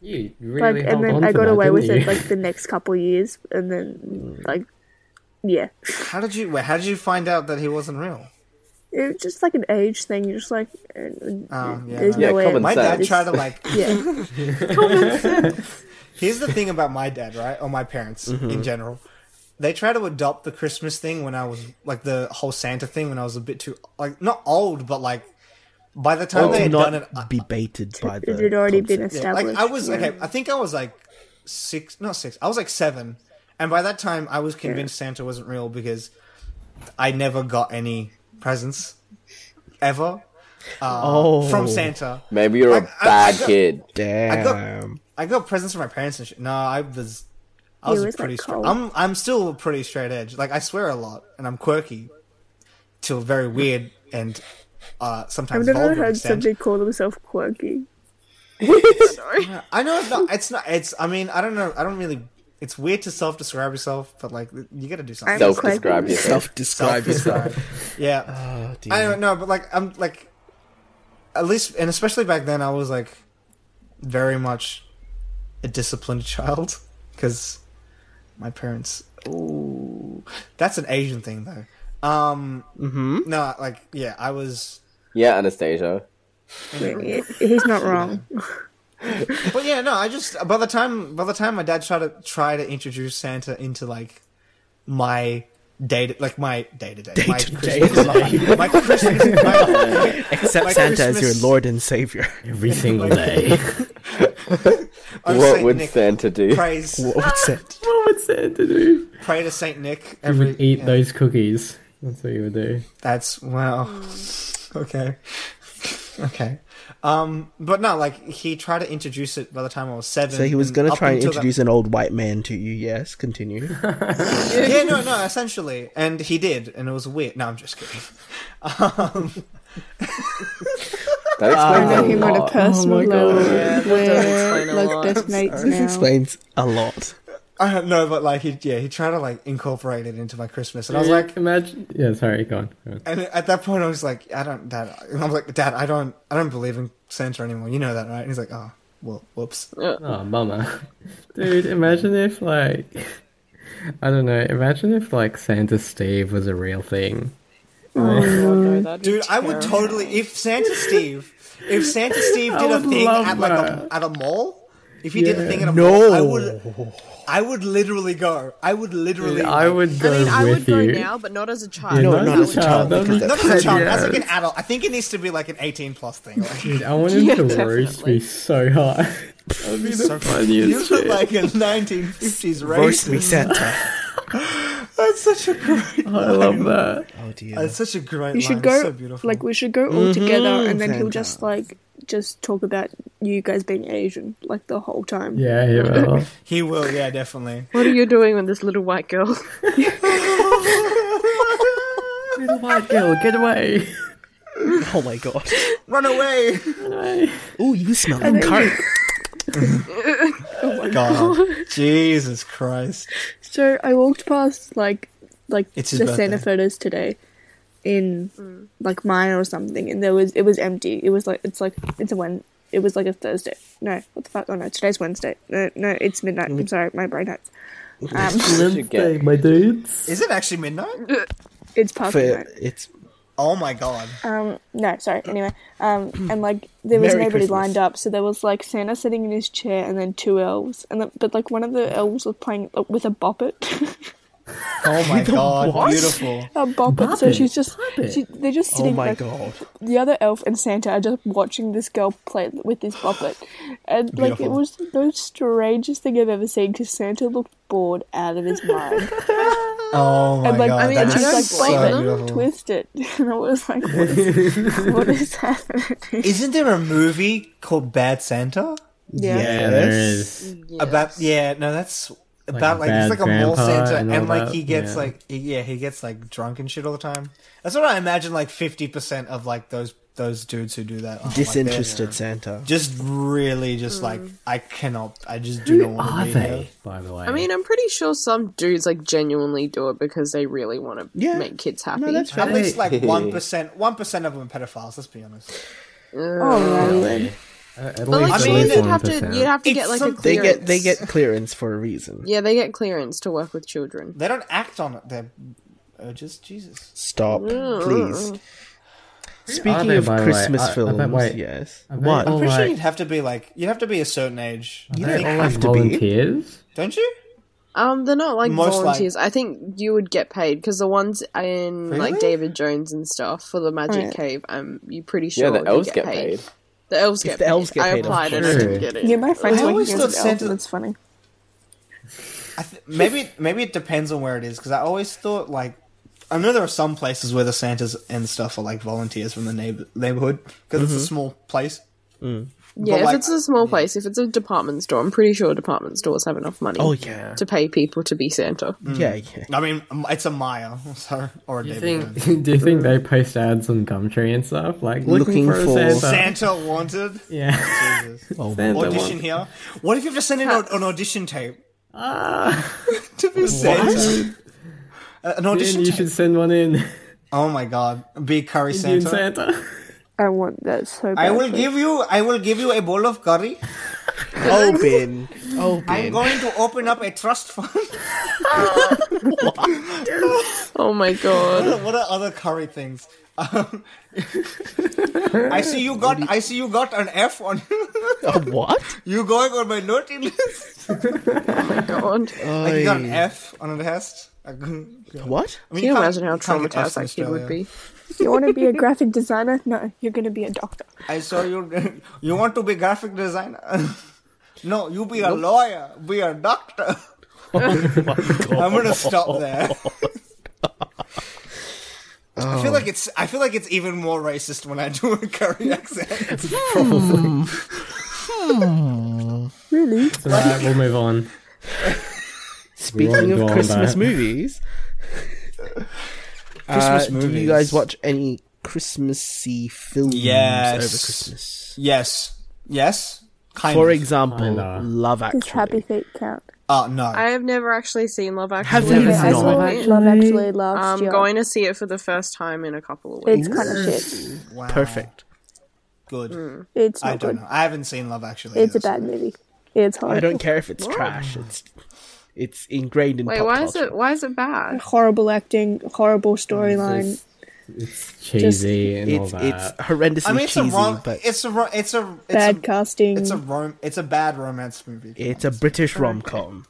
Speaker 4: You
Speaker 5: Like,
Speaker 4: really
Speaker 5: and
Speaker 4: held on
Speaker 5: then I
Speaker 4: to
Speaker 5: got
Speaker 4: that,
Speaker 5: away
Speaker 4: didn't
Speaker 5: with
Speaker 4: you?
Speaker 5: it like the next couple years, and then like, yeah,
Speaker 3: How did you? Wait, how did you find out that he wasn't real?
Speaker 5: it was just like an age thing. You're just like, uh,
Speaker 3: Um, yeah.
Speaker 5: there's
Speaker 3: no.
Speaker 6: Yeah,
Speaker 5: no way. about
Speaker 6: common
Speaker 3: My
Speaker 6: sense.
Speaker 3: dad
Speaker 5: this.
Speaker 3: tried to like.
Speaker 5: Yeah,
Speaker 3: Here's the thing about my dad, right, or my parents in general. They tried to adopt the Christmas thing when I was like the whole Santa thing when I was a bit too like not old, but like by the time
Speaker 2: It's
Speaker 3: they had
Speaker 2: not
Speaker 3: done it, I-
Speaker 2: be baited by the.
Speaker 5: it had already been
Speaker 2: concept.
Speaker 3: Yeah, like
Speaker 5: established.
Speaker 3: I was
Speaker 5: yeah.
Speaker 3: okay. I think I was like six, not six. I was like seven, and by that time, I was convinced Santa wasn't real because I never got any presents ever uh,
Speaker 2: Oh.
Speaker 3: from Santa.
Speaker 6: Maybe you're a
Speaker 3: I- I-
Speaker 6: bad
Speaker 3: I got-
Speaker 6: kid.
Speaker 3: I got-
Speaker 2: Damn.
Speaker 3: I got presents from my parents and shit. No, I was, I
Speaker 5: He
Speaker 3: was,
Speaker 5: was, like,
Speaker 3: pretty. stra-
Speaker 5: cold.
Speaker 3: I'm, I'm still pretty straight edge. Like I swear a lot, and I'm quirky, till very weird and uh,
Speaker 5: I've
Speaker 3: sometimes
Speaker 5: never
Speaker 3: vulgar
Speaker 5: heard
Speaker 3: extent.
Speaker 5: somebody call themselves quirky.
Speaker 3: I know it's not. It's not. It's. I mean, I don't know. I don't really. It's weird to self-describe yourself, but like you got to do something.
Speaker 5: I'm Self-
Speaker 6: Self-describe
Speaker 5: quite-
Speaker 6: yourself.
Speaker 2: Self-describe yourself.
Speaker 3: yeah.
Speaker 2: Oh,
Speaker 3: I
Speaker 2: dear.
Speaker 3: don't know, but like I'm like, at least and especially back then, I was like, very much a disciplined child because my parents. Ooh, that's an Asian thing though. Um,
Speaker 2: Mm-hmm.
Speaker 3: no, like yeah, I was.
Speaker 6: Yeah, Anastasia.
Speaker 5: Yeah, He's not wrong.
Speaker 3: But yeah, no, I just by the time by the time my dad tried to try to introduce Santa into like my day to, like my day to day my
Speaker 2: Day-to-day
Speaker 3: Christmas life, my Christmas my,
Speaker 2: Except
Speaker 3: Like
Speaker 2: Santa as
Speaker 3: Christmas-
Speaker 2: your lord and savior.
Speaker 4: Every single day.
Speaker 3: I was
Speaker 6: what
Speaker 3: Saint
Speaker 6: would
Speaker 3: Nick,
Speaker 6: Santa do?
Speaker 3: praise
Speaker 2: What would Santa
Speaker 4: what would Santa do?
Speaker 3: pray to Saint Nick
Speaker 4: He
Speaker 3: every
Speaker 4: would eat
Speaker 3: yeah,
Speaker 4: those cookies. That's what he would do.
Speaker 3: That's wow, okay, okay, um, but no, like he tried to introduce it by the time I was seven.
Speaker 2: So he was
Speaker 3: and
Speaker 2: going to
Speaker 3: Mm, up
Speaker 2: try and
Speaker 3: until that-
Speaker 2: introduce an old white man to you. Yes, continue.
Speaker 3: yeah, no, no, essentially, and he did, and it was weird. No, I'm just kidding. Um,
Speaker 6: That explains
Speaker 5: know
Speaker 6: a
Speaker 5: him on a
Speaker 6: lot.
Speaker 5: personal level
Speaker 1: Yeah, that does
Speaker 5: where
Speaker 1: explain a lot.
Speaker 5: like this mates
Speaker 2: This
Speaker 5: now.
Speaker 2: explains a lot.
Speaker 3: I don't know, Uh, but like he, yeah, he tried to like incorporate it into my Christmas, and I was like,
Speaker 4: imagine. Yeah, sorry, go on. Go on.
Speaker 3: and at that point, I was like, I don't, Dad, and I'm like, Dad, I don't, I don't believe in Santa anymore. You know that, right? And he's like, oh, well, whoops.
Speaker 4: Oh, mama. Dude, imagine if, like. I don't know. Imagine if, like, Santa Steve was a real thing.
Speaker 1: No, that'd be
Speaker 3: Dude, I would
Speaker 1: terrible.
Speaker 3: totally if Santa Steve, if Santa Steve did a
Speaker 4: would
Speaker 3: thing
Speaker 4: love
Speaker 3: at like a,
Speaker 4: that.
Speaker 3: at a mall, if he did a
Speaker 4: Yeah.
Speaker 3: thing at a mall, I would, I would literally go. I would literally.
Speaker 4: I
Speaker 3: like,
Speaker 4: would
Speaker 1: I
Speaker 4: go
Speaker 1: mean, I would
Speaker 4: with
Speaker 1: go
Speaker 4: you.
Speaker 1: now, but not as a child.
Speaker 4: no,
Speaker 1: I
Speaker 4: not
Speaker 1: would
Speaker 4: as a child.
Speaker 1: totally
Speaker 4: That'd be
Speaker 1: go.
Speaker 3: Not as a child, as
Speaker 4: Yeah.
Speaker 3: like an adult. I think it needs to be like an 18 plus thing. Like,
Speaker 4: Dude, I want him
Speaker 1: Yeah,
Speaker 4: to roast
Speaker 1: definitely.
Speaker 4: me so hard. that would be the
Speaker 3: you
Speaker 4: funniest
Speaker 3: look
Speaker 4: shit.
Speaker 3: like a 1950s
Speaker 2: Roast
Speaker 3: racist.
Speaker 2: me, Santa.
Speaker 3: That's such a great.
Speaker 4: I love that.
Speaker 2: Oh dear.
Speaker 3: That's such a great. line.
Speaker 5: You should
Speaker 3: It's
Speaker 5: go
Speaker 3: So beautiful.
Speaker 5: like we should go all together, and then he'll
Speaker 2: Santa.
Speaker 5: just like just talk about you guys being Asian like the whole time.
Speaker 4: Yeah, he will.
Speaker 3: he will. Yeah, definitely.
Speaker 1: What are you doing with this little white girl?
Speaker 4: Little white girl, get away.
Speaker 2: Oh my god.
Speaker 3: Run away!
Speaker 2: Oh, you smell like carrot.
Speaker 3: God, Jesus Christ!
Speaker 5: So I walked past like like
Speaker 3: It's his
Speaker 5: the Santa
Speaker 3: birthday.
Speaker 5: photos today in like mine or something, and there was it was empty. It was like it's like it's a when it was like a Thursday. No, what the fuck? Oh no, today's Wednesday. No, no, it's midnight. I'm sorry, my brain hurts. Um,
Speaker 6: You should get-
Speaker 4: my dudes.
Speaker 3: Is it actually midnight?
Speaker 5: Uh, it's past
Speaker 2: For
Speaker 5: midnight.
Speaker 2: it's
Speaker 3: Oh my God!
Speaker 5: Um, no, sorry. Anyway, um, and like there was
Speaker 2: Merry
Speaker 5: nobody
Speaker 2: Christmas.
Speaker 5: lined up, so there was like Santa sitting in his chair, and then two elves, and the, but like one of the elves was playing uh, with a boppet,
Speaker 3: Oh my God!
Speaker 2: what?
Speaker 3: Beautiful.
Speaker 5: a boppet. So
Speaker 4: Boppet?
Speaker 5: she's just
Speaker 4: Boppet?
Speaker 5: she, they're just
Speaker 2: oh
Speaker 5: sitting.
Speaker 2: my
Speaker 5: like,
Speaker 2: god.
Speaker 5: The other elf and Santa are just watching this girl play with this boppet, and like it
Speaker 3: Beautiful.
Speaker 5: was the strangest thing I've ever seen because Santa looked bored out of his mind,
Speaker 3: Oh my
Speaker 5: and like
Speaker 3: God!
Speaker 5: I
Speaker 1: mean,
Speaker 5: mean,
Speaker 3: that
Speaker 1: you
Speaker 3: is
Speaker 1: don't
Speaker 5: just
Speaker 3: so
Speaker 5: like
Speaker 1: blame
Speaker 5: played
Speaker 1: them.
Speaker 5: them,
Speaker 3: beautiful.
Speaker 5: twisted, and I was like, what is, what is happening?
Speaker 3: Isn't there a movie called Bad Santa?
Speaker 5: Yeah.
Speaker 4: Yeah, there is.
Speaker 3: About yeah, no, that's about like he's
Speaker 4: bad
Speaker 3: like a mall
Speaker 4: grandpa
Speaker 3: Santa, and,
Speaker 4: and all
Speaker 3: like
Speaker 4: that,
Speaker 3: he gets
Speaker 4: yeah.
Speaker 3: like yeah, he gets like drunk and shit all the time. That's what I imagine. Like fifty percent of like those those dudes who do that, are, like, they're
Speaker 2: Disinterested Santa.
Speaker 3: just really, just like
Speaker 4: Mm.
Speaker 3: I cannot. I just do not want to
Speaker 4: Are
Speaker 3: be here.
Speaker 4: they? By the way,
Speaker 1: I mean, I'm pretty sure some dudes like genuinely do it because they really want to
Speaker 2: Yeah.
Speaker 1: make kids happy.
Speaker 2: No, that's
Speaker 3: At
Speaker 2: fair.
Speaker 3: least like one percent. One percent of them are pedophiles. Let's be honest.
Speaker 5: Oh, Roland.
Speaker 4: at
Speaker 1: But like,
Speaker 4: least
Speaker 1: surely
Speaker 3: mean,
Speaker 1: you'd have to
Speaker 4: 41%.
Speaker 1: you'd have to
Speaker 3: It's
Speaker 1: get like a
Speaker 3: something-
Speaker 1: clearance.
Speaker 2: They get they get clearance for a reason.
Speaker 1: yeah, they get clearance to work with children.
Speaker 3: They don't act on it. They're urges. Jesus.
Speaker 2: Stop, please.
Speaker 4: Are
Speaker 2: Speaking
Speaker 4: they,
Speaker 2: of
Speaker 4: by the way?
Speaker 2: Christmas
Speaker 4: Are- are they-
Speaker 2: films,
Speaker 4: wait.
Speaker 2: yes.
Speaker 4: Are they
Speaker 2: What? Oh,
Speaker 4: all-
Speaker 3: I'm pretty sure
Speaker 4: Alright.
Speaker 3: you'd have to be like you'd have to be a certain age.
Speaker 2: You
Speaker 3: I
Speaker 2: don't
Speaker 3: think.
Speaker 2: have to be.
Speaker 4: volunteers.
Speaker 3: don't you?
Speaker 1: Um, they're not like
Speaker 3: Most like-
Speaker 1: volunteers. I think you would get paid because the ones in
Speaker 3: Really?
Speaker 1: like David Jones and stuff for the Magic
Speaker 5: Right.
Speaker 1: Cave, I'm you pretty sure
Speaker 6: Yeah, the
Speaker 1: you
Speaker 6: elves get paid.
Speaker 1: The elves get
Speaker 2: the
Speaker 1: paid.
Speaker 2: elves get
Speaker 1: I
Speaker 2: paid,
Speaker 1: applied
Speaker 2: I'm
Speaker 1: and I
Speaker 4: sure.
Speaker 1: didn't get it.
Speaker 5: Yeah, my friends
Speaker 3: I
Speaker 5: working
Speaker 3: always
Speaker 5: as an
Speaker 3: thought
Speaker 5: elf,
Speaker 3: Santa-
Speaker 5: and it's funny.
Speaker 3: I th- maybe maybe it depends on where it is because I always thought like I know there are some places where the Santas and stuff are like volunteers from the neighbor- neighborhood because
Speaker 4: Mm-hmm.
Speaker 3: it's a small place.
Speaker 1: yeah, if
Speaker 3: like-
Speaker 1: it's a small place, if it's a department store, I'm pretty sure department stores have enough money.
Speaker 2: Oh yeah,
Speaker 1: To pay people to be Santa.
Speaker 2: yeah, yeah.
Speaker 3: I mean, um, it's a mile so, or a
Speaker 4: Do you
Speaker 3: neighborhood.
Speaker 4: think? Do you think they post ads on Gumtree and stuff like
Speaker 2: Looking
Speaker 4: looking, for,
Speaker 2: for-
Speaker 4: a Santa?
Speaker 3: Santa wanted
Speaker 4: Yeah,
Speaker 2: Oh,
Speaker 4: Santa wants-
Speaker 3: audition here. What if you have to send in a, an audition tape
Speaker 4: Ah,
Speaker 3: to be Santa? Uh, An
Speaker 4: then
Speaker 3: audition
Speaker 4: you
Speaker 3: tape.
Speaker 4: should send one in.
Speaker 3: Oh my god, be curry
Speaker 4: Indian
Speaker 3: Santa.
Speaker 4: Santa.
Speaker 5: I want that so bad.
Speaker 3: I will give you. I will give you a bowl of curry.
Speaker 2: oh, bin, oh,
Speaker 3: I'm
Speaker 2: bin.
Speaker 3: going to open up a trust fund.
Speaker 1: Oh my god.
Speaker 3: what are other curry things? Um, I see you got. I see you got an F on
Speaker 2: Oh, what?
Speaker 3: you going on my noting list.
Speaker 1: god.
Speaker 3: Like you got an F on a test. I couldn't- I mean,
Speaker 2: What?
Speaker 1: Can you
Speaker 3: can't-
Speaker 1: imagine how
Speaker 3: can't get
Speaker 1: traumatized
Speaker 3: Fs in
Speaker 1: that kid would
Speaker 3: Australia.
Speaker 1: be?
Speaker 5: You want to be a graphic designer? No, you're going to be a doctor.
Speaker 3: I saw you. You want to be graphic designer? no, you be a lawyer. Be a doctor. I'm gonna stop there. I
Speaker 2: Oh.
Speaker 3: feel like it's. I feel like it's even more racist when I do a curry accent.
Speaker 5: Really?
Speaker 4: All right, we'll move on.
Speaker 2: Speaking
Speaker 4: We'll go
Speaker 2: of
Speaker 4: on
Speaker 2: Christmas
Speaker 4: that.
Speaker 2: movies,
Speaker 3: Christmas
Speaker 2: uh, do you guys watch any Christmassy films
Speaker 3: Yes.
Speaker 2: over Christmas?
Speaker 3: Yes. Yes. Kind
Speaker 2: For
Speaker 3: of.
Speaker 2: example,
Speaker 4: Kinda.
Speaker 2: Love
Speaker 5: Does Happy
Speaker 2: Actually.
Speaker 5: Feet count?
Speaker 3: Oh no.
Speaker 1: I have never actually seen Love
Speaker 2: Have
Speaker 1: Actually.
Speaker 2: you
Speaker 5: Yeah,
Speaker 2: Yes,
Speaker 5: I
Speaker 2: no.
Speaker 5: saw
Speaker 1: I
Speaker 5: Love,
Speaker 1: saw it.
Speaker 5: Actually last
Speaker 1: I'm
Speaker 5: year.
Speaker 1: Um, going to see it for the first time in a couple of weeks.
Speaker 5: it's kind of shit.
Speaker 3: Wow.
Speaker 2: Perfect.
Speaker 3: Good.
Speaker 5: It's
Speaker 3: I
Speaker 5: not
Speaker 3: don't
Speaker 5: Hmm. good.
Speaker 3: know. I haven't seen Love Actually.
Speaker 5: It's a
Speaker 3: either, so-
Speaker 5: bad movie. It's horrible.
Speaker 2: I don't care if it's trash. It's it's ingrained in
Speaker 1: Wait,
Speaker 2: pop
Speaker 1: why is
Speaker 2: culture.
Speaker 1: it why is it bad?
Speaker 5: Horrible acting, horrible storyline.
Speaker 4: It's, it's cheesy and
Speaker 2: It's
Speaker 4: all
Speaker 2: it's
Speaker 4: that.
Speaker 2: horrendously
Speaker 3: I mean, it's
Speaker 2: cheesy,
Speaker 3: a rom.
Speaker 2: but it's,
Speaker 3: It's a rom- it's a it's
Speaker 5: bad
Speaker 3: a,
Speaker 5: casting.
Speaker 3: It's a rom. It's a bad romance movie.
Speaker 2: a British rom com.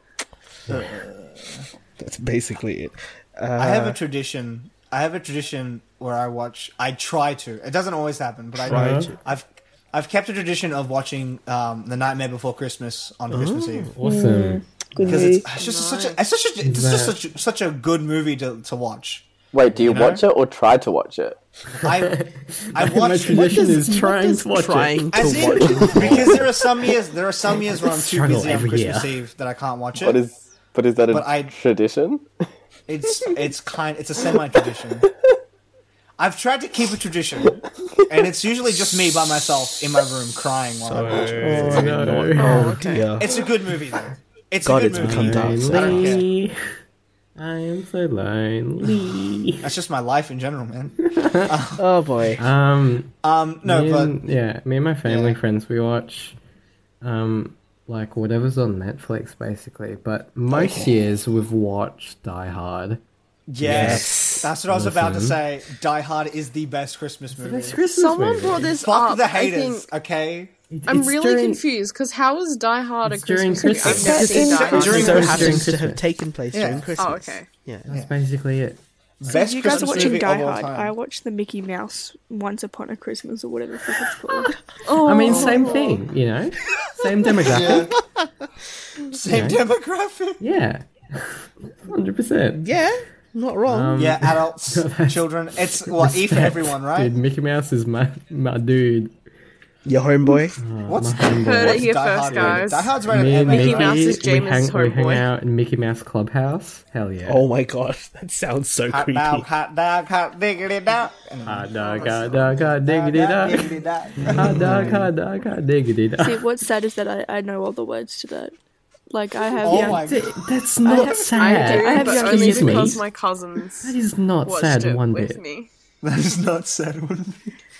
Speaker 2: That's basically it.
Speaker 3: I have a tradition. I have a tradition where I watch. I try to. It doesn't always happen, but I
Speaker 2: Try
Speaker 3: do. I've I've kept a tradition of watching um, the Nightmare Before Christmas on Christmas Eve
Speaker 4: awesome.
Speaker 5: good
Speaker 3: because
Speaker 5: movie.
Speaker 3: it's, it's just such a it's such a it's just such such a good movie to to watch.
Speaker 6: Wait, do you
Speaker 3: know?
Speaker 6: watch it or try to watch it?
Speaker 3: I I
Speaker 4: My
Speaker 3: watched it.
Speaker 4: tradition is trying to watch it.
Speaker 2: trying to
Speaker 3: As in,
Speaker 2: watch it.
Speaker 3: because there are some years there are some years where I'm too
Speaker 4: Struggle
Speaker 3: busy on
Speaker 4: every
Speaker 3: Christmas
Speaker 4: year.
Speaker 3: Eve that I can't watch
Speaker 6: What
Speaker 3: it.
Speaker 6: is but is that a
Speaker 3: But I-
Speaker 6: tradition?
Speaker 3: It's it's kind it's a semi tradition. I've tried to keep a tradition, and it's usually just me by myself in my room crying while I watch. it.
Speaker 4: Oh no.
Speaker 2: Oh dear.
Speaker 3: It's a good movie though. It's
Speaker 2: God,
Speaker 3: a
Speaker 2: it's
Speaker 3: good movie.
Speaker 2: become dark.
Speaker 3: I don't care.
Speaker 4: Lonely. I am so lonely.
Speaker 3: That's just my life in general, man.
Speaker 2: Oh boy.
Speaker 4: Um,
Speaker 3: Um, no,
Speaker 4: me
Speaker 3: but
Speaker 4: and- yeah, me and my family
Speaker 3: Yeah.
Speaker 4: friends we watch, um, like whatever's on Netflix basically. But most years we've watched Die Hard.
Speaker 3: yes, that's what I was about to
Speaker 2: Mm-hmm.
Speaker 4: Listen.
Speaker 3: say. Die Hard is the best Christmas movie.
Speaker 4: Christmas
Speaker 1: Someone brought this
Speaker 3: Fuck
Speaker 5: Oh,
Speaker 1: up.
Speaker 3: the
Speaker 1: I
Speaker 3: haters,
Speaker 1: think
Speaker 3: okay?
Speaker 1: I'm really confused because how is Die Hard a
Speaker 4: It's during
Speaker 1: Christmas movie? I've
Speaker 4: Christmas.
Speaker 1: never
Speaker 5: It's
Speaker 1: seen Die
Speaker 5: set
Speaker 1: Hard.
Speaker 2: It
Speaker 3: during
Speaker 2: so
Speaker 4: Christmas.
Speaker 2: happens to
Speaker 4: During
Speaker 2: have taken place
Speaker 3: Yeah.
Speaker 2: during Christmas.
Speaker 1: Oh, okay.
Speaker 2: Yeah.
Speaker 4: That's basically it.
Speaker 3: Best
Speaker 5: you guys
Speaker 3: Christmas
Speaker 5: are watching
Speaker 3: movie
Speaker 5: Die
Speaker 3: of all
Speaker 5: Hard.
Speaker 3: time.
Speaker 5: I watched the Mickey Mouse Once Upon a Christmas or whatever the fuck it's called.
Speaker 4: I mean, same thing, you know, same demographic.
Speaker 3: Same demographic.
Speaker 2: Mm.
Speaker 4: Yeah, hundred percent.
Speaker 2: Yeah, not wrong.
Speaker 3: Yeah, adults, children. It's what E for everyone, right?
Speaker 4: Dude, Mickey Mouse is my my dude.
Speaker 2: Your homeboy.
Speaker 3: What's
Speaker 4: Heard
Speaker 1: it
Speaker 3: what's
Speaker 1: here
Speaker 3: Die
Speaker 1: first,
Speaker 3: Hard rated?
Speaker 1: guys.
Speaker 3: Die Hard's
Speaker 4: Me
Speaker 3: rated
Speaker 4: and
Speaker 3: M.
Speaker 1: Mickey
Speaker 4: Mickey,
Speaker 1: Mouse is
Speaker 4: we
Speaker 1: James'
Speaker 4: hang, we hang
Speaker 1: homeboy.
Speaker 4: out in Mickey Mouse Clubhouse. Hell yeah.
Speaker 2: Oh my god, that sounds so
Speaker 3: Hot
Speaker 2: creepy.
Speaker 3: dog, hot dog, hot diggity dog. And then-
Speaker 4: Hot dog, hot dog, hot diggity
Speaker 3: Hot dog,
Speaker 4: dog.
Speaker 3: diggity dog.
Speaker 4: Hot dog, hot dog, hot diggity
Speaker 5: See,
Speaker 4: dog.
Speaker 5: what's sad is that I, I know all the words to that. Like I have,
Speaker 3: Oh
Speaker 5: young,
Speaker 3: my god.
Speaker 4: That's not
Speaker 1: I do,
Speaker 5: I have
Speaker 1: but
Speaker 5: young
Speaker 1: only
Speaker 4: kids.
Speaker 1: because
Speaker 4: Excuse me.
Speaker 1: my cousins
Speaker 4: That is not
Speaker 1: watched
Speaker 4: sad
Speaker 1: it
Speaker 4: one
Speaker 1: with
Speaker 4: bit.
Speaker 1: me.
Speaker 3: That is not said one.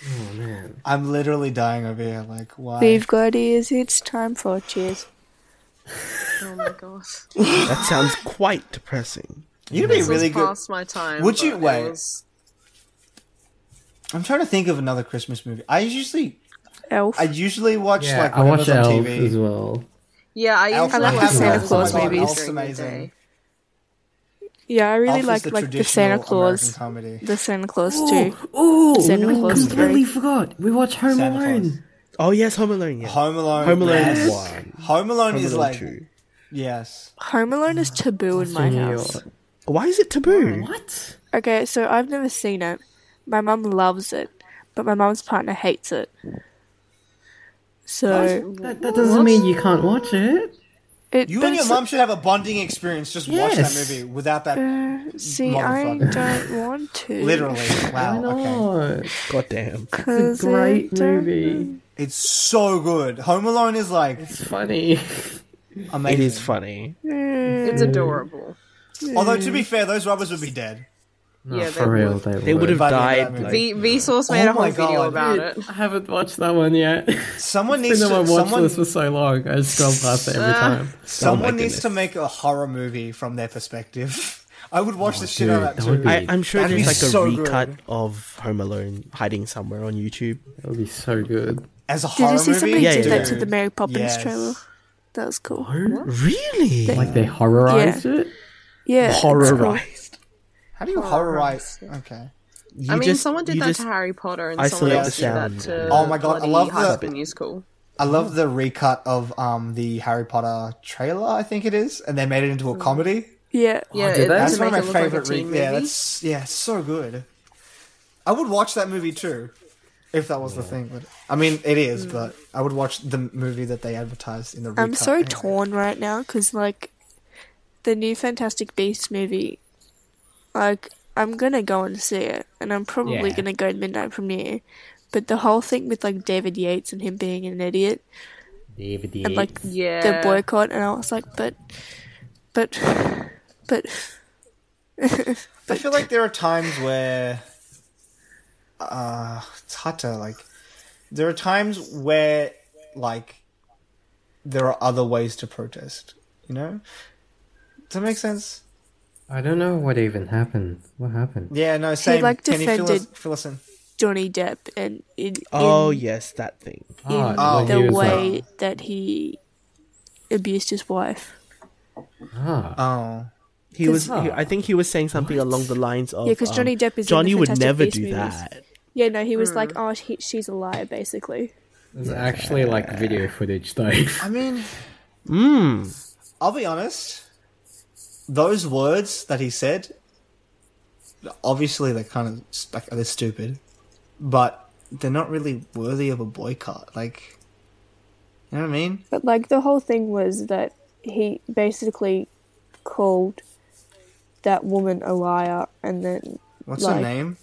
Speaker 4: Oh,
Speaker 3: I'm literally dying over here. Like, why?
Speaker 5: we've got ears. It's time for cheers.
Speaker 1: Oh my god,
Speaker 2: That sounds quite depressing.
Speaker 3: You'd be
Speaker 1: this
Speaker 3: really
Speaker 1: was
Speaker 3: good.
Speaker 1: past my time.
Speaker 3: Would you-
Speaker 1: but it
Speaker 3: wait.
Speaker 1: was-
Speaker 3: I'm trying to think of another Christmas movie. I usually,
Speaker 5: Elf.
Speaker 3: I usually watch
Speaker 4: Yeah,
Speaker 3: like
Speaker 4: I watch
Speaker 3: whatever's
Speaker 4: Elf
Speaker 3: on
Speaker 4: as
Speaker 3: TV.
Speaker 4: well.
Speaker 1: Yeah, I
Speaker 3: Elf-
Speaker 1: used to
Speaker 5: I like
Speaker 1: watch
Speaker 5: the Santa
Speaker 1: Elf
Speaker 5: Claus
Speaker 1: a lot
Speaker 5: movies.
Speaker 1: during the
Speaker 3: Amazing.
Speaker 1: day.
Speaker 5: yeah, I really
Speaker 3: Elf is
Speaker 5: like
Speaker 3: the
Speaker 5: like the
Speaker 3: traditional
Speaker 5: Santa
Speaker 3: American
Speaker 5: Claus,
Speaker 3: comedy.
Speaker 5: the Santa Claus too.
Speaker 4: Oh, oh,
Speaker 5: Santa
Speaker 4: we
Speaker 5: Claus
Speaker 4: completely
Speaker 5: three.
Speaker 4: forgot. We watch Home
Speaker 3: Santa Claus.
Speaker 4: Alone.
Speaker 2: Oh yes, Home Alone. Yeah.
Speaker 3: Home Alone.
Speaker 2: Home Alone
Speaker 3: yes.
Speaker 2: one. Home
Speaker 3: Home Alone
Speaker 2: Alone
Speaker 3: is like
Speaker 2: two.
Speaker 3: yes.
Speaker 5: Home Alone is taboo in my
Speaker 4: New
Speaker 5: house.
Speaker 4: York.
Speaker 2: Why is it
Speaker 5: Hmm.
Speaker 2: taboo?
Speaker 4: What?
Speaker 5: Okay, so I've never seen it. My mum loves it, but my mum's partner hates it. So
Speaker 4: That, that doesn't mean you can't watch it.
Speaker 5: it,
Speaker 3: You
Speaker 5: but
Speaker 3: and your
Speaker 5: it's-
Speaker 3: mum should have a bonding experience. Just watch that
Speaker 4: Yes.
Speaker 3: movie without that.
Speaker 5: See, I
Speaker 3: Motherfucker.
Speaker 5: don't want to.
Speaker 3: Literally, wow. Okay,
Speaker 4: Oh,
Speaker 2: God damn.
Speaker 5: because
Speaker 4: great movie.
Speaker 3: it's so good. Home Alone is like
Speaker 5: Hmm.
Speaker 4: It's funny.
Speaker 3: amazing.
Speaker 2: It is funny.
Speaker 1: It's adorable.
Speaker 3: Although to be fair, those robbers would be dead.
Speaker 1: yeah,
Speaker 4: For real, they,
Speaker 2: They would have
Speaker 3: But I love
Speaker 2: died.
Speaker 3: that
Speaker 2: Like,
Speaker 1: V Vsauce made
Speaker 3: Oh
Speaker 1: a whole
Speaker 3: my
Speaker 1: video
Speaker 3: God.
Speaker 1: about it.
Speaker 4: I haven't watched that one yet.
Speaker 3: Someone needs
Speaker 4: Been on my
Speaker 3: to.
Speaker 4: watch
Speaker 3: Someone,
Speaker 4: list for so long. I scroll past it
Speaker 5: Ah.
Speaker 4: every time.
Speaker 3: someone needs
Speaker 2: goodness.
Speaker 3: to make a horror movie from their perspective. I would watch the shit
Speaker 4: Oh, dude,
Speaker 3: out of that
Speaker 4: that
Speaker 3: too.
Speaker 4: would be-
Speaker 2: I, I'm sure
Speaker 3: That'd
Speaker 2: there's
Speaker 3: be
Speaker 2: like a
Speaker 3: so
Speaker 2: recut
Speaker 3: good.
Speaker 2: of Home Alone hiding somewhere on YouTube.
Speaker 4: That would be so good.
Speaker 3: As a
Speaker 5: Did
Speaker 3: horror
Speaker 5: you see
Speaker 3: movie,
Speaker 5: somebody
Speaker 2: Yeah,
Speaker 5: did
Speaker 2: yeah,
Speaker 5: that to the Mary Poppins
Speaker 3: Yes.
Speaker 5: trailer? That was cool.
Speaker 2: Really?
Speaker 4: Like they horrorized it.
Speaker 5: Yeah, it's cool.
Speaker 2: horrorized.
Speaker 3: How do you horrorize? Okay.
Speaker 2: You
Speaker 1: I mean,
Speaker 2: just-
Speaker 1: someone did
Speaker 2: you
Speaker 1: that
Speaker 2: just-
Speaker 1: to Harry Potter, and
Speaker 2: isolate
Speaker 1: someone
Speaker 3: the
Speaker 1: else did that
Speaker 2: sound.
Speaker 1: to
Speaker 3: Oh my God, I
Speaker 1: bloody
Speaker 3: love
Speaker 1: High
Speaker 3: the-
Speaker 1: School Musical.
Speaker 3: I love the recut of um the Harry Potter trailer. I think it is, and they made it
Speaker 5: Mm.
Speaker 3: into a comedy.
Speaker 5: Yeah,
Speaker 1: Yeah,
Speaker 4: did
Speaker 1: it,
Speaker 4: they?
Speaker 1: that's
Speaker 3: That's
Speaker 1: to
Speaker 3: one
Speaker 1: make
Speaker 3: of my
Speaker 1: it look like a
Speaker 3: favorite.
Speaker 1: teen
Speaker 3: re- yeah,
Speaker 1: movie.
Speaker 3: that's yeah, it's so good. I would watch that movie too, if that was the thing. But I mean, it is. But I would watch the movie that they advertised in the.
Speaker 5: I'm
Speaker 3: recut
Speaker 5: so
Speaker 3: anyway.
Speaker 5: torn right now because like the new Fantastic Beasts movie, like I'm gonna go and see it, and I'm probably
Speaker 4: Yeah.
Speaker 5: gonna go to Midnight Premiere. But the whole thing with like David Yates and him being an idiot
Speaker 4: David
Speaker 5: and like
Speaker 1: Yeah,
Speaker 5: the boycott, and I was like, but, but, but
Speaker 3: I feel like there are times where uh it's hard to like there are times where like there are other ways to protest, you know? Does that make sense?
Speaker 4: I don't know what even happened. What happened?
Speaker 3: Yeah, no, same.
Speaker 5: like,
Speaker 3: Can you fill us,
Speaker 5: defended-
Speaker 3: fill us in?
Speaker 5: Johnny Depp and in,
Speaker 2: Oh
Speaker 5: in
Speaker 2: yes, that thing.
Speaker 4: Ah,
Speaker 3: Oh.
Speaker 4: when he
Speaker 5: the
Speaker 4: was uh, like-
Speaker 5: way that he abused his wife.
Speaker 4: ah,
Speaker 3: Oh.
Speaker 2: He was. He, I think he was saying something along the lines of.
Speaker 5: Yeah, 'cause
Speaker 2: um,
Speaker 5: Johnny Depp is in
Speaker 2: Johnny
Speaker 5: the
Speaker 2: would
Speaker 5: Fantastic
Speaker 2: never
Speaker 5: Beasts
Speaker 2: do
Speaker 5: movies.
Speaker 2: that.
Speaker 5: Yeah, no, he was like, oh, he, she's a liar, basically.
Speaker 4: there's actually like video footage though.
Speaker 3: I mean,
Speaker 2: Mm.
Speaker 3: I'll be honest. Those words that he said obviously they're kind of like they're stupid, but they're not really worthy of a boycott. Like you know what I mean?
Speaker 5: But like the whole thing was that he basically called that woman a liar, and then
Speaker 3: What's her
Speaker 5: like-
Speaker 3: name?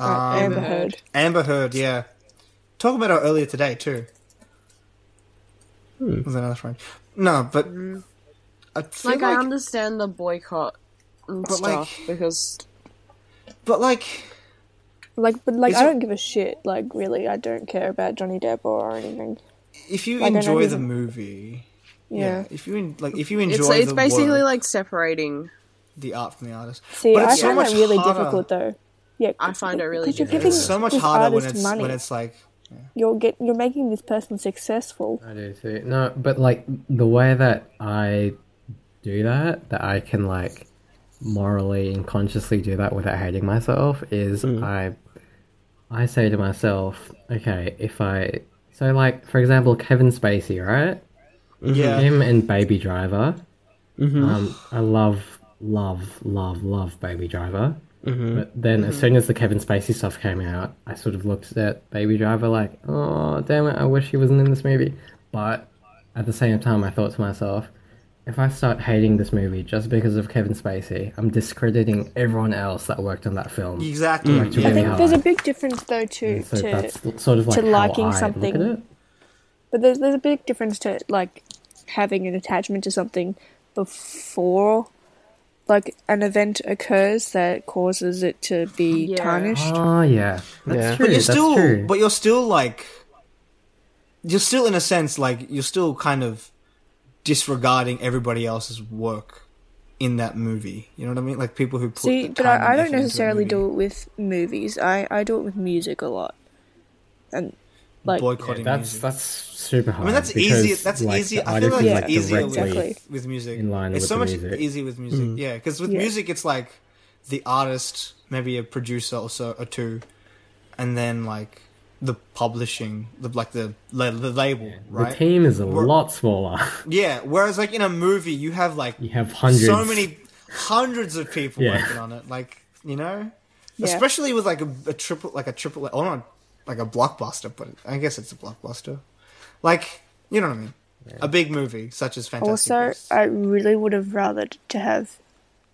Speaker 3: Ah,
Speaker 5: uh, Amber Heard.
Speaker 3: Amber Heard, yeah. Talk about her earlier today, too. Was another friend. No, but. I feel
Speaker 1: Mm. like,
Speaker 3: like,
Speaker 1: I understand the boycott and
Speaker 3: But, like-
Speaker 1: stuff because
Speaker 3: But, like,
Speaker 5: Like, but like,
Speaker 3: Is
Speaker 5: I
Speaker 3: it-
Speaker 5: don't give a shit. Like, really, I don't care about Johnny Depp or anything.
Speaker 3: if you
Speaker 5: Like, I know
Speaker 3: enjoy
Speaker 5: he's
Speaker 3: the
Speaker 5: a-
Speaker 3: movie.
Speaker 5: Yeah.
Speaker 3: If you en- like, if you enjoy
Speaker 1: it's it's
Speaker 3: the
Speaker 1: basically
Speaker 3: work,
Speaker 1: like separating.
Speaker 3: the art from the artist,
Speaker 5: See,
Speaker 3: but
Speaker 5: I
Speaker 3: it's so
Speaker 5: find
Speaker 3: much
Speaker 5: that really
Speaker 3: harder.
Speaker 5: difficult, though. Yeah,
Speaker 1: I find it really
Speaker 5: because you're
Speaker 1: difficult.
Speaker 5: giving
Speaker 3: It's so much
Speaker 5: this
Speaker 3: harder when
Speaker 5: artist
Speaker 3: it's
Speaker 5: money.
Speaker 3: when it's like
Speaker 5: You're get you're making this person successful.
Speaker 4: I do too. No, but like the way that I do that, that I can like morally and consciously do that without hating myself is I I say to myself, okay, if I so like for example Kevin Spacey, right? Mm-hmm.
Speaker 3: yeah,
Speaker 4: Him and Baby
Speaker 5: Mm-hmm.
Speaker 4: Driver. Um, I love, love, love, love Baby Driver.
Speaker 5: Mm-hmm.
Speaker 4: But then, as soon as the Kevin Spacey stuff came out, I sort of looked at Baby Driver like, oh, damn it, I wish he wasn't in this movie. But at the same time, I thought to myself, if I start hating this movie just because of Kevin Spacey, I'm discrediting everyone else that worked on that film.
Speaker 3: Exactly.
Speaker 5: I
Speaker 4: Really
Speaker 5: think there's a
Speaker 4: hard.
Speaker 5: big difference though too
Speaker 4: So
Speaker 5: to
Speaker 4: that's l- sort of like
Speaker 5: to
Speaker 4: how
Speaker 5: liking
Speaker 4: I Look
Speaker 5: something.
Speaker 4: at it.
Speaker 5: but there's there's a big difference to like having an attachment to something before like an event occurs that causes it to be
Speaker 1: Yeah.
Speaker 5: tarnished.
Speaker 4: Oh yeah, that's
Speaker 2: Yeah.
Speaker 4: true.
Speaker 3: But you're
Speaker 4: that's
Speaker 3: still,
Speaker 4: true.
Speaker 3: but you're still like, you're still in a sense like you're still kind of disregarding everybody else's work in that movie. You know what I mean? Like people who put
Speaker 5: See,
Speaker 3: the
Speaker 5: but
Speaker 3: time
Speaker 5: I,
Speaker 3: and
Speaker 5: I don't
Speaker 3: effort into a
Speaker 5: necessarily
Speaker 3: movie,
Speaker 5: do it with movies. I, I do it with music a lot, and like
Speaker 3: boycotting
Speaker 4: that's
Speaker 3: music.
Speaker 4: that's super hard.
Speaker 3: I mean, that's easy. That's easy. I feel like
Speaker 5: is,
Speaker 3: it's
Speaker 5: like,
Speaker 3: easier with,
Speaker 5: directly
Speaker 3: with music.
Speaker 4: in line
Speaker 3: it's
Speaker 4: with
Speaker 3: so
Speaker 4: the
Speaker 3: much
Speaker 4: music. Mm.
Speaker 3: easier with music. Yeah, because with
Speaker 5: Yeah.
Speaker 3: music, it's like the artist, maybe a producer or so or two, and then like the publishing, the like the la- the label, right?
Speaker 4: The team is a
Speaker 3: We're-
Speaker 4: lot smaller.
Speaker 3: Yeah. Whereas like in a movie, you have like
Speaker 4: you have hundreds.
Speaker 3: so many hundreds of people
Speaker 4: Yeah.
Speaker 3: working on it. Like you know,
Speaker 5: Yeah.
Speaker 3: especially with like a, a triple, like a triple, or not like a blockbuster, but I guess it's a blockbuster. Like you know what I mean? A big movie such as Fantastic.
Speaker 5: also uh,
Speaker 3: Beasts.
Speaker 5: I really would have rathered to have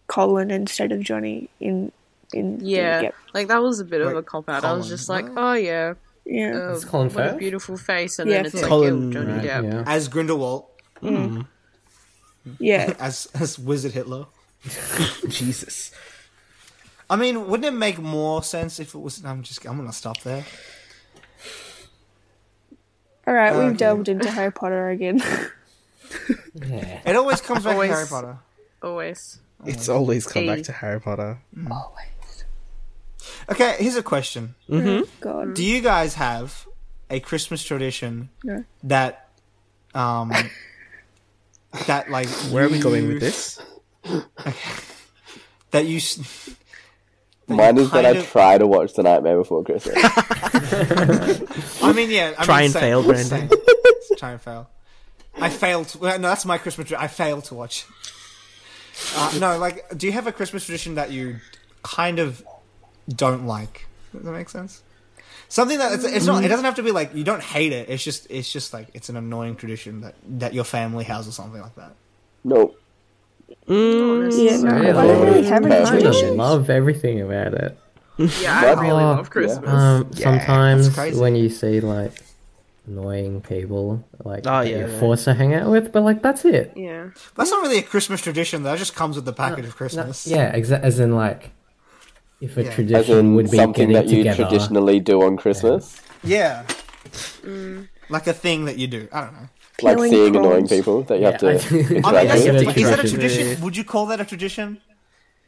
Speaker 5: Colin instead of Johnny in in
Speaker 1: Yeah,
Speaker 5: yep.
Speaker 1: like that was a bit of
Speaker 3: Like,
Speaker 1: a cop out. I
Speaker 3: Colin,
Speaker 1: was just like,
Speaker 3: what?
Speaker 1: oh yeah,
Speaker 5: yeah.
Speaker 1: oh,
Speaker 4: It's Colin
Speaker 1: what a
Speaker 4: Firth?
Speaker 1: beautiful face, and
Speaker 5: Yeah,
Speaker 1: then it's like,
Speaker 2: Colin,
Speaker 1: ew, Johnny
Speaker 4: Right,
Speaker 1: Depp.
Speaker 4: yeah.
Speaker 3: as Grindelwald,
Speaker 5: yeah.
Speaker 3: as as Wizard Hitler.
Speaker 2: Jesus.
Speaker 3: I mean, wouldn't it make more sense if it was? I'm just. I'm gonna stop there.
Speaker 5: All right, we've
Speaker 3: Okay.
Speaker 5: delved into Harry Potter again.
Speaker 4: Yeah.
Speaker 3: It always comes back
Speaker 1: Always.
Speaker 3: to Harry Potter.
Speaker 1: Always.
Speaker 2: It's always come back
Speaker 1: Hey.
Speaker 2: to Harry Potter.
Speaker 3: Okay, here's a question:
Speaker 5: God,
Speaker 3: Do you guys have a Christmas tradition
Speaker 5: No.
Speaker 3: that, um, that like
Speaker 2: Where are we going
Speaker 3: you-
Speaker 2: with this?
Speaker 3: That you. s-
Speaker 6: Mine is that
Speaker 3: kind
Speaker 6: I
Speaker 3: of-
Speaker 6: try to watch The Nightmare Before Christmas.
Speaker 3: I mean, yeah. I
Speaker 2: Try
Speaker 3: mean,
Speaker 2: and
Speaker 3: same-
Speaker 2: fail, Brandon.
Speaker 3: same. Try and fail. I failed. To, well, no, that's my Christmas. tra- I failed to watch. Uh, no, like, do you have a Christmas tradition that you kind of don't like? Does that make sense? Something that it's, it's not. It doesn't have to be like you don't hate it. It's just. It's just like it's an annoying tradition that that your family has or something like that.
Speaker 6: no.
Speaker 1: Mm.
Speaker 5: yeah, no,
Speaker 4: Really?
Speaker 5: I don't really have any
Speaker 6: Yeah.
Speaker 4: I
Speaker 5: traditions.
Speaker 4: love everything about it.
Speaker 1: Yeah,
Speaker 6: What?
Speaker 1: I really
Speaker 4: Oh,
Speaker 6: yeah.
Speaker 1: love Christmas.
Speaker 4: Um, sometimes
Speaker 3: That's crazy.
Speaker 4: when you see like annoying people, like
Speaker 2: Oh,
Speaker 4: that
Speaker 2: yeah,
Speaker 4: you're
Speaker 2: yeah.
Speaker 4: forced to hang out with, but like that's it.
Speaker 1: Yeah.
Speaker 3: That's not really a Christmas tradition. That just comes with the package of
Speaker 4: No,
Speaker 3: Christmas.
Speaker 4: yeah, exa- as in like if a
Speaker 3: Yeah. As
Speaker 6: As
Speaker 4: tradition
Speaker 6: in
Speaker 4: would be
Speaker 6: something
Speaker 4: getting
Speaker 6: that you
Speaker 4: together.
Speaker 6: traditionally do on Christmas.
Speaker 3: Yeah.
Speaker 4: Mm.
Speaker 3: Like a thing that you do. I don't know.
Speaker 6: Like
Speaker 5: Peeling
Speaker 6: seeing annoying
Speaker 5: prawns.
Speaker 6: people that you have
Speaker 4: Yeah, I
Speaker 6: to
Speaker 4: do. I mean,
Speaker 3: I mean,
Speaker 6: interact
Speaker 3: that's,
Speaker 4: Right.
Speaker 6: with.
Speaker 4: It's
Speaker 3: like, is that a
Speaker 4: tradition.
Speaker 3: tradition? Would you call that a tradition?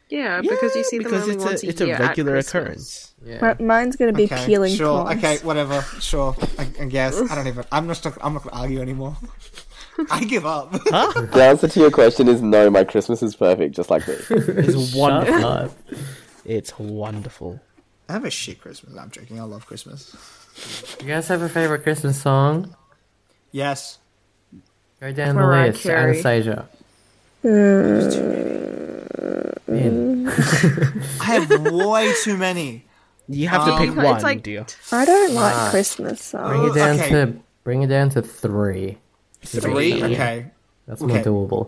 Speaker 1: Yeah, because you see them
Speaker 2: because
Speaker 1: only
Speaker 2: it's
Speaker 1: once
Speaker 2: a,
Speaker 1: a,
Speaker 2: it's a
Speaker 1: year at
Speaker 2: regular
Speaker 1: Christmas.
Speaker 2: occurrence.
Speaker 5: Mi- mine's gonna be peeling
Speaker 3: sure.
Speaker 5: prawns.
Speaker 3: Okay, whatever. Sure. I, I guess. I don't even. I'm just. Not, I'm not gonna argue anymore. I give up.
Speaker 6: The answer to your question is no, my Christmas is perfect, just like this.
Speaker 2: It's
Speaker 4: Shut
Speaker 2: wonderful.
Speaker 4: up.
Speaker 2: It's wonderful.
Speaker 3: I have a shit Christmas. I'm joking. I love Christmas.
Speaker 4: You guys have a favorite Christmas song?
Speaker 3: Yes.
Speaker 4: Go down
Speaker 1: Mariah
Speaker 4: the list.
Speaker 1: Carey.
Speaker 4: Anastasia.
Speaker 3: Mm.
Speaker 4: Man,
Speaker 3: I have way too many.
Speaker 2: You have to
Speaker 3: Um,
Speaker 2: pick
Speaker 1: it's
Speaker 2: one,
Speaker 1: like-
Speaker 2: do you?
Speaker 5: I don't like Christmas songs.
Speaker 4: Bring it down
Speaker 3: Okay.
Speaker 4: to bring it down to three.
Speaker 3: Three. Okay.
Speaker 4: That's
Speaker 3: Okay.
Speaker 4: more doable.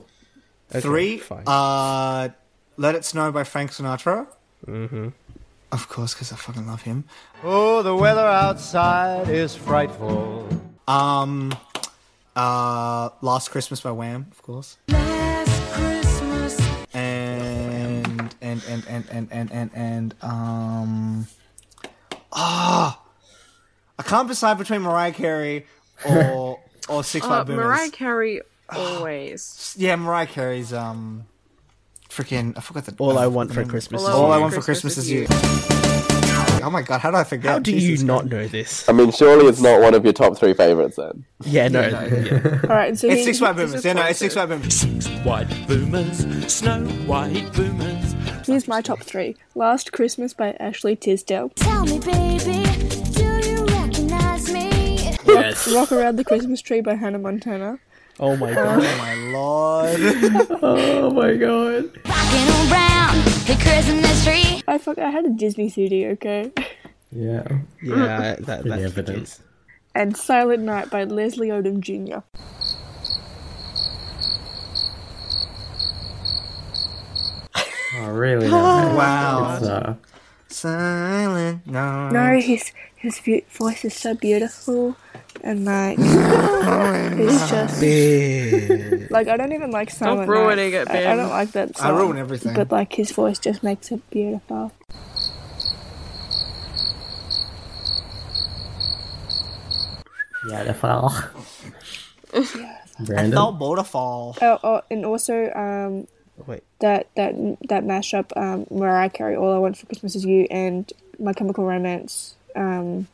Speaker 2: Okay,
Speaker 3: Three.
Speaker 2: fine.
Speaker 3: Uh, Let It Snow by Frank Sinatra. Mm-hmm. Of course, because I fucking love him.
Speaker 10: Oh, the weather outside is frightful.
Speaker 3: Um, uh, Last Christmas by Wham, of course.
Speaker 7: Last Christmas,
Speaker 3: and and and and and and and, and um ah I can't decide between Mariah Carey or or Six
Speaker 1: Uh,
Speaker 3: Five Boomers.
Speaker 1: Mariah Carey always.
Speaker 3: yeah, Mariah Carey's um freaking I forgot the
Speaker 2: All I
Speaker 3: uh,
Speaker 2: want
Speaker 3: the
Speaker 2: for
Speaker 3: name.
Speaker 2: Christmas
Speaker 1: All
Speaker 2: is
Speaker 1: I
Speaker 3: All I
Speaker 2: you.
Speaker 3: want for Christmas is you. Oh my god, how did I forget?
Speaker 2: How do you
Speaker 3: Jesus
Speaker 2: not know this?
Speaker 6: I mean, surely it's not one of your top three favorites then.
Speaker 2: Yeah, no. yeah.
Speaker 5: All right,
Speaker 3: Christ.
Speaker 5: so he-
Speaker 3: It's Six White Boomers. Yeah, no, it's Six White Boomers.
Speaker 10: White boomers, snow white boomers.
Speaker 5: here's my top three: "Last Christmas" by Ashley Tisdale,
Speaker 7: tell me, baby, do you recognize me?
Speaker 4: Yes.
Speaker 5: "Rock Around the Christmas Tree" by Hannah Montana,
Speaker 2: Oh my god.
Speaker 3: Oh my lord.
Speaker 4: Oh my god.
Speaker 7: Rocking around the Christmas tree.
Speaker 5: I fuck. I had a Disney CD, okay,
Speaker 4: Yeah.
Speaker 2: Yeah, that,
Speaker 4: Pretty
Speaker 2: that's
Speaker 4: evident.
Speaker 2: the
Speaker 5: and Silent Night by Leslie Odom Jr.
Speaker 4: Oh, really? nice.
Speaker 3: Wow.
Speaker 4: It's, uh,
Speaker 3: Silent. No.
Speaker 5: No, his his bu- voice is so beautiful, and like it's just
Speaker 2: case.
Speaker 5: like I don't even like Silent
Speaker 1: ruining
Speaker 5: Night.
Speaker 1: it,
Speaker 5: I, I
Speaker 1: Ben.
Speaker 5: don't like that
Speaker 3: I
Speaker 5: song.
Speaker 3: ruin everything.
Speaker 5: But like his voice just makes it beautiful.
Speaker 4: beautiful.
Speaker 3: I
Speaker 4: Brandon.
Speaker 3: felt beautiful.
Speaker 5: Oh, oh and also um
Speaker 2: Wait.
Speaker 5: that that that mashup um Mariah Carey All I Want for Christmas Is You and My Chemical Romance um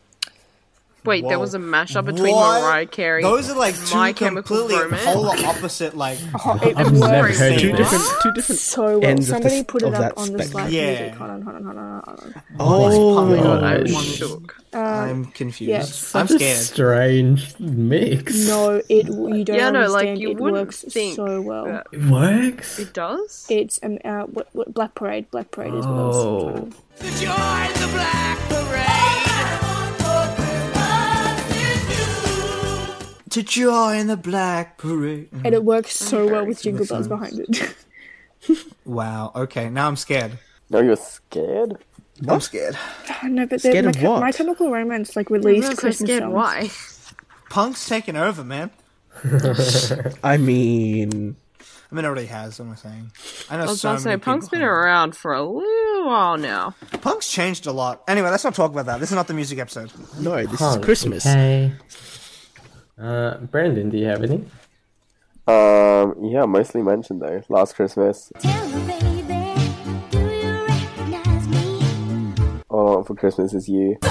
Speaker 1: Wait, there
Speaker 3: Whoa.
Speaker 1: was a mashup between
Speaker 3: What?
Speaker 1: Mariah Carey.
Speaker 3: Those are like
Speaker 1: My
Speaker 3: two
Speaker 1: Chemical
Speaker 3: completely
Speaker 1: Romance.
Speaker 3: polar opposite. Like,
Speaker 5: oh, it
Speaker 4: I've never
Speaker 5: works
Speaker 4: heard of
Speaker 2: Two
Speaker 1: What?
Speaker 4: this.
Speaker 2: different, two different.
Speaker 5: so well.
Speaker 2: ends of the
Speaker 5: Somebody
Speaker 2: s-
Speaker 5: put
Speaker 2: of
Speaker 5: it
Speaker 2: that
Speaker 5: up on the
Speaker 2: spectrum.
Speaker 5: slide
Speaker 3: Yeah.
Speaker 5: music. Hold on, hold on, hold on, hold on.
Speaker 2: Oh my god.
Speaker 4: I-
Speaker 1: I'm
Speaker 4: Nice.
Speaker 1: shook.
Speaker 3: I'm confused.
Speaker 5: yes.
Speaker 3: I'm
Speaker 4: Such a
Speaker 3: scared.
Speaker 4: strange mix.
Speaker 5: No, Oh, it you don't
Speaker 1: Yeah, no,
Speaker 5: understand.
Speaker 1: like you
Speaker 5: it
Speaker 1: wouldn't
Speaker 5: works
Speaker 1: think
Speaker 5: so well.
Speaker 1: that
Speaker 4: It works.
Speaker 1: it does.
Speaker 5: It's um uh, what, what Black Parade. Black Parade is what I was trying
Speaker 4: Oh.
Speaker 5: to-
Speaker 9: The joy of the black parade.
Speaker 3: To join the black parade.
Speaker 5: and it works so well with Jingle
Speaker 3: Makes
Speaker 5: Bells
Speaker 3: sense.
Speaker 5: behind it.
Speaker 3: Wow. Okay. Now I'm scared.
Speaker 6: No, you're scared?
Speaker 3: I'm scared.
Speaker 5: I know, but
Speaker 2: Scared
Speaker 5: my,
Speaker 2: of
Speaker 5: Chem-
Speaker 2: what?
Speaker 5: My Chemical Romance like
Speaker 1: I'm
Speaker 5: released
Speaker 1: not so
Speaker 5: Christmas
Speaker 1: scared.
Speaker 5: songs.
Speaker 1: Why?
Speaker 3: Punk's taking over, man.
Speaker 2: I mean,
Speaker 3: I mean, it already has. What am I saying? I know
Speaker 1: I was
Speaker 3: so
Speaker 1: about to
Speaker 3: many
Speaker 1: say, Punk's
Speaker 3: people-
Speaker 1: been around for a little while now.
Speaker 3: Punk's changed a lot. Anyway, let's not talk about that. This is not the music episode.
Speaker 2: no, this
Speaker 4: Punk,
Speaker 2: is Christmas.
Speaker 4: Okay. Uh, Brandon, do you have any?
Speaker 6: Um, yeah, mostly mentioned though. Last Christmas,
Speaker 7: Tell me, baby, do you recognize me?
Speaker 6: All I Want oh, for Christmas is You, uh,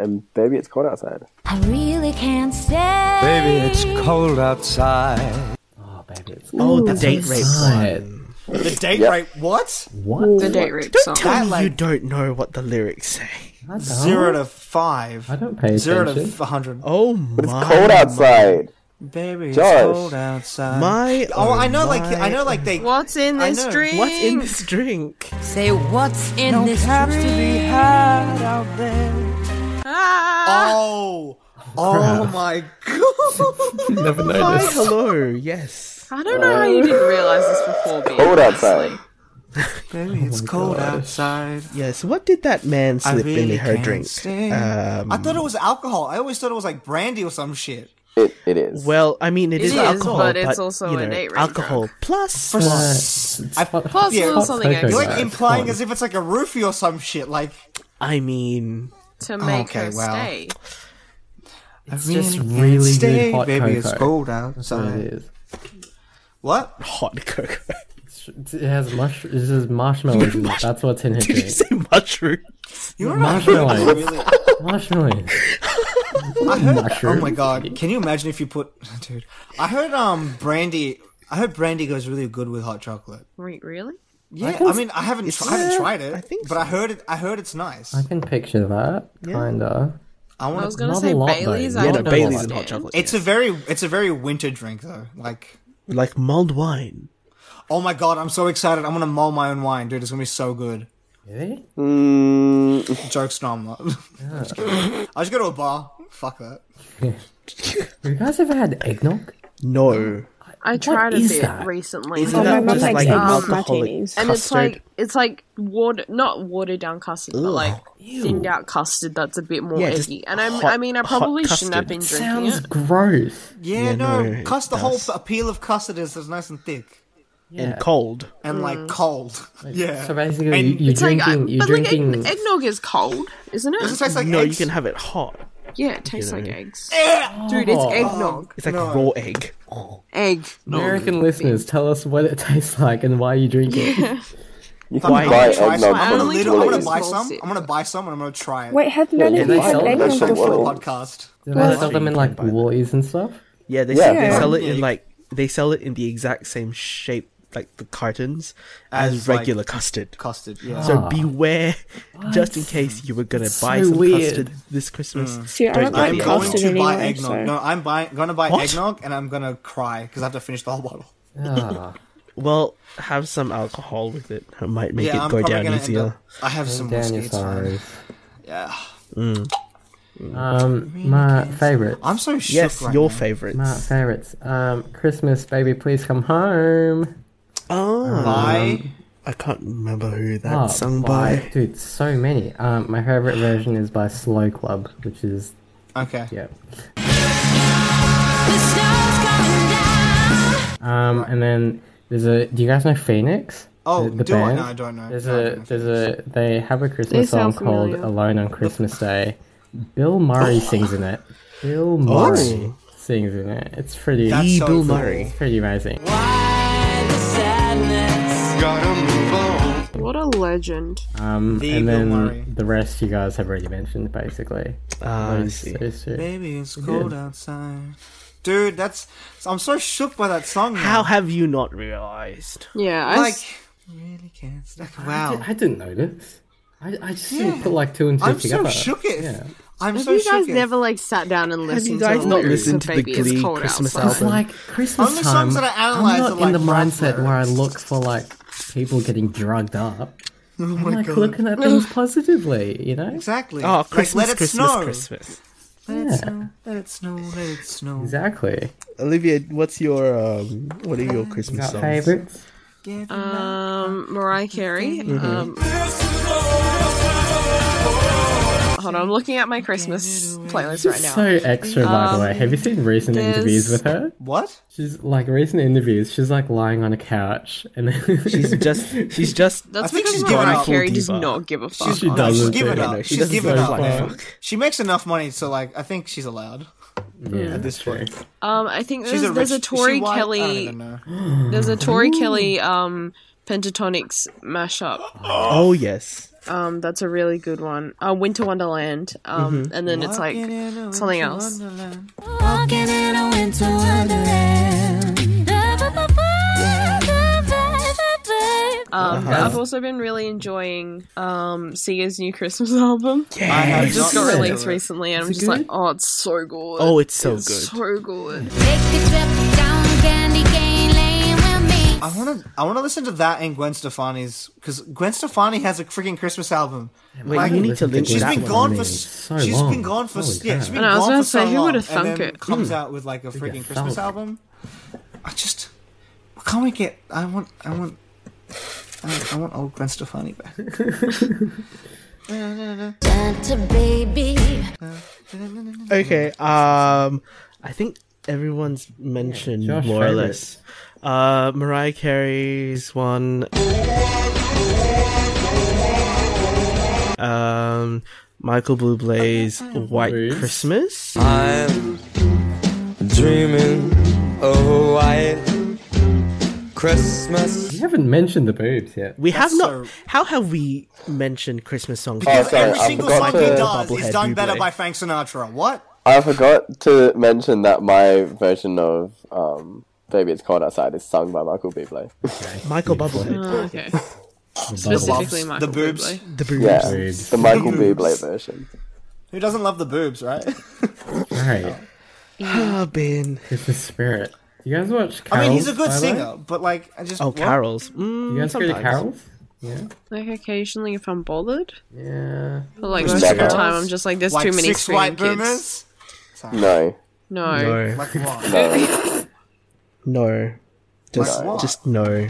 Speaker 6: and Baby It's Cold Outside.
Speaker 7: I really can't stay.
Speaker 10: Baby, it's cold outside.
Speaker 4: Oh, baby, it's
Speaker 2: Oh, the date rape
Speaker 4: Right.
Speaker 2: one.
Speaker 3: The date
Speaker 6: Yep.
Speaker 3: rate. What?
Speaker 4: What?
Speaker 1: The date rape song.
Speaker 2: Tell me
Speaker 3: like-
Speaker 2: you don't know what the lyrics say.
Speaker 4: I don't-
Speaker 3: Zero to five.
Speaker 4: I don't pay
Speaker 3: Zero to
Speaker 4: attention.
Speaker 3: f- 100.
Speaker 2: Oh my.
Speaker 6: But it's cold outside.
Speaker 3: Baby, it's
Speaker 6: Josh.
Speaker 3: cold outside.
Speaker 2: My.
Speaker 3: oh, I know, like,
Speaker 2: my-
Speaker 3: I know, like, they.
Speaker 1: What's in
Speaker 3: I
Speaker 1: this
Speaker 3: know.
Speaker 1: dream?
Speaker 2: What's in this drink?
Speaker 9: Say what's in this
Speaker 3: Oh! Oh my god!
Speaker 4: Never
Speaker 2: Hi,
Speaker 4: noticed.
Speaker 2: hello. Yes.
Speaker 1: I don't know how
Speaker 2: Uh,
Speaker 1: you didn't realize this before, Ben.
Speaker 6: Cold outside.
Speaker 1: honestly.
Speaker 3: Baby, it's
Speaker 4: Oh
Speaker 3: cold outside.
Speaker 2: Yes. What did that man
Speaker 3: I
Speaker 2: slip
Speaker 3: really
Speaker 2: in her
Speaker 3: can't
Speaker 2: drink?
Speaker 3: stay.
Speaker 2: Um,
Speaker 3: I thought it was alcohol. I always thought it was like brandy or some shit.
Speaker 6: It, it is.
Speaker 2: Well, I mean, it
Speaker 1: It
Speaker 2: is,
Speaker 1: is,
Speaker 2: alcohol,
Speaker 1: but it's also
Speaker 2: you
Speaker 1: an
Speaker 2: know,
Speaker 1: eight-ray
Speaker 2: alcohol plus.
Speaker 4: Plus,
Speaker 3: I-
Speaker 1: Plus Oh, a
Speaker 3: Yeah.
Speaker 1: little something
Speaker 4: Okay.
Speaker 3: You're
Speaker 1: extra
Speaker 3: like
Speaker 4: Yeah,
Speaker 3: implying
Speaker 4: come on.
Speaker 3: as if it's like a roofie or some shit. Like
Speaker 2: I mean,
Speaker 1: to make
Speaker 3: okay,
Speaker 1: her
Speaker 3: wow.
Speaker 1: stay.
Speaker 3: it's
Speaker 4: just really good hot
Speaker 3: baby. It's
Speaker 4: cocoa.
Speaker 3: cold
Speaker 4: it
Speaker 3: outside.
Speaker 4: is.
Speaker 3: What?
Speaker 2: hot cocoa.
Speaker 4: It's- It has mush. It has marshmallows. in it. That's what's in
Speaker 2: Did you
Speaker 4: it.
Speaker 2: say mushroom?
Speaker 3: You're not
Speaker 4: Marshmallows.
Speaker 3: really.
Speaker 4: marshmallows.
Speaker 3: I heard,
Speaker 4: Mushroom.
Speaker 3: Oh my god! Can you imagine if you put, dude? I heard um brandy. I heard brandy goes really good with hot chocolate.
Speaker 1: Wait, really?
Speaker 3: Yeah, I, mean, I haven't, tr- I haven't tried it.
Speaker 2: I think
Speaker 3: but I heard it. I heard it's nice.
Speaker 4: I can picture that. Kinda.
Speaker 3: I
Speaker 1: I
Speaker 3: want
Speaker 1: was
Speaker 3: to.
Speaker 1: gonna
Speaker 4: Not a
Speaker 1: say
Speaker 4: lot, though.
Speaker 1: Bailey's.
Speaker 4: Yeah,
Speaker 1: I
Speaker 4: no,
Speaker 1: don't
Speaker 4: Baileys
Speaker 2: and hot
Speaker 1: understand.
Speaker 2: chocolate.
Speaker 3: It's a very, it's a very winter drink though. Like,
Speaker 2: like mulled wine.
Speaker 3: oh my god, I'm so excited! I'm gonna mull my own wine, dude. It's gonna be so good.
Speaker 4: Really?
Speaker 6: Mm,
Speaker 3: Jokes, no, I'm not. I just go to a bar. Fuck that.
Speaker 4: Have you guys ever had eggnog?
Speaker 2: No,
Speaker 1: I tried a
Speaker 4: is
Speaker 1: bit
Speaker 4: that?
Speaker 1: recently.
Speaker 2: isn't
Speaker 5: Oh,
Speaker 2: that
Speaker 5: my mum
Speaker 2: just
Speaker 5: makes
Speaker 2: like an
Speaker 5: eggnog
Speaker 2: alcoholic
Speaker 5: martinis.
Speaker 2: custard?
Speaker 1: and it's like it's like water, not watered down custard, but like thinned out custard that's a bit more
Speaker 2: Yeah, just
Speaker 1: eggy. And I'm,
Speaker 2: hot-
Speaker 1: I mean, I
Speaker 2: hot
Speaker 1: probably shouldn't have
Speaker 2: custard.
Speaker 1: been drinking
Speaker 4: Sounds
Speaker 1: it.
Speaker 4: gross.
Speaker 3: Yeah,
Speaker 2: Yeah,
Speaker 3: no,
Speaker 2: no, it
Speaker 3: custard. The whole
Speaker 2: does.
Speaker 3: appeal of custard is it's nice and thick
Speaker 2: and cold.
Speaker 3: and like cold. yeah.
Speaker 4: So basically,
Speaker 3: And
Speaker 4: you, you're
Speaker 1: It's like, I,
Speaker 4: drinking. you're
Speaker 1: but like egg-
Speaker 4: drinking.
Speaker 1: eggnog is cold, isn't
Speaker 3: Does it
Speaker 1: it?
Speaker 3: taste like
Speaker 2: no,
Speaker 3: eggs?
Speaker 2: you can have it hot.
Speaker 1: Yeah, it tastes like eggs. Dude,
Speaker 3: Oh.
Speaker 1: it's eggnog.
Speaker 2: It's like raw egg.
Speaker 1: Egg.
Speaker 4: American listeners, tell us what it tastes like and why you drink it.
Speaker 6: you can
Speaker 2: Why-
Speaker 6: buy
Speaker 3: I'm gonna try some.
Speaker 6: eggnog
Speaker 3: I'm
Speaker 6: for
Speaker 3: gonna,
Speaker 1: only
Speaker 3: literally-
Speaker 6: little
Speaker 1: try
Speaker 3: I'm
Speaker 6: it
Speaker 3: gonna
Speaker 6: is.
Speaker 3: buy
Speaker 1: small
Speaker 3: some.
Speaker 1: sip.
Speaker 3: I'm gonna buy some and I'm gonna try it.
Speaker 5: Wait, have none of
Speaker 4: they
Speaker 5: you
Speaker 4: sell
Speaker 5: had
Speaker 4: that
Speaker 5: eggnog
Speaker 6: shit
Speaker 5: before?
Speaker 3: for the
Speaker 6: Well-
Speaker 3: podcast.
Speaker 4: Do they sell
Speaker 2: sure
Speaker 4: them
Speaker 2: you
Speaker 4: in
Speaker 2: can
Speaker 4: like
Speaker 2: buy that.
Speaker 4: Woolies and stuff?
Speaker 2: Yeah, they
Speaker 6: Yeah.
Speaker 2: Sell, they
Speaker 6: Yeah.
Speaker 2: sell it in like they sell it in the exact same shape like the cartons as,
Speaker 3: As, like,
Speaker 2: regular custard.
Speaker 3: Custard. Yeah.
Speaker 2: So beware, just in case you were gonna buy
Speaker 4: so
Speaker 2: some
Speaker 4: weird.
Speaker 2: custard this Christmas.
Speaker 3: Hmm.
Speaker 5: See, I'm
Speaker 2: Don't
Speaker 5: not
Speaker 2: buy
Speaker 5: buying
Speaker 3: I'm
Speaker 2: the
Speaker 3: going
Speaker 5: custard
Speaker 3: to
Speaker 5: anymore.
Speaker 3: buy eggnog.
Speaker 5: so-
Speaker 3: No, I'm buying. Going to buy
Speaker 2: What?
Speaker 3: eggnog, and I'm gonna cry because I have to finish the whole bottle.
Speaker 4: Ah,
Speaker 2: Well, have some alcohol with it. It might make
Speaker 3: yeah,
Speaker 2: it
Speaker 3: I'm
Speaker 2: go
Speaker 3: probably
Speaker 2: down
Speaker 3: gonna end
Speaker 2: easier.
Speaker 3: up. I have some
Speaker 4: down
Speaker 3: whiskey.
Speaker 4: your
Speaker 3: It's fine.
Speaker 4: sorrows.
Speaker 3: Yeah.
Speaker 4: Um, my favorites.
Speaker 3: I'm so shook
Speaker 2: Yes,
Speaker 3: right
Speaker 2: your
Speaker 3: now.
Speaker 2: favorites.
Speaker 4: My favorites. Um, Christmas, baby, please come home.
Speaker 2: Oh,
Speaker 3: Why?
Speaker 2: I can't remember who
Speaker 4: Ah,
Speaker 2: that's sung by.
Speaker 4: dude, so many. Um, my favorite version is by Slow Club, which is
Speaker 3: okay.
Speaker 4: yeah.
Speaker 7: The snow's coming down.
Speaker 4: Um, and then there's a. Do you guys know Phoenix?
Speaker 3: Oh,
Speaker 4: the, the
Speaker 3: do I?
Speaker 4: band.
Speaker 3: No, I don't know.
Speaker 4: There's
Speaker 3: No, I
Speaker 4: a.
Speaker 3: don't know.
Speaker 4: There's a. They have a
Speaker 1: They
Speaker 4: Christmas song
Speaker 1: sound
Speaker 4: called
Speaker 1: familiar.
Speaker 4: "Alone on Christmas Day." Bill Murray sings in it. Bill Murray sings in it. It's pretty.
Speaker 3: Oh. That's
Speaker 2: E.
Speaker 3: so
Speaker 2: Bill
Speaker 3: cool.
Speaker 2: Murray.
Speaker 4: It's pretty amazing.
Speaker 1: What a legend.
Speaker 4: Um,
Speaker 3: The
Speaker 4: and
Speaker 3: Bill
Speaker 4: then
Speaker 3: Murray.
Speaker 4: the rest you guys have already mentioned, basically.
Speaker 2: Ah, I
Speaker 4: Those-
Speaker 2: see.
Speaker 4: those two.
Speaker 3: Baby, it's cold outside. Dude, that's. I'm so shook by that song.
Speaker 2: How
Speaker 3: now.
Speaker 2: have you not realized?
Speaker 1: Yeah, I
Speaker 3: Like.
Speaker 1: s-
Speaker 3: Really can't. Like,
Speaker 4: I,
Speaker 3: wow.
Speaker 4: di- I didn't notice. I, I just didn't put like two and 2
Speaker 3: I'm so
Speaker 4: together.
Speaker 3: shook it.
Speaker 4: Yeah.
Speaker 3: I'm
Speaker 1: have
Speaker 3: so
Speaker 1: you
Speaker 3: shook
Speaker 1: guys
Speaker 3: it.
Speaker 1: never like sat down and
Speaker 2: Have you
Speaker 1: listened?
Speaker 2: guys
Speaker 1: to the
Speaker 2: not
Speaker 1: lyrics
Speaker 2: listened
Speaker 1: of
Speaker 2: to the
Speaker 1: Baby, It's
Speaker 2: Glee
Speaker 1: cold
Speaker 2: Christmas
Speaker 1: outside?
Speaker 4: It's
Speaker 2: album?
Speaker 4: like Christmas
Speaker 3: Only
Speaker 4: time.
Speaker 3: songs that I
Speaker 4: I'm
Speaker 3: analyze
Speaker 4: not
Speaker 3: are,
Speaker 4: in
Speaker 3: like,
Speaker 4: the
Speaker 3: rough
Speaker 4: mindset where I
Speaker 3: lyrics.
Speaker 4: look for like people getting drugged up.
Speaker 3: Oh
Speaker 4: I'm
Speaker 3: my
Speaker 4: like
Speaker 3: god.
Speaker 4: looking at things positively, you know.
Speaker 3: Exactly.
Speaker 2: Oh,
Speaker 3: Like,
Speaker 2: Christmas,
Speaker 3: let it
Speaker 2: Christmas,
Speaker 3: snow.
Speaker 2: Christmas.
Speaker 3: Let it snow. Let it snow. Let it snow.
Speaker 4: Exactly.
Speaker 2: Olivia, what's your um, what are your Christmas
Speaker 4: Got
Speaker 2: songs?
Speaker 4: favorites?
Speaker 3: Give me
Speaker 1: Um, Mariah Carey.
Speaker 3: Mm-hmm.
Speaker 1: Um, hold on, I'm looking at my Christmas playlist right now.
Speaker 4: So extra, by the way. Have you seen recent interviews with her?
Speaker 3: What?
Speaker 4: She's like recent interviews. She's like lying on a couch, and then
Speaker 2: She's just she's just
Speaker 1: That's
Speaker 3: think
Speaker 1: because
Speaker 3: she's given
Speaker 1: Mariah
Speaker 3: up.
Speaker 1: Carey
Speaker 2: Full
Speaker 1: does
Speaker 2: diva.
Speaker 1: not give a fuck.
Speaker 4: she
Speaker 1: on
Speaker 4: does.
Speaker 3: She's
Speaker 4: doesn't
Speaker 3: given
Speaker 4: do it.
Speaker 3: up.
Speaker 4: No, she
Speaker 3: She's
Speaker 4: doesn't
Speaker 3: given
Speaker 4: do
Speaker 3: up.
Speaker 4: it.
Speaker 3: man. She makes enough money, so like I think she's allowed.
Speaker 4: yeah, at this point.
Speaker 1: Um, I think
Speaker 3: She's
Speaker 1: there's,
Speaker 3: a rich.
Speaker 1: there's a
Speaker 3: is she
Speaker 1: Tori
Speaker 3: white? I don't
Speaker 1: Kelly.
Speaker 3: even know.
Speaker 1: There's a Tori Kelly um Pentatonics mashup.
Speaker 2: oh yes.
Speaker 1: Um, that's a really good one. Uh, Winter Wonderland. Um,
Speaker 2: Mm-hmm.
Speaker 1: and then it's like something else. Um,
Speaker 7: Walking in a winter wonderland.
Speaker 1: Um, but
Speaker 2: Uh-huh.
Speaker 1: I've also been really enjoying um Sia's new Christmas album.
Speaker 3: I have
Speaker 1: It just
Speaker 3: not
Speaker 1: got
Speaker 3: listened to
Speaker 1: released
Speaker 3: it.
Speaker 1: recently, and I'm
Speaker 4: Is it
Speaker 1: just like,
Speaker 4: good?
Speaker 1: oh, it's so good.
Speaker 2: Oh, it's so
Speaker 1: It's
Speaker 2: good.
Speaker 1: so good.
Speaker 7: Take a trip down Candy Cane Lane with me.
Speaker 3: I want to. I want to listen to that and Gwen Stefani's because Gwen Stefani has a freaking Christmas album.
Speaker 2: Wait, you need to link
Speaker 4: She's
Speaker 3: She's
Speaker 2: that
Speaker 3: been
Speaker 2: one.
Speaker 3: gone
Speaker 4: I
Speaker 3: for.
Speaker 4: mean,
Speaker 3: So
Speaker 4: so
Speaker 3: has
Speaker 4: long.
Speaker 3: been gone for.
Speaker 4: Holy
Speaker 3: yeah, she's
Speaker 4: cow.
Speaker 3: been
Speaker 1: I know, I was
Speaker 3: gone
Speaker 1: gonna
Speaker 3: for so
Speaker 1: say, who
Speaker 3: long,
Speaker 1: would've
Speaker 3: and
Speaker 1: thunk
Speaker 3: then
Speaker 1: it?
Speaker 3: Comes
Speaker 2: Hmm.
Speaker 3: out with like a
Speaker 4: a
Speaker 3: freaking Christmas
Speaker 4: thunk.
Speaker 3: album. I just. Can't we get? I want. I want. I want, I want old Gwen Stefani back.
Speaker 7: Santa baby.
Speaker 2: Okay. Um, I think everyone's mentioned
Speaker 4: Josh
Speaker 2: more or
Speaker 4: favorites.
Speaker 2: less. Uh, Mariah Carey's one. Um, Michael Bublé's
Speaker 3: Oh,
Speaker 2: White
Speaker 4: Blue's.
Speaker 2: Christmas.
Speaker 3: Uh,
Speaker 9: I'm dreaming of a white Christmas.
Speaker 4: You haven't mentioned the boobs yet.
Speaker 2: We have
Speaker 3: That's
Speaker 2: not.
Speaker 3: so-
Speaker 2: How have we mentioned Christmas songs?
Speaker 3: Because
Speaker 6: sorry,
Speaker 3: every
Speaker 6: I
Speaker 3: single
Speaker 6: forgot
Speaker 3: song he does
Speaker 6: to-
Speaker 3: is
Speaker 2: Bubblehead
Speaker 3: done
Speaker 2: Buble.
Speaker 3: better by Frank Sinatra. What?
Speaker 6: I forgot to mention that my version of um, Baby It's Cold Outside is sung by Michael Bublé.
Speaker 2: Michael Bublé,
Speaker 1: Oh, okay.
Speaker 4: Bubble.
Speaker 1: Specifically, Michael
Speaker 3: The boobs.
Speaker 1: Bublé.
Speaker 2: the Boobs.
Speaker 6: Yeah,
Speaker 4: Boobs.
Speaker 6: the Michael Bublé version.
Speaker 3: Who doesn't love the boobs, right?
Speaker 4: All right,
Speaker 2: Ah, Ben.
Speaker 4: it's the spirit. Do you guys watch?
Speaker 3: I
Speaker 4: Carols,
Speaker 3: mean, he's a good
Speaker 4: by the way?
Speaker 3: singer, but like, I just
Speaker 2: Oh,
Speaker 3: what?
Speaker 2: carols. Mm,
Speaker 4: You guys go to
Speaker 2: sometimes.
Speaker 4: Carols? Yeah.
Speaker 1: Like occasionally, if I'm bothered,
Speaker 4: Yeah.
Speaker 1: but like most of the time, I'm just like, there's
Speaker 3: Like
Speaker 1: too many
Speaker 3: six
Speaker 1: screaming
Speaker 3: white
Speaker 1: kids.
Speaker 3: boomers.
Speaker 6: No,
Speaker 1: No.
Speaker 2: No,
Speaker 3: Like what?
Speaker 6: no.
Speaker 2: no, just,
Speaker 3: Like what?
Speaker 2: just no.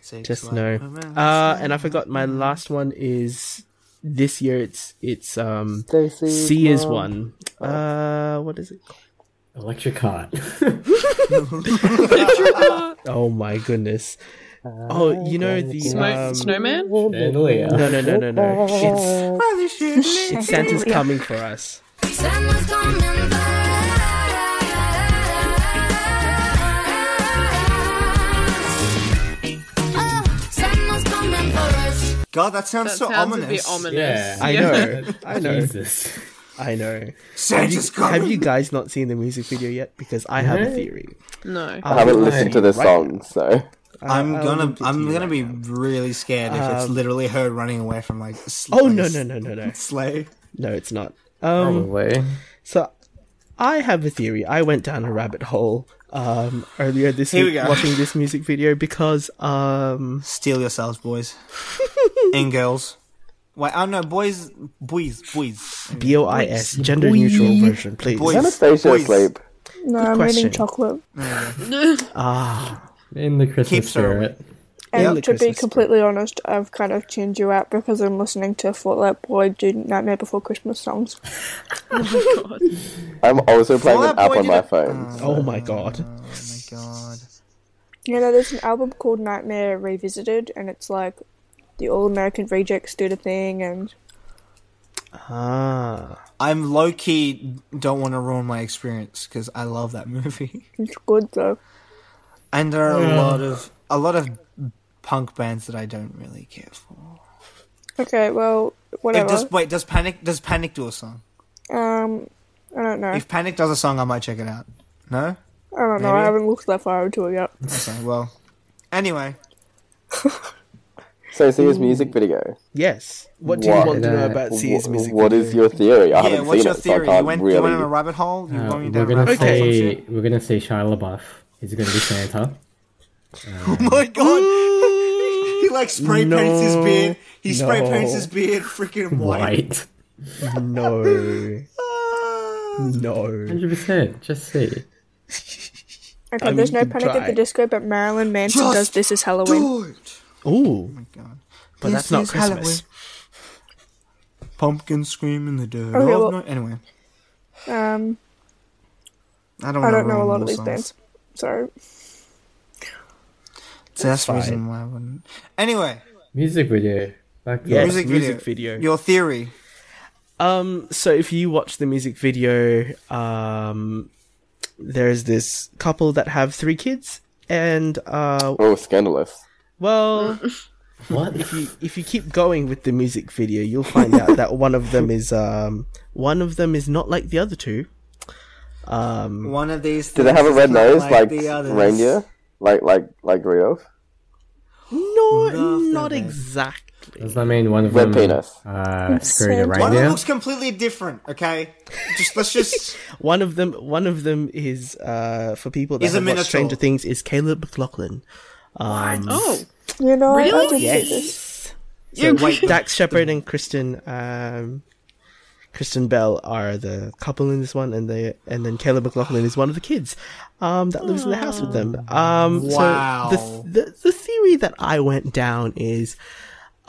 Speaker 3: Six
Speaker 2: just
Speaker 3: white
Speaker 2: no.
Speaker 3: boomers.
Speaker 2: Uh, and I forgot my last one is this year. It's it's um C is one. Uh, what is it? called?
Speaker 4: Electric Heart.
Speaker 2: Oh my goodness. Oh, you know the
Speaker 1: Smoke
Speaker 2: um,
Speaker 1: Snowman.
Speaker 4: Chandelier.
Speaker 2: no no no no no. It's
Speaker 3: Holy shit.
Speaker 2: it's Santa's coming for us.
Speaker 7: Santa's coming back. Oh, Santa's coming for us.
Speaker 3: God, that sounds
Speaker 1: That
Speaker 3: so
Speaker 1: sounds
Speaker 3: ominous.
Speaker 1: a bit ominous.
Speaker 4: Yeah.
Speaker 2: I know. I know.
Speaker 4: Jesus.
Speaker 2: I know.
Speaker 3: Santa's coming.
Speaker 2: Have you guys not seen the music video yet? Because I have a
Speaker 4: No.
Speaker 2: theory.
Speaker 1: No.
Speaker 6: I haven't listened to the
Speaker 2: Right.
Speaker 6: song, so
Speaker 3: I'm
Speaker 2: I
Speaker 3: gonna
Speaker 2: wouldn't be
Speaker 3: I'm
Speaker 2: to you
Speaker 3: gonna
Speaker 2: right
Speaker 3: be
Speaker 2: now. Um,
Speaker 3: really scared if it's literally her running away from like. Sl-
Speaker 2: Oh
Speaker 3: like
Speaker 2: no
Speaker 3: s-
Speaker 2: no no no no
Speaker 3: Slay.
Speaker 2: no! It's not. Um,
Speaker 4: Probably.
Speaker 2: so I have a theory. I went down a rabbit hole um earlier this
Speaker 3: Here we
Speaker 2: week
Speaker 3: go.
Speaker 2: watching this music video because um
Speaker 3: Steal yourselves, boys and girls. Wait, oh no, boys, boys, boys.
Speaker 2: B O I S gender neutral version, please.
Speaker 3: Boys.
Speaker 6: Anastasia
Speaker 3: Boys.
Speaker 6: asleep.
Speaker 5: No, I'm
Speaker 2: question.
Speaker 5: reading chocolate.
Speaker 4: In the Christmas
Speaker 3: Keeps her
Speaker 4: spirit.
Speaker 5: And
Speaker 2: the
Speaker 5: to be
Speaker 2: Christmas
Speaker 5: completely honest, I've kind of tuned you out because I'm listening to Fallout Boy do Nightmare Before Christmas songs.
Speaker 6: I'm also playing
Speaker 3: Fallout
Speaker 6: an app
Speaker 3: Boy
Speaker 6: on
Speaker 3: did
Speaker 6: my
Speaker 3: it-
Speaker 6: phone.
Speaker 2: Oh my god.
Speaker 3: Oh my god.
Speaker 5: You know, there's an album called Nightmare Revisited, and it's like the All American Rejects did a thing, and
Speaker 2: Ah.
Speaker 3: I'm low key don't want to ruin my experience because I love that movie,
Speaker 5: it's good though.
Speaker 3: and there are
Speaker 2: Mm.
Speaker 3: a lot of a lot of punk bands that I don't really care for.
Speaker 5: Okay, well,
Speaker 3: It
Speaker 5: whatever.
Speaker 3: does wait, does Panic does Panic do a song?
Speaker 5: Um, I don't know.
Speaker 3: If Panic does a song, I might check it out. No,
Speaker 5: I don't know.
Speaker 3: maybe.
Speaker 5: I haven't looked that far into it yet.
Speaker 3: okay, well, anyway,
Speaker 6: So, see his music video.
Speaker 2: Yes. What do
Speaker 6: What?
Speaker 2: you want to know about
Speaker 6: Wh-
Speaker 2: Sia's music?
Speaker 6: what
Speaker 2: video?
Speaker 6: is your theory? I
Speaker 3: yeah,
Speaker 6: haven't
Speaker 3: what's
Speaker 6: seen
Speaker 3: your
Speaker 6: it, so I
Speaker 3: theory?
Speaker 6: can't
Speaker 3: you went
Speaker 6: really.
Speaker 3: you went on a rabbit hole. You're
Speaker 4: Uh,
Speaker 3: going
Speaker 4: we're
Speaker 3: down a
Speaker 4: gonna
Speaker 3: rabbit hole. or some
Speaker 4: see
Speaker 3: shit?
Speaker 4: we're gonna see Shia LaBeouf. He's gonna be Santa.
Speaker 3: Oh my god! he like spray paints his beard. He spray
Speaker 2: No.
Speaker 3: paints his beard freaking white.
Speaker 4: White.
Speaker 2: No. No.
Speaker 4: Hundred percent. Just see.
Speaker 5: Okay,
Speaker 2: mean,
Speaker 5: there's
Speaker 2: you
Speaker 5: no
Speaker 2: can
Speaker 5: Panic at
Speaker 2: try.
Speaker 5: the Disco, but Marilyn Manson
Speaker 3: Just
Speaker 5: does This Is Halloween.
Speaker 3: Dude,
Speaker 2: Ooh.
Speaker 3: Oh God.
Speaker 2: But that's not Christmas.
Speaker 3: Pumpkin scream in the dirt.
Speaker 5: Okay,
Speaker 3: Oh,
Speaker 5: well-
Speaker 3: no- Anyway,
Speaker 5: Um,
Speaker 3: I don't.
Speaker 5: I
Speaker 3: wanna
Speaker 5: don't know a
Speaker 3: ruin more
Speaker 5: lot of these
Speaker 3: songs.
Speaker 5: bands. Sorry.
Speaker 3: So that's the
Speaker 2: fine.
Speaker 3: reason why I wouldn't. Anyway,
Speaker 4: Music video. Like
Speaker 2: Yes,
Speaker 4: that.
Speaker 3: music,
Speaker 2: music
Speaker 3: video.
Speaker 2: video.
Speaker 3: Your theory.
Speaker 2: Um, so if you watch the music video, um, there's this couple that have three kids, and uh,
Speaker 6: Oh, scandalous.
Speaker 2: well,
Speaker 4: What?
Speaker 2: if you if you keep going with the music video, you'll find out that one of them is um, one of them is not like the other two.
Speaker 3: One of these.
Speaker 6: Do they have a red nose like, reindeer? Like like like Rudolph?
Speaker 2: No,
Speaker 3: Nothing,
Speaker 2: not
Speaker 3: babe.
Speaker 2: exactly.
Speaker 4: Does that mean one of
Speaker 6: Red
Speaker 4: them
Speaker 6: penis.
Speaker 4: uh screwed a
Speaker 5: Santa.
Speaker 3: One of them
Speaker 4: reindeer?
Speaker 3: looks completely different. Okay, just let's just.
Speaker 2: One of them, one of them is uh, for people that
Speaker 3: Is a
Speaker 2: have watched
Speaker 3: minotaur.
Speaker 2: Stranger Things is Caleb McLaughlin.
Speaker 1: Oh,
Speaker 5: You know, I- I
Speaker 1: Really?
Speaker 5: did
Speaker 2: Yes.
Speaker 5: see this.
Speaker 1: you
Speaker 3: wait,
Speaker 2: Dax Shepard and Kristen um, Kristen Bell are the couple in this one, and they and then Caleb McLaughlin is one of the kids um, that lives in the house with them. Um,
Speaker 3: Wow.
Speaker 2: So the, the the theory that I went down is,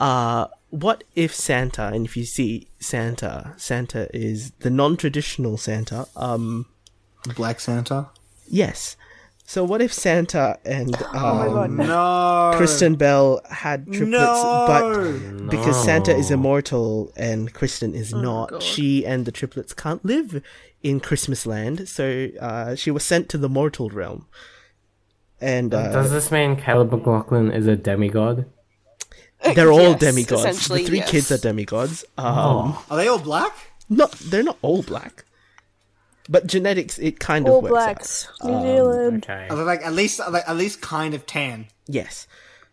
Speaker 2: uh, what if Santa? And if you see Santa, Santa is the non-traditional Santa. Um,
Speaker 3: Black Santa.
Speaker 2: yes. So what if Santa and
Speaker 5: Oh
Speaker 2: um,
Speaker 3: No.
Speaker 2: Kristen Bell had triplets,
Speaker 3: No.
Speaker 2: but because Santa is immortal and Kristen is not, she and the triplets can't live in Christmas land, so uh, she was sent to the mortal realm. And uh,
Speaker 4: Does this mean Caleb McLaughlin is a demigod?
Speaker 2: they're all
Speaker 1: Yes,
Speaker 2: demigods. The
Speaker 1: essentially,
Speaker 2: three
Speaker 1: yes.
Speaker 2: kids are demigods. Um,
Speaker 3: Are they all black?
Speaker 2: Not they're not all black, but genetics it kind
Speaker 5: All
Speaker 2: of works. out.
Speaker 5: blacks,
Speaker 2: Um,
Speaker 5: New Zealand.
Speaker 4: Okay.
Speaker 3: Are they like at least are they at least kind of tan?
Speaker 2: Yes.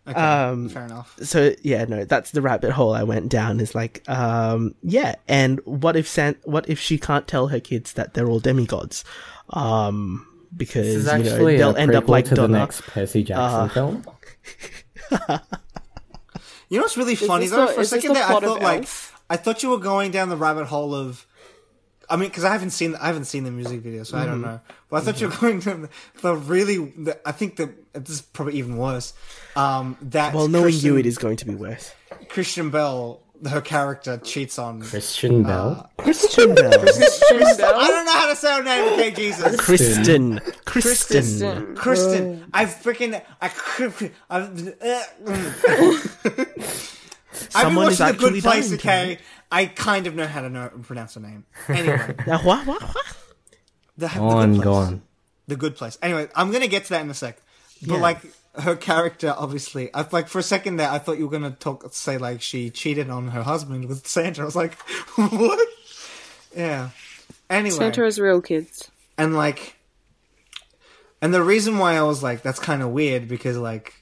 Speaker 3: Okay,
Speaker 2: Um,
Speaker 3: fair enough.
Speaker 2: so yeah no that's the rabbit hole i went down is like um yeah and what if san what if she can't tell her kids that they're all demigods um
Speaker 4: This
Speaker 2: because
Speaker 4: is
Speaker 2: you know
Speaker 4: actually
Speaker 2: they'll
Speaker 4: a
Speaker 2: end up
Speaker 4: prequel
Speaker 2: like
Speaker 4: to the
Speaker 2: Donna.
Speaker 4: next Uh, Percy Jackson film.
Speaker 3: You know what's really funny
Speaker 1: this
Speaker 3: though?
Speaker 1: the-
Speaker 3: For a
Speaker 1: is this
Speaker 3: second
Speaker 1: the
Speaker 3: there, I
Speaker 1: plot of
Speaker 3: thought like
Speaker 1: Elf?
Speaker 3: I thought you were going down the rabbit hole of. I mean, because I haven't seen I haven't seen the music video, so I don't know. But I thought you were going down the, the really. The, I think the this is probably even worse. Um, that
Speaker 2: well knowing
Speaker 3: Christian,
Speaker 2: you it is going to be worse
Speaker 3: Christian Bell, her character cheats on.
Speaker 4: Christian Bell.
Speaker 2: christian Bell.
Speaker 3: I don't know how to say her name. Okay, Jesus.
Speaker 2: kristen kristen
Speaker 1: Kristen.
Speaker 3: Kristen, I freaking I. cri- I've, uh, I've been
Speaker 2: Someone is
Speaker 3: watching The Good
Speaker 2: actually
Speaker 3: Place.
Speaker 2: dying
Speaker 3: Okay, I kind of know how to know pronounce her name. Anyway,
Speaker 2: now what what what
Speaker 3: the, the
Speaker 4: On,
Speaker 3: Good Place.
Speaker 4: go on.
Speaker 3: The Good Place. Anyway, I'm gonna get to that in a sec. But
Speaker 2: Yeah.
Speaker 3: like her character, obviously, I like for a second there, I thought you were gonna talk say like she cheated on her husband with Santa. I was like, what? Yeah. Anyway,
Speaker 1: Santa is real, kids.
Speaker 3: and like and the reason why i was like that's kind of weird because like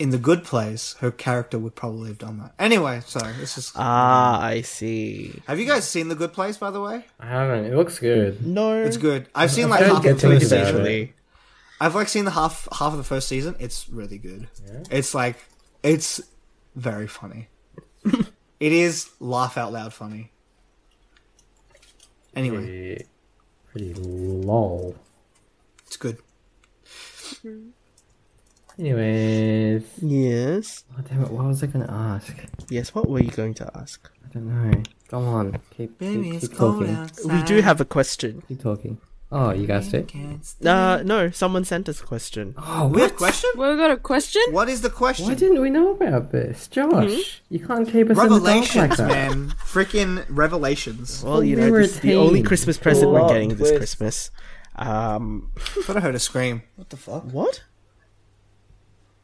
Speaker 3: in the good place, her character would probably have done that. Anyway, so this is.
Speaker 2: Ah, I see.
Speaker 3: have you guys seen the Good Place, by the way?
Speaker 4: I haven't. It looks good.
Speaker 2: No,
Speaker 3: It's good. I've seen like
Speaker 4: heard
Speaker 3: half
Speaker 4: good
Speaker 3: of the
Speaker 4: things
Speaker 3: first
Speaker 4: about
Speaker 3: season.
Speaker 4: it.
Speaker 2: Actually,
Speaker 3: I've like seen the half half of the first season. It's really good. It's like it's very funny. it is laugh out loud funny. Anyway,
Speaker 4: Pretty, pretty lol.
Speaker 3: it's good.
Speaker 4: Anyways,
Speaker 2: yes,
Speaker 4: oh, damn it, what was I gonna ask?
Speaker 2: yes. What were you going to ask?
Speaker 4: I don't know. Go on, keep,
Speaker 3: Baby,
Speaker 4: keep,
Speaker 3: it's
Speaker 4: keep
Speaker 3: cold
Speaker 4: talking.
Speaker 3: outside.
Speaker 2: We do have a question.
Speaker 4: Keep talking. Oh, you guys do.
Speaker 2: Uh, no, someone sent us a question.
Speaker 4: Oh,
Speaker 3: We have a
Speaker 4: what?
Speaker 3: question.
Speaker 1: Well, we got a question.
Speaker 3: What is the question?
Speaker 4: Why didn't we know about this, Josh?
Speaker 5: Hmm?
Speaker 4: You can't keep us in the
Speaker 3: Revelations,
Speaker 4: dark like that.
Speaker 3: man. Freaking revelations.
Speaker 2: Well, you
Speaker 4: we
Speaker 2: know,
Speaker 4: were
Speaker 2: this is the
Speaker 4: teens.
Speaker 2: only Christmas present we're
Speaker 6: Plot
Speaker 2: getting this
Speaker 6: twist.
Speaker 2: Christmas. Um,
Speaker 3: Thought I heard a scream. What the fuck?
Speaker 2: what?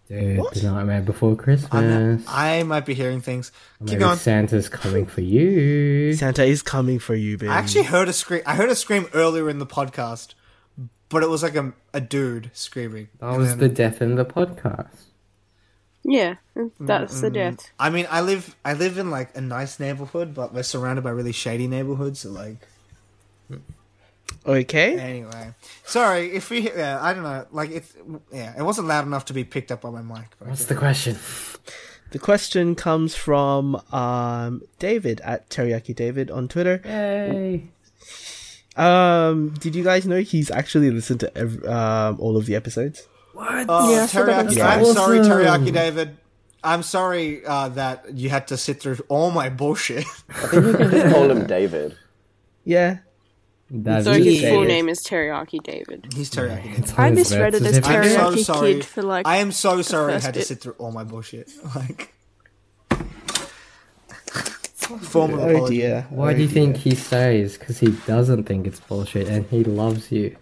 Speaker 4: Dude,
Speaker 2: What?
Speaker 4: the Nightmare Before Christmas.
Speaker 3: I'm- I might be hearing things. Keep
Speaker 4: Maybe
Speaker 3: going.
Speaker 4: Santa's coming for you.
Speaker 2: Santa is coming for you, baby.
Speaker 3: I actually heard a scream. I heard a scream earlier in the podcast, but it was like a, a dude screaming.
Speaker 4: That
Speaker 3: And
Speaker 4: was
Speaker 3: then-
Speaker 4: the death in the podcast.
Speaker 1: Yeah, that's the death.
Speaker 3: I mean, I live I live in like a nice neighborhood, but we're surrounded by really shady neighborhoods. So like,
Speaker 2: Okay.
Speaker 3: anyway, sorry if we. Yeah, I don't know. Like it's yeah, it wasn't loud enough to be picked up by my mic. But
Speaker 4: What's the question?
Speaker 2: The question comes from um, David at Teriyaki David on Twitter.
Speaker 4: Hey.
Speaker 2: Um, did you guys know he's actually listened to ev- um, all of the episodes?
Speaker 3: oh,
Speaker 5: Yeah, I saw
Speaker 3: teriyaki,
Speaker 5: that was
Speaker 3: I'm
Speaker 4: awesome.
Speaker 3: sorry, teriyaki David. I'm sorry uh, that you had to sit through all my bullshit.
Speaker 6: I think you can just call him David.
Speaker 2: Yeah.
Speaker 4: That
Speaker 1: So
Speaker 4: is
Speaker 1: his
Speaker 4: it.
Speaker 1: full name is Teriyaki David.
Speaker 3: He's teriyaki. David.
Speaker 5: I misread it as
Speaker 4: It's
Speaker 3: I'm
Speaker 5: Teriyaki
Speaker 3: so sorry.
Speaker 5: Kid for like.
Speaker 3: I am so sorry I
Speaker 5: first
Speaker 3: had to
Speaker 5: bit.
Speaker 3: sit through all my bullshit. Like, formal
Speaker 2: Oh
Speaker 3: apology.
Speaker 2: dear.
Speaker 4: Why
Speaker 2: Oh
Speaker 4: do you
Speaker 2: dear.
Speaker 4: think he stays? Because he doesn't think it's bullshit and he loves you.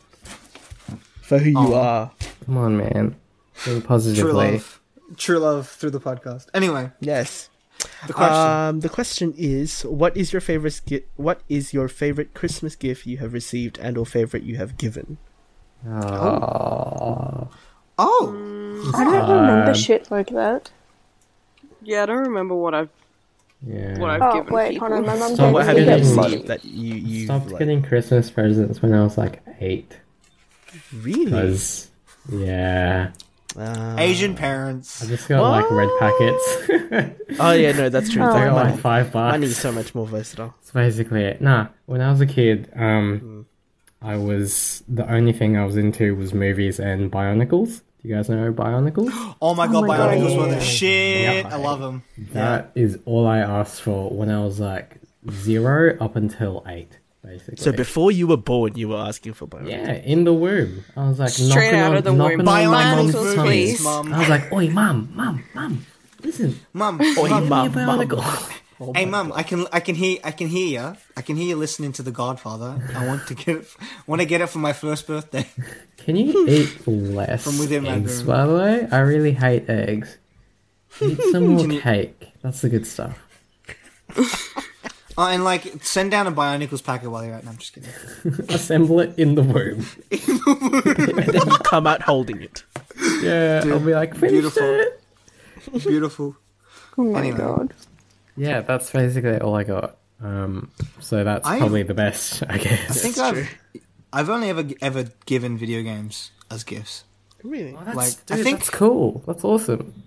Speaker 2: For who you are.
Speaker 4: Come on, man.
Speaker 3: True
Speaker 4: Think positively.
Speaker 3: love. True love through the podcast. Anyway,
Speaker 2: Yes.
Speaker 3: the question.
Speaker 2: Um, the question is, what is your favorite gi- What is your favorite Christmas gift you have received and/or favorite you have given?
Speaker 4: Oh.
Speaker 3: oh,
Speaker 5: I don't
Speaker 1: Um,
Speaker 5: remember shit like that.
Speaker 1: Yeah, I don't remember what I've
Speaker 4: Yeah.
Speaker 1: what I've
Speaker 5: Oh
Speaker 1: given.
Speaker 5: wait,
Speaker 1: people.
Speaker 5: hold on. My mum
Speaker 4: So
Speaker 5: gave
Speaker 2: What
Speaker 5: me
Speaker 2: have you
Speaker 5: the
Speaker 4: getting-
Speaker 2: received that you you
Speaker 4: stopped
Speaker 2: like,
Speaker 4: getting Christmas presents when I was like eight.
Speaker 2: really?
Speaker 4: Because, yeah.
Speaker 2: Uh,
Speaker 3: Asian parents.
Speaker 4: I just got like red packets.
Speaker 2: oh yeah, no, that's true. It's
Speaker 4: I
Speaker 2: like
Speaker 4: got
Speaker 2: money.
Speaker 4: like five bucks.
Speaker 2: Money is so much more versatile.
Speaker 4: That's basically it. Nah, when I was a kid, um, I was the only thing I was into was movies and Bionicles. Do you guys know Bionicles?
Speaker 3: Oh my god,
Speaker 5: my
Speaker 3: my
Speaker 5: God,
Speaker 3: was one of
Speaker 5: yeah.
Speaker 3: the shit.
Speaker 4: Yeah.
Speaker 3: I love them.
Speaker 4: That is all I asked for when I was like zero up until eight, basically.
Speaker 2: So before you were born, you were asking for Bionicle.
Speaker 4: yeah, in the womb, I was like
Speaker 1: Straight
Speaker 4: knocking
Speaker 1: out
Speaker 4: on,
Speaker 1: of the
Speaker 4: knocking
Speaker 1: womb.
Speaker 4: on my
Speaker 1: Bionicles,
Speaker 4: mom's
Speaker 1: Bionicles,
Speaker 4: tummy.
Speaker 1: please.
Speaker 3: Mum.
Speaker 4: I was like, "Oi, mum, mum, mum, listen,
Speaker 3: Mum,
Speaker 2: Oi,
Speaker 3: mum.
Speaker 2: mum,
Speaker 4: give me a
Speaker 2: mum.
Speaker 4: Bionicle."
Speaker 3: hey mum, I can I can hear I can hear you. I can hear you listening to The Godfather. I want to get it, want to get it for my first birthday.
Speaker 4: Can you eat less
Speaker 3: From within my
Speaker 4: eggs?
Speaker 3: room.
Speaker 4: By the way, I really hate eggs. Eat some more cake. That's the good stuff.
Speaker 3: Oh, and like send down a Bionicles packet while you're at. No, I'm just kidding.
Speaker 4: Assemble it in the womb.
Speaker 2: Come out holding it.
Speaker 4: Yeah, I'll be like, "Finished
Speaker 3: beautiful.
Speaker 4: it."
Speaker 3: Beautiful.
Speaker 5: Oh my
Speaker 3: Anyway.
Speaker 5: god.
Speaker 4: Yeah, that's basically all I got. Um, so that's
Speaker 3: I-
Speaker 4: probably the best, I guess.
Speaker 3: I think I've I've only ever ever given video games as gifts.
Speaker 2: Really?
Speaker 4: That's,
Speaker 3: like,
Speaker 4: dude,
Speaker 3: I think-
Speaker 4: that's cool. That's awesome.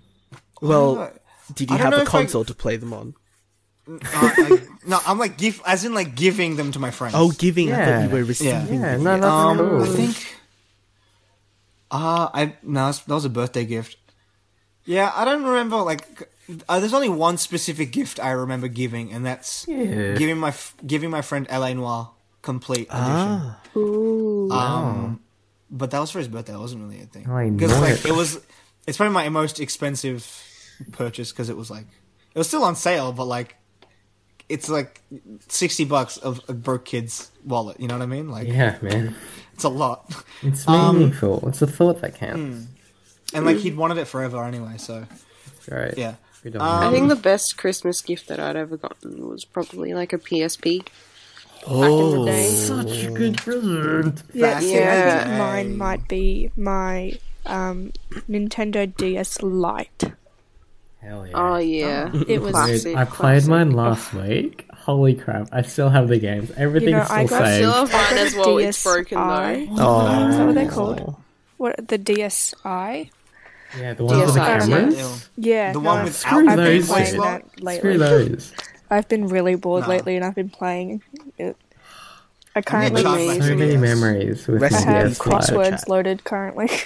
Speaker 2: Well, did you
Speaker 3: I don't
Speaker 2: have
Speaker 3: know
Speaker 2: a
Speaker 3: if I-
Speaker 2: console to play them on?
Speaker 3: Uh, like, no, I'm like give as in like giving them to my friends.
Speaker 2: Oh, giving. I
Speaker 4: Yeah.
Speaker 2: thought you were receiving.
Speaker 4: Yeah, no, that's
Speaker 3: Um,
Speaker 4: cool.
Speaker 3: I think. Ah, I no, that's- that was a birthday gift. Yeah, I don't remember. Like, uh, there's only one specific gift I remember giving, and that's
Speaker 4: Yeah.
Speaker 3: giving my f- giving my friend La Noir complete edition.
Speaker 2: Ah.
Speaker 3: Um, but that was for his birthday. It wasn't really a thing
Speaker 4: I
Speaker 3: because
Speaker 4: know
Speaker 3: like
Speaker 4: it.
Speaker 3: it was. It's probably my most expensive purchase because it was like it was still on sale, but like it's like sixty bucks of a broke kid's wallet. You know what I mean? Like
Speaker 4: Yeah, man.
Speaker 3: it's a lot.
Speaker 4: It's
Speaker 3: Um,
Speaker 4: meaningful. it's a thought that counts.
Speaker 3: And like he'd wanted it forever anyway, so
Speaker 4: Right.
Speaker 3: yeah.
Speaker 4: We don't
Speaker 3: Um,
Speaker 1: I
Speaker 4: know.
Speaker 1: think the best Christmas gift that I'd ever gotten was probably like a PSP. Back in the day.
Speaker 4: Such a good present.
Speaker 5: Yeah,
Speaker 3: Back in
Speaker 5: yeah.
Speaker 3: the
Speaker 5: Mine
Speaker 3: day.
Speaker 5: might be my um, Nintendo DS Lite.
Speaker 4: Hell yeah.
Speaker 1: Oh yeah,
Speaker 5: It was
Speaker 1: Classic.
Speaker 4: I played mine last week. Holy crap! I still have the games. Everything's
Speaker 5: know, I
Speaker 4: still
Speaker 5: got-
Speaker 1: still
Speaker 4: saved.
Speaker 1: have mine as well. It's broken
Speaker 5: DSi.
Speaker 1: though.
Speaker 2: Oh,
Speaker 5: Is that what they're called? What the DSi?
Speaker 4: Yeah, the ones with the
Speaker 1: DSi, yeah.
Speaker 4: cameras.
Speaker 5: Yeah,
Speaker 3: The
Speaker 5: no,
Speaker 3: one
Speaker 5: I've-
Speaker 3: without
Speaker 4: Screw
Speaker 5: I've been
Speaker 4: those.
Speaker 5: playing
Speaker 4: Screw
Speaker 5: that lately.
Speaker 4: those.
Speaker 5: I've been really bored
Speaker 3: Nah.
Speaker 5: lately, and I've been playing it. I
Speaker 3: I
Speaker 5: currently
Speaker 3: charge my
Speaker 5: I
Speaker 4: So many
Speaker 3: Yes.
Speaker 4: memories with
Speaker 2: Rest
Speaker 4: the
Speaker 2: in
Speaker 5: have
Speaker 2: Yes,
Speaker 4: DS
Speaker 2: peace.
Speaker 4: Lite.
Speaker 2: Crossword.
Speaker 5: crosswords loaded currently.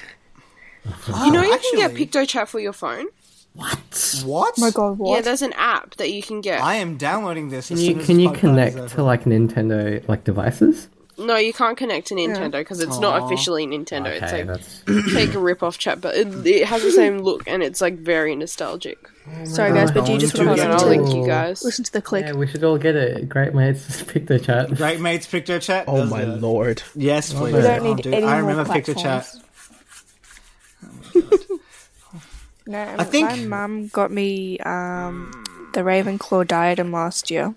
Speaker 1: You know you can
Speaker 3: actually-
Speaker 1: get PictoChat for your phone.
Speaker 3: What?
Speaker 5: oh my god,
Speaker 1: Yeah,
Speaker 5: what?
Speaker 1: there's an app that you can get.
Speaker 3: I am downloading this.
Speaker 4: Can you can you connect to like Nintendo like devices?
Speaker 1: No, you can't connect to Nintendo because it's not officially Nintendo. it's
Speaker 4: Okay,
Speaker 1: like
Speaker 4: that's
Speaker 1: take a rip off chat, but it, it has the same look and it's like very nostalgic.
Speaker 5: Sorry guys, but do you just
Speaker 3: Going
Speaker 5: want to
Speaker 1: Hold
Speaker 3: to
Speaker 1: on,
Speaker 5: listen
Speaker 1: I'll link
Speaker 5: to the
Speaker 1: you guys.
Speaker 5: listen to the click?
Speaker 4: yeah. We should all get it. Great mates, just pick the chat.
Speaker 3: Great mates picture chat.
Speaker 2: oh
Speaker 3: does
Speaker 2: my
Speaker 3: that.
Speaker 2: lord.
Speaker 3: Yes, please.
Speaker 5: We don't need
Speaker 3: Oh, dude,
Speaker 5: any
Speaker 3: I
Speaker 5: more
Speaker 3: remember picture chat.
Speaker 5: platforms. No,
Speaker 3: I think-
Speaker 5: my mum got me um, the Ravenclaw diadem last year,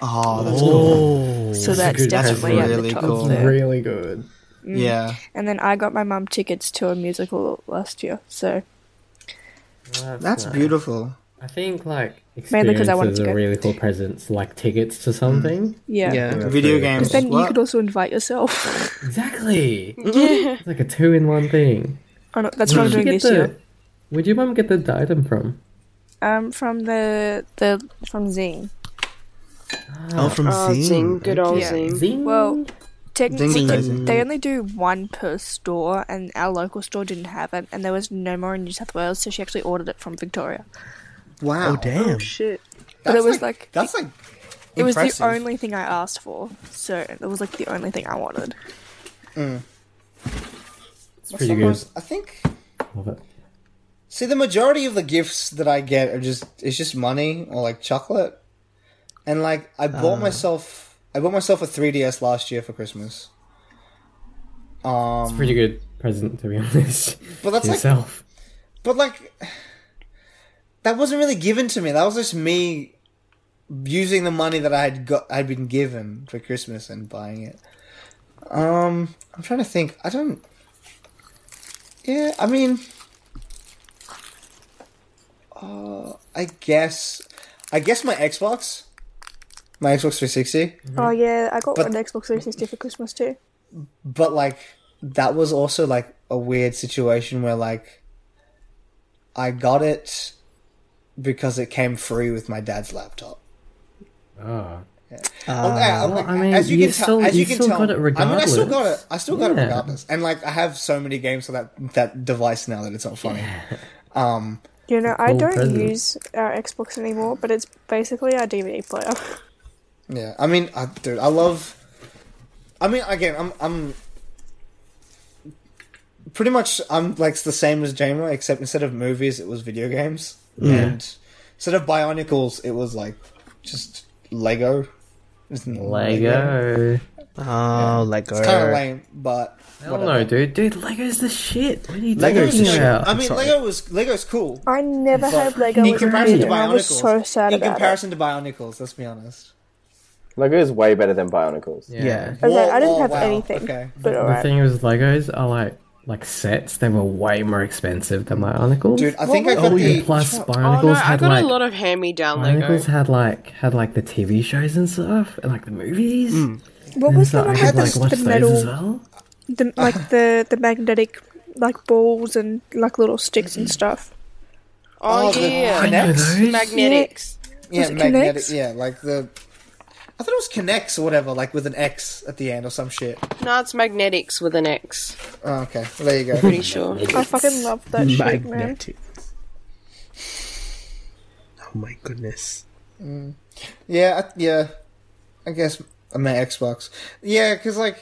Speaker 3: Oh, that's
Speaker 2: Oh.
Speaker 5: so that's
Speaker 4: good present.
Speaker 5: definitely at
Speaker 3: Really
Speaker 5: the top
Speaker 3: cool.
Speaker 5: there.
Speaker 4: Really good.
Speaker 3: yeah.
Speaker 5: And then I got my mum tickets to a musical last year, so
Speaker 3: That's beautiful.
Speaker 4: I think like
Speaker 5: Mainly 'cause I wanted
Speaker 4: experiences
Speaker 5: to
Speaker 4: are
Speaker 5: go.
Speaker 4: really cool presents, like tickets to something.
Speaker 5: yeah.
Speaker 2: Yeah.
Speaker 3: Video
Speaker 4: Very
Speaker 3: games.
Speaker 5: Because then you
Speaker 3: What?
Speaker 5: could also invite yourself.
Speaker 4: Exactly. It's like a two in one thing.
Speaker 5: oh, no, that's what I'm
Speaker 4: Where'd you
Speaker 5: doing
Speaker 4: get
Speaker 5: this
Speaker 4: the-
Speaker 5: year.
Speaker 4: Where'd your mum get the diadem from?
Speaker 5: Um, from the the from Zing.
Speaker 2: Oh, from
Speaker 1: Oh,
Speaker 2: Zing.
Speaker 1: Zing, good old
Speaker 5: Yeah.
Speaker 1: Zing.
Speaker 4: Zing.
Speaker 5: Well, technically
Speaker 3: Zing's
Speaker 5: they-
Speaker 3: amazing.
Speaker 5: they only do one per store, and our local store didn't have it, and there was no more in New South Wales, so she actually ordered it from Victoria.
Speaker 3: Wow.
Speaker 2: Oh, damn.
Speaker 1: Shit.
Speaker 5: But it was like,
Speaker 3: That's like.
Speaker 5: it was
Speaker 3: impressive.
Speaker 5: the only thing I asked for, so it was like the only thing I wanted.
Speaker 4: it's pretty good.
Speaker 3: I think.
Speaker 4: Love it.
Speaker 3: See, the majority of the gifts that I get are just it's just money or like chocolate, and like I bought myself I bought myself a 3ds last year for Christmas. Um,
Speaker 4: Pretty good present to be honest.
Speaker 3: but that's like
Speaker 4: Yourself.
Speaker 3: But like, that wasn't really given to me. That was just me using the money that I had got, I'd been given for Christmas and buying it. Um, I'm trying to think. I don't. Yeah, I mean, uh, I guess, I guess my Xbox, my Xbox 360.
Speaker 5: Oh yeah, I got
Speaker 3: But-
Speaker 5: an Xbox 360 for Christmas too.
Speaker 3: but like that was also like a weird situation where like I got it because it came free with my dad's laptop. Uh,
Speaker 4: Oh.
Speaker 3: Okay, I'm like,
Speaker 4: I mean,
Speaker 3: as you
Speaker 4: you
Speaker 3: can tell,
Speaker 4: still-
Speaker 3: as you,
Speaker 4: you
Speaker 3: can
Speaker 4: still
Speaker 3: tell,
Speaker 4: got it
Speaker 3: I mean, I still got
Speaker 4: regardless.
Speaker 3: it. I still got
Speaker 4: Yeah.
Speaker 3: it regardless, and like I have so many games for that that device now that it's not funny. Um,
Speaker 5: You know, I
Speaker 4: cool
Speaker 5: don't
Speaker 4: present.
Speaker 5: use our Xbox anymore, but it's basically our DVD player.
Speaker 3: yeah, I mean, I, dude, I love. I mean, again, I'm I'm pretty much I'm like the same as Jamer, except instead of movies, it was video games, and instead of Bionicles, it was like just Lego. Just
Speaker 4: Lego.
Speaker 2: Oh, like
Speaker 3: It's kind of lame, but
Speaker 4: Hell no, dude. Dude, Lego's the shit. What are you
Speaker 3: Lego's
Speaker 4: talking
Speaker 3: shit.
Speaker 4: about?
Speaker 3: I mean,
Speaker 2: sorry.
Speaker 3: Lego was Lego's cool.
Speaker 5: I never had Lego
Speaker 3: in
Speaker 5: as a
Speaker 3: comparison
Speaker 5: kid,
Speaker 3: to
Speaker 5: and I
Speaker 3: Bionicles,
Speaker 5: was so sad
Speaker 3: in
Speaker 5: about it.
Speaker 3: comparison to Bionicles, let's be honest.
Speaker 6: Lego is way better than Bionicles.
Speaker 2: Yeah.
Speaker 5: Okay,
Speaker 3: Whoa,
Speaker 5: I didn't
Speaker 3: whoa,
Speaker 5: have
Speaker 3: wow,
Speaker 5: anything,
Speaker 3: okay.
Speaker 5: but
Speaker 4: The
Speaker 5: alright.
Speaker 4: thing is, Legos are like like sets. They were way more expensive than Bionicles.
Speaker 3: Dude, I think I got
Speaker 2: were
Speaker 3: the.
Speaker 2: you-
Speaker 4: Plus,
Speaker 1: Oh
Speaker 4: Bionicles
Speaker 1: no, I
Speaker 4: had
Speaker 1: got
Speaker 4: like
Speaker 1: a lot of hand me down Lego.
Speaker 4: Bionicles had like had like the TV shows and stuff, and like the movies.
Speaker 3: Mm.
Speaker 5: What
Speaker 4: And
Speaker 5: was
Speaker 4: so
Speaker 5: the
Speaker 4: I
Speaker 5: one
Speaker 4: could
Speaker 5: with
Speaker 4: like
Speaker 5: the,
Speaker 4: watch
Speaker 5: the
Speaker 4: those as
Speaker 5: metal,
Speaker 4: well.
Speaker 5: the, like the the magnetic, like balls and like little sticks and stuff?
Speaker 1: Oh,
Speaker 3: the
Speaker 1: yeah,
Speaker 3: Kinects?
Speaker 1: magnetics.
Speaker 3: Yeah,
Speaker 5: it
Speaker 3: magnetic.
Speaker 5: Kinects?
Speaker 3: Yeah, like the. I thought it was Connects or whatever, like with an X at the end or some shit.
Speaker 1: No, it's magnetics with an X.
Speaker 3: Oh, okay, well, there you go.
Speaker 1: Pretty sure.
Speaker 5: I fucking love that shit, man.
Speaker 2: Magnetic. Oh my goodness.
Speaker 3: Yeah, I- yeah. I guess I meant Xbox. Yeah, because like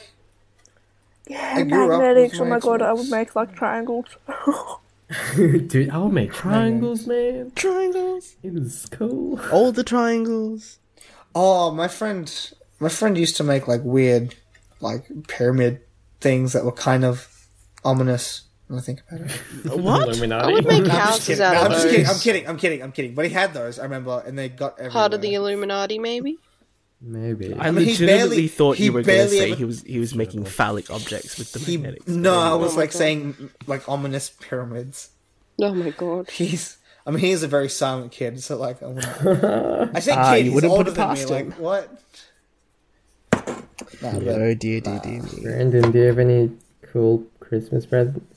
Speaker 5: Yeah,
Speaker 3: grew up with
Speaker 5: magnetics. Oh my
Speaker 3: my
Speaker 5: god, I
Speaker 3: Xbox.
Speaker 5: would make like triangles.
Speaker 4: Dude, I would make triangles, man.
Speaker 2: Triangles.
Speaker 4: It was cool.
Speaker 2: All the triangles.
Speaker 3: oh, my friend, my friend used to make like weird, like pyramid things that were kind of ominous. When I think about it.
Speaker 2: What?
Speaker 4: Illuminati.
Speaker 1: I would make
Speaker 3: I'm just
Speaker 1: houses
Speaker 3: kidding.
Speaker 1: out
Speaker 3: No, I'm
Speaker 1: of
Speaker 3: just kidding. I'm
Speaker 1: those.
Speaker 3: kidding. I'm kidding. I'm kidding. But he had those. I remember, and they got everywhere.
Speaker 1: Part of the Illuminati, maybe.
Speaker 4: Maybe.
Speaker 2: I
Speaker 3: mean, he
Speaker 2: legitimately
Speaker 3: barely-
Speaker 2: thought
Speaker 3: he
Speaker 2: you were going to
Speaker 3: barely
Speaker 2: say
Speaker 3: ever-
Speaker 2: he was he was making phallic objects with the
Speaker 3: He,
Speaker 2: magnetics.
Speaker 3: no, I was like saying like ominous pyramids.
Speaker 1: Oh my god.
Speaker 3: He's, I mean, he's a very silent kid, so like, I, wouldn't, I say kid,
Speaker 2: Ah, you
Speaker 3: he's
Speaker 2: wouldn't put
Speaker 3: older
Speaker 2: it
Speaker 3: than me.
Speaker 2: past him.
Speaker 3: Like what? Nah,
Speaker 2: Oh dear, dear, dear. dear.
Speaker 4: Brandon, do you have any cool Christmas presents?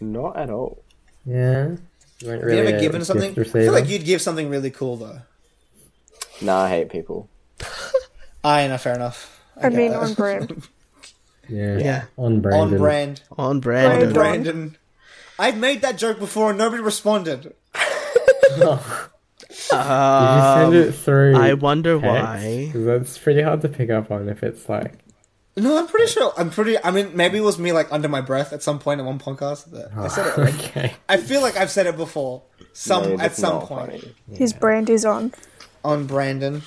Speaker 6: Not at all.
Speaker 4: Yeah. You weren't
Speaker 3: but have you
Speaker 4: really
Speaker 3: ever
Speaker 4: a
Speaker 3: given
Speaker 4: gift
Speaker 3: something? I
Speaker 4: receiver.
Speaker 3: feel like you'd give something really cool though.
Speaker 6: Nah, I hate people.
Speaker 3: I know, fair enough.
Speaker 5: I
Speaker 3: get
Speaker 5: mean,
Speaker 3: that.
Speaker 5: on brand.
Speaker 4: Yeah.
Speaker 2: Yeah.
Speaker 4: On Brandon.
Speaker 3: on brand,
Speaker 2: On Brandon.
Speaker 3: on Brandon. I've made that joke before and nobody responded.
Speaker 4: Did you send it through?
Speaker 2: Um, I wonder
Speaker 4: text?
Speaker 2: why.
Speaker 4: 'Cause that's pretty hard to pick up on if it's like.
Speaker 3: No, I'm pretty sure. I'm pretty. I mean, maybe it was me like under my breath at some point at one podcast. That I said it. Like,
Speaker 4: Okay.
Speaker 3: I feel like I've said it before.
Speaker 6: No,
Speaker 3: Some
Speaker 6: that's
Speaker 3: at some
Speaker 6: not
Speaker 3: point
Speaker 6: funny.
Speaker 5: His brand is on.
Speaker 3: on Brandon.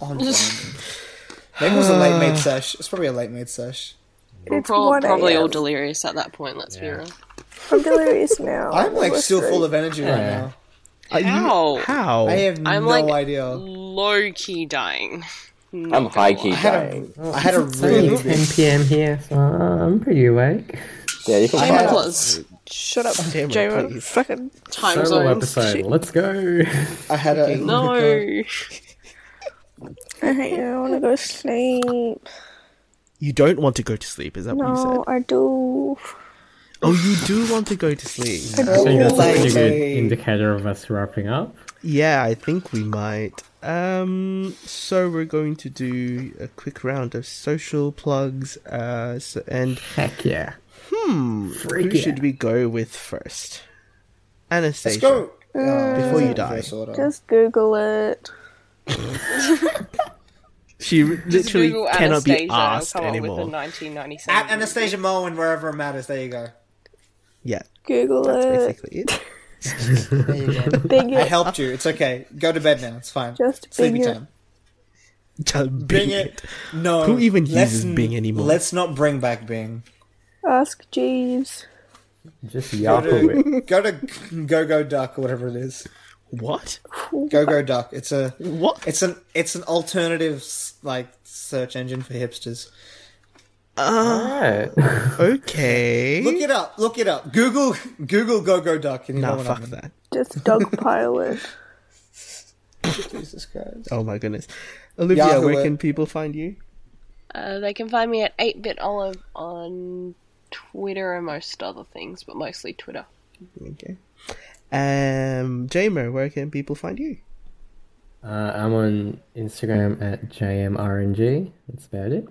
Speaker 3: On Brandon. maybe it was a late made sesh. It's probably a late made sesh.
Speaker 5: It's
Speaker 1: Pro-
Speaker 5: 1
Speaker 1: probably all
Speaker 5: a.m..
Speaker 1: delirious at that point, let's be real.
Speaker 5: I'm delirious now.
Speaker 3: I'm like
Speaker 5: We're
Speaker 3: still
Speaker 5: free.
Speaker 3: full of energy right
Speaker 4: Yeah.
Speaker 3: now.
Speaker 2: Are you-
Speaker 1: How?
Speaker 2: How?
Speaker 3: I have
Speaker 1: I'm
Speaker 3: no
Speaker 1: like
Speaker 3: idea.
Speaker 1: low key dying.
Speaker 6: I'm high key
Speaker 3: Mm. I had a,
Speaker 6: dying.
Speaker 3: I had a
Speaker 4: It's only
Speaker 3: really
Speaker 4: 10 p.m. here, so I'm pretty awake.
Speaker 6: Yeah, you can
Speaker 3: had
Speaker 6: find
Speaker 3: a-
Speaker 1: Plus,
Speaker 5: Shut up,
Speaker 2: Damn it,
Speaker 5: J-Mo.
Speaker 2: please.
Speaker 5: Fucking
Speaker 1: time
Speaker 4: Solo
Speaker 1: zones.
Speaker 4: episode. Let's go.
Speaker 3: I had a
Speaker 1: No.
Speaker 5: I hate you. I want to go sleep.
Speaker 2: You don't want to go to sleep, is that what you
Speaker 5: No,
Speaker 2: said?
Speaker 5: I do.
Speaker 2: Oh, you do want to go to sleep.
Speaker 4: I think that's a pretty good
Speaker 3: Like-
Speaker 4: indicator of us wrapping up.
Speaker 2: Yeah, I think we might. Um, so we're going to do a quick round of social plugs. Uh, so, and
Speaker 4: Heck yeah.
Speaker 2: hmm, who
Speaker 4: Freak yeah.
Speaker 2: should we go with first?
Speaker 3: Let's
Speaker 2: Anastasia.
Speaker 3: go. Uh,
Speaker 2: Before you
Speaker 3: in
Speaker 2: die.
Speaker 3: reverse order.
Speaker 5: Just Google it.
Speaker 2: She r- literally
Speaker 1: Google
Speaker 2: cannot
Speaker 1: Anastasia,
Speaker 2: be
Speaker 1: I'll
Speaker 2: asked
Speaker 1: come up with a
Speaker 2: anymore.
Speaker 1: 1997
Speaker 3: At Anastasia Moen, wherever it matters. There you go.
Speaker 2: Yeah,
Speaker 5: Google it.
Speaker 2: basically it.
Speaker 3: There you go.
Speaker 5: Bing
Speaker 3: I
Speaker 5: it.
Speaker 3: helped you. It's okay. Go to bed now. It's fine.
Speaker 5: Just
Speaker 3: sleepy
Speaker 5: Bing it.
Speaker 3: time.
Speaker 2: Just Bing
Speaker 3: Bing it.
Speaker 2: it.
Speaker 3: No.
Speaker 2: Who even
Speaker 3: let's
Speaker 2: uses
Speaker 3: n-
Speaker 2: Bing anymore?
Speaker 3: Let's not bring back Bing.
Speaker 5: Ask Jeeves.
Speaker 4: Just
Speaker 3: Go
Speaker 4: Yahoo it.
Speaker 3: to go to Go Go Duck or whatever it is.
Speaker 2: What?
Speaker 3: Go Go Duck. It's a
Speaker 2: What?
Speaker 3: it's an it's an alternative s- like search engine for hipsters.
Speaker 4: Alright.
Speaker 2: Okay.
Speaker 3: Look it up. Look it up. Google Google Go Go Duck and you
Speaker 2: nah,
Speaker 3: know what
Speaker 2: Ah, fuck
Speaker 3: I mean.
Speaker 2: that.
Speaker 5: Just dogpile it.
Speaker 3: Jesus Christ.
Speaker 2: Oh my goodness. Olivia,
Speaker 3: Yahoo
Speaker 2: where
Speaker 3: it.
Speaker 2: can people find you?
Speaker 1: Uh, they can find me at 8bitolive on Twitter and most other things, but mostly Twitter.
Speaker 2: Okay. Um, Jamer, where can people find you?
Speaker 4: Uh, I'm on Instagram at JMRNG. That's about it.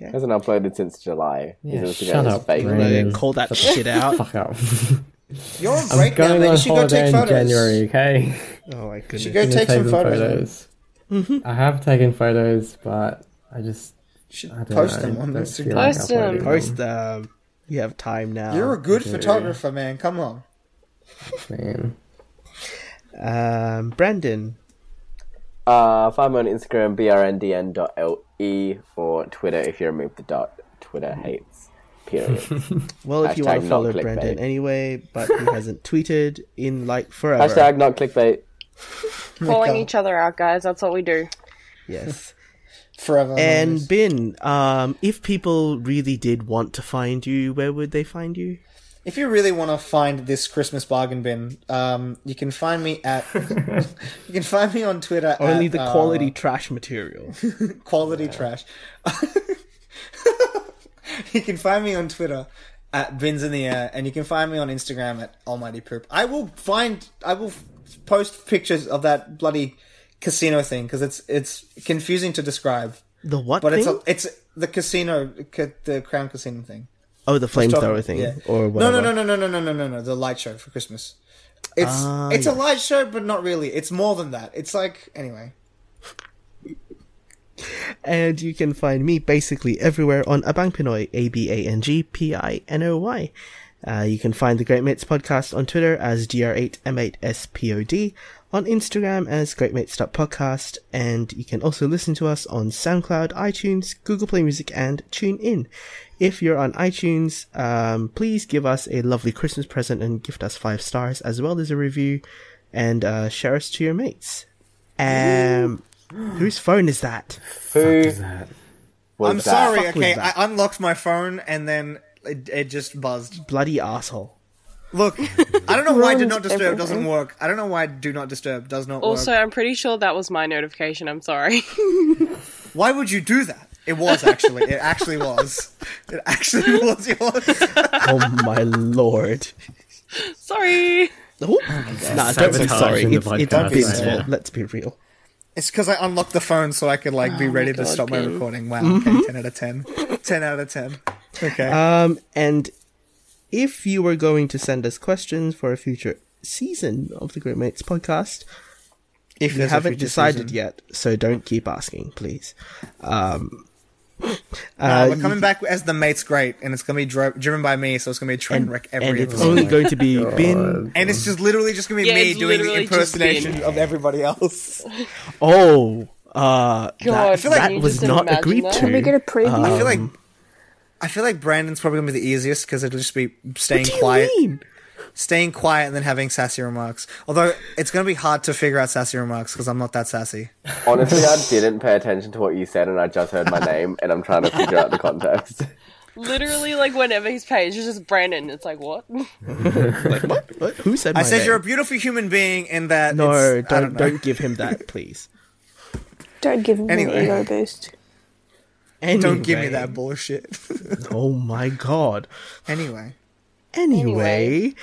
Speaker 6: Hasn't uploaded since July.
Speaker 4: Yeah,
Speaker 6: His Instagram
Speaker 4: shut
Speaker 6: is
Speaker 4: up,
Speaker 6: fake.
Speaker 2: I'm
Speaker 4: Brandon. Um,
Speaker 2: gonna call that shit out.
Speaker 4: Fuck up.
Speaker 3: You're on
Speaker 4: I'm
Speaker 3: break now.
Speaker 4: going
Speaker 3: Man. You
Speaker 4: on
Speaker 3: should go
Speaker 4: holiday
Speaker 3: take
Speaker 4: in
Speaker 3: photos.
Speaker 4: January, okay?
Speaker 2: Oh my
Speaker 3: You should
Speaker 2: goodness.
Speaker 3: go
Speaker 4: Gonna
Speaker 3: take some photos.
Speaker 4: I have taken photos, but I just
Speaker 3: You should
Speaker 4: I don't
Speaker 3: post
Speaker 4: know,
Speaker 3: them on
Speaker 4: don't
Speaker 3: Instagram.
Speaker 4: feel like
Speaker 1: Post them.
Speaker 4: uploading
Speaker 2: Post um you have time now.
Speaker 3: You're a good photographer, man. Come on.
Speaker 4: Man.
Speaker 2: um Brandon.
Speaker 6: Uh, find me on Instagram, brndn.le, E, or Twitter if you remove the dot. Twitter hates. Period.
Speaker 2: Well if you want
Speaker 6: Hashtag
Speaker 2: to
Speaker 6: not
Speaker 2: follow
Speaker 6: clickbait.
Speaker 2: Brandon anyway, but he hasn't tweeted in like forever.
Speaker 6: Hashtag not clickbait.
Speaker 1: Calling
Speaker 3: Oh God.
Speaker 1: each other out, guys. That's what we do.
Speaker 2: Yes.
Speaker 3: Forever.
Speaker 2: and
Speaker 3: memories.
Speaker 2: Bin, um if people really did want to find you, where would they find you?
Speaker 3: If you really want to find this Christmas bargain bin, um, you can find me at you can find me on Twitter.
Speaker 2: Only
Speaker 3: at,
Speaker 2: the
Speaker 3: uh,
Speaker 2: quality trash material.
Speaker 3: quality trash. you can find me on Twitter at bins in the air, and you can find me on Instagram at almighty poop. I will find I will f- post pictures of that bloody casino thing because it's it's confusing to describe,
Speaker 2: The what
Speaker 3: but
Speaker 2: thing?
Speaker 3: it's a, it's the casino ca- the Crown Casino thing.
Speaker 2: oh, the flamethrower
Speaker 3: Stop.
Speaker 2: thing
Speaker 3: Yeah.
Speaker 2: or
Speaker 3: No,
Speaker 2: whatever.
Speaker 3: no, no, no, no, no, no, no, no, no. The light show for Christmas. It's
Speaker 2: Ah,
Speaker 3: it's a light show, but not really. It's more than that. It's like anyway.
Speaker 2: And you can find me basically everywhere on Abang Pinoy, A B A N G P I N O Y. Uh, you can find the Great Mates podcast on Twitter as GR8M8SPOD, on Instagram as GreatMates.podcast, and you can also listen to us on SoundCloud, iTunes, Google Play Music, and TuneIn. If you're on iTunes, um, please give us a lovely Christmas present and gift us five stars as well as a review and uh, share us to your mates. Um, Whose phone is that?
Speaker 6: Who
Speaker 4: Is that?
Speaker 6: was
Speaker 3: I'm
Speaker 6: that?
Speaker 3: sorry.
Speaker 2: Fuck was
Speaker 3: Okay, I
Speaker 2: that?
Speaker 3: unlocked my phone and then it, it just buzzed.
Speaker 2: Bloody asshole.
Speaker 3: Look, I don't know why do
Speaker 5: Ruins
Speaker 3: not disturb doesn't
Speaker 5: everything.
Speaker 3: work. I don't know why do not disturb does not
Speaker 1: Also,
Speaker 3: work.
Speaker 1: I'm pretty sure that was my notification. I'm sorry.
Speaker 3: Why would you do that? It was actually. It actually was. It actually was yours.
Speaker 2: Oh my lord.
Speaker 1: sorry.
Speaker 2: Oh, nah, don't be
Speaker 4: Sabotaging
Speaker 2: sorry.
Speaker 4: the
Speaker 2: It's, it's
Speaker 4: podcast,
Speaker 2: Ben's
Speaker 4: yeah.
Speaker 2: fault. Let's be real.
Speaker 3: It's because I unlocked the phone so I could like
Speaker 2: Oh
Speaker 3: be ready to
Speaker 1: God,
Speaker 3: stop my
Speaker 1: Ben.
Speaker 3: recording. Wow. Okay, ten out of ten. Ten out of ten. Okay.
Speaker 2: Um, and if you were going to send us questions for a future season of the Great Mates podcast,
Speaker 3: if
Speaker 2: you haven't decided yet, so don't keep asking, please. Um, uh,
Speaker 3: we're coming back as the mate's great, and it's gonna be dri- driven by me, so it's gonna be a train wreck every
Speaker 2: and it's
Speaker 3: episode. Oh
Speaker 2: only going to be Bin.
Speaker 3: and it's just literally just gonna be
Speaker 1: Yeah,
Speaker 3: me
Speaker 1: it's
Speaker 3: doing the
Speaker 1: literally just been-
Speaker 3: impersonation of everybody else.
Speaker 2: Oh, uh, that,
Speaker 1: God,
Speaker 3: feel like
Speaker 2: that
Speaker 1: can you
Speaker 2: was
Speaker 1: just
Speaker 2: not
Speaker 1: imagine
Speaker 2: agreed
Speaker 1: that?
Speaker 2: to.
Speaker 5: Can we get a preview?
Speaker 3: I feel like
Speaker 2: Um,
Speaker 3: I feel like Brandon's probably gonna be the easiest because it'll just be staying
Speaker 2: what do you
Speaker 3: quiet,
Speaker 2: mean?
Speaker 3: staying quiet, and then having sassy remarks. Although it's gonna be hard to figure out sassy remarks because I'm not that sassy.
Speaker 6: Honestly, I didn't pay attention to what you said, and I just heard my name, and I'm trying to figure out the context.
Speaker 1: Literally, like whenever he's paged, it's just Brandon. It's like what?
Speaker 2: Like, what? what? Who said my
Speaker 3: I said
Speaker 2: name?
Speaker 3: you're a beautiful human being, and that
Speaker 2: no,
Speaker 3: it's- I
Speaker 2: don't,
Speaker 3: know.
Speaker 2: don't give him that, please.
Speaker 5: Don't give him
Speaker 3: Anyway.
Speaker 5: an ego boost.
Speaker 3: Don't give me
Speaker 2: Anyway.
Speaker 3: that bullshit.
Speaker 2: Oh my god.
Speaker 3: anyway,
Speaker 2: Anyway,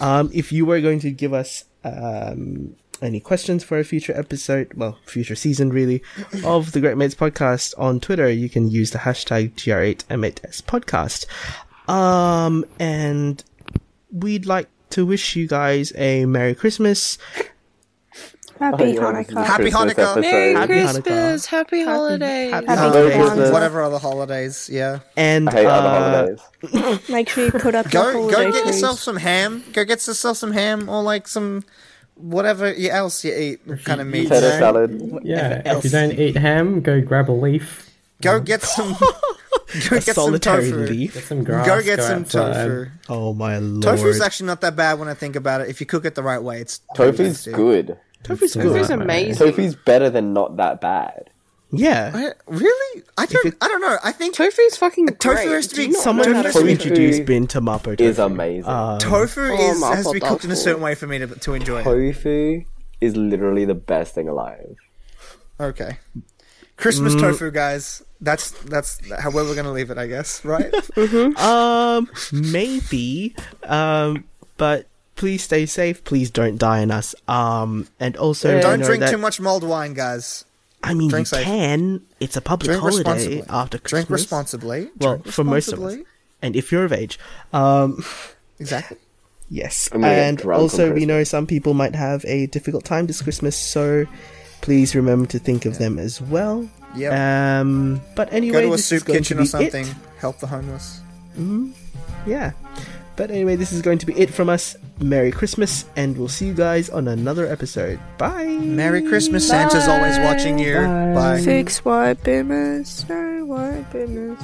Speaker 2: um, if you were going to give us um, any questions for a future episode, well, future season really, of the Great Mates podcast on Twitter, you can use the hashtag GR8M8S podcast. Um, and we'd like to wish you guys a Merry Christmas.
Speaker 3: Oh,
Speaker 5: Happy Hanukkah.
Speaker 3: Happy
Speaker 6: Christmas
Speaker 3: Hanukkah.
Speaker 6: episode.
Speaker 2: Happy Christmas,
Speaker 1: Happy holidays.
Speaker 6: Merry
Speaker 5: Happy
Speaker 6: Christmas.
Speaker 3: whatever other holidays, yeah.
Speaker 2: And
Speaker 6: I hate other
Speaker 2: uh,
Speaker 6: holidays.
Speaker 5: Make sure you put up
Speaker 3: Go,
Speaker 5: your holiday
Speaker 3: go get
Speaker 5: trees.
Speaker 3: yourself some ham. Go get yourself some ham or like some whatever else you eat kind of meat. you
Speaker 6: Potato
Speaker 3: know?
Speaker 6: salad.
Speaker 4: Yeah, if
Speaker 3: else?
Speaker 4: you don't eat ham, go grab a leaf,
Speaker 3: Go get some. go
Speaker 2: a
Speaker 3: get some
Speaker 2: solitary
Speaker 3: tofu.
Speaker 4: get
Speaker 2: leaf.
Speaker 4: some grass.
Speaker 3: Go get some
Speaker 4: outside.
Speaker 3: tofu.
Speaker 2: Oh my lord.
Speaker 3: Tofu's actually not that bad when I think about it. If you cook it the right way, it's
Speaker 6: Tofu's good.
Speaker 2: Tofu's
Speaker 4: Tofu's
Speaker 2: good.
Speaker 1: It's amazing.
Speaker 6: Tofu's better than not that bad.
Speaker 2: Yeah.
Speaker 3: Eh, Really? I don't. I don't know. I think tofu,
Speaker 1: Tofu's fucking
Speaker 3: Tofu
Speaker 1: great.
Speaker 3: has to
Speaker 1: Do
Speaker 3: be-
Speaker 1: you not
Speaker 2: Someone
Speaker 1: know how
Speaker 2: needs
Speaker 1: to
Speaker 2: to
Speaker 1: cook
Speaker 6: Tofu
Speaker 2: introduce Bin to Mapo
Speaker 6: Is um,
Speaker 2: Tofu.
Speaker 6: amazing.
Speaker 3: is
Speaker 1: Oh,
Speaker 3: has to be
Speaker 1: mapo
Speaker 3: cooked in a
Speaker 1: tofu.
Speaker 3: certain way for me to, to enjoy it.
Speaker 6: Tofu is literally the best thing alive.
Speaker 3: Okay.
Speaker 2: Mm.
Speaker 3: Christmas tofu, guys. That's that's how where we're gonna leave it, I guess. Right?
Speaker 2: Um, maybe. Um, but please stay safe. Please don't die on us. Um, and also
Speaker 3: Don't
Speaker 2: know
Speaker 3: drink
Speaker 2: that-
Speaker 3: too much mulled wine, guys.
Speaker 2: I mean, you
Speaker 3: Drink safe.
Speaker 2: can. It's a public
Speaker 3: Drink
Speaker 2: holiday
Speaker 3: responsibly.
Speaker 2: after Christmas.
Speaker 3: Drink responsibly.
Speaker 2: Well,
Speaker 3: Drink
Speaker 2: for most of us,
Speaker 3: responsibly.
Speaker 2: and if you're of age, um,
Speaker 3: Exactly.
Speaker 2: yes.
Speaker 6: gonna get
Speaker 2: And
Speaker 6: drunk on
Speaker 2: also, we
Speaker 6: Christmas.
Speaker 2: know some people might have a difficult time this Christmas, so please remember to think of them as well.
Speaker 3: Yep.
Speaker 2: Um, but
Speaker 3: Go
Speaker 2: anyway,
Speaker 3: to a
Speaker 2: this is
Speaker 3: soup
Speaker 2: going to
Speaker 3: kitchen or
Speaker 2: be it.
Speaker 3: something. Help the homeless.
Speaker 2: yeah. But anyway, this is going to be it from us. Merry Christmas, and we'll see you guys on another episode. Bye.
Speaker 3: Merry Christmas. Santa's always watching you. Bye.
Speaker 5: Six white boomers, no white boomers.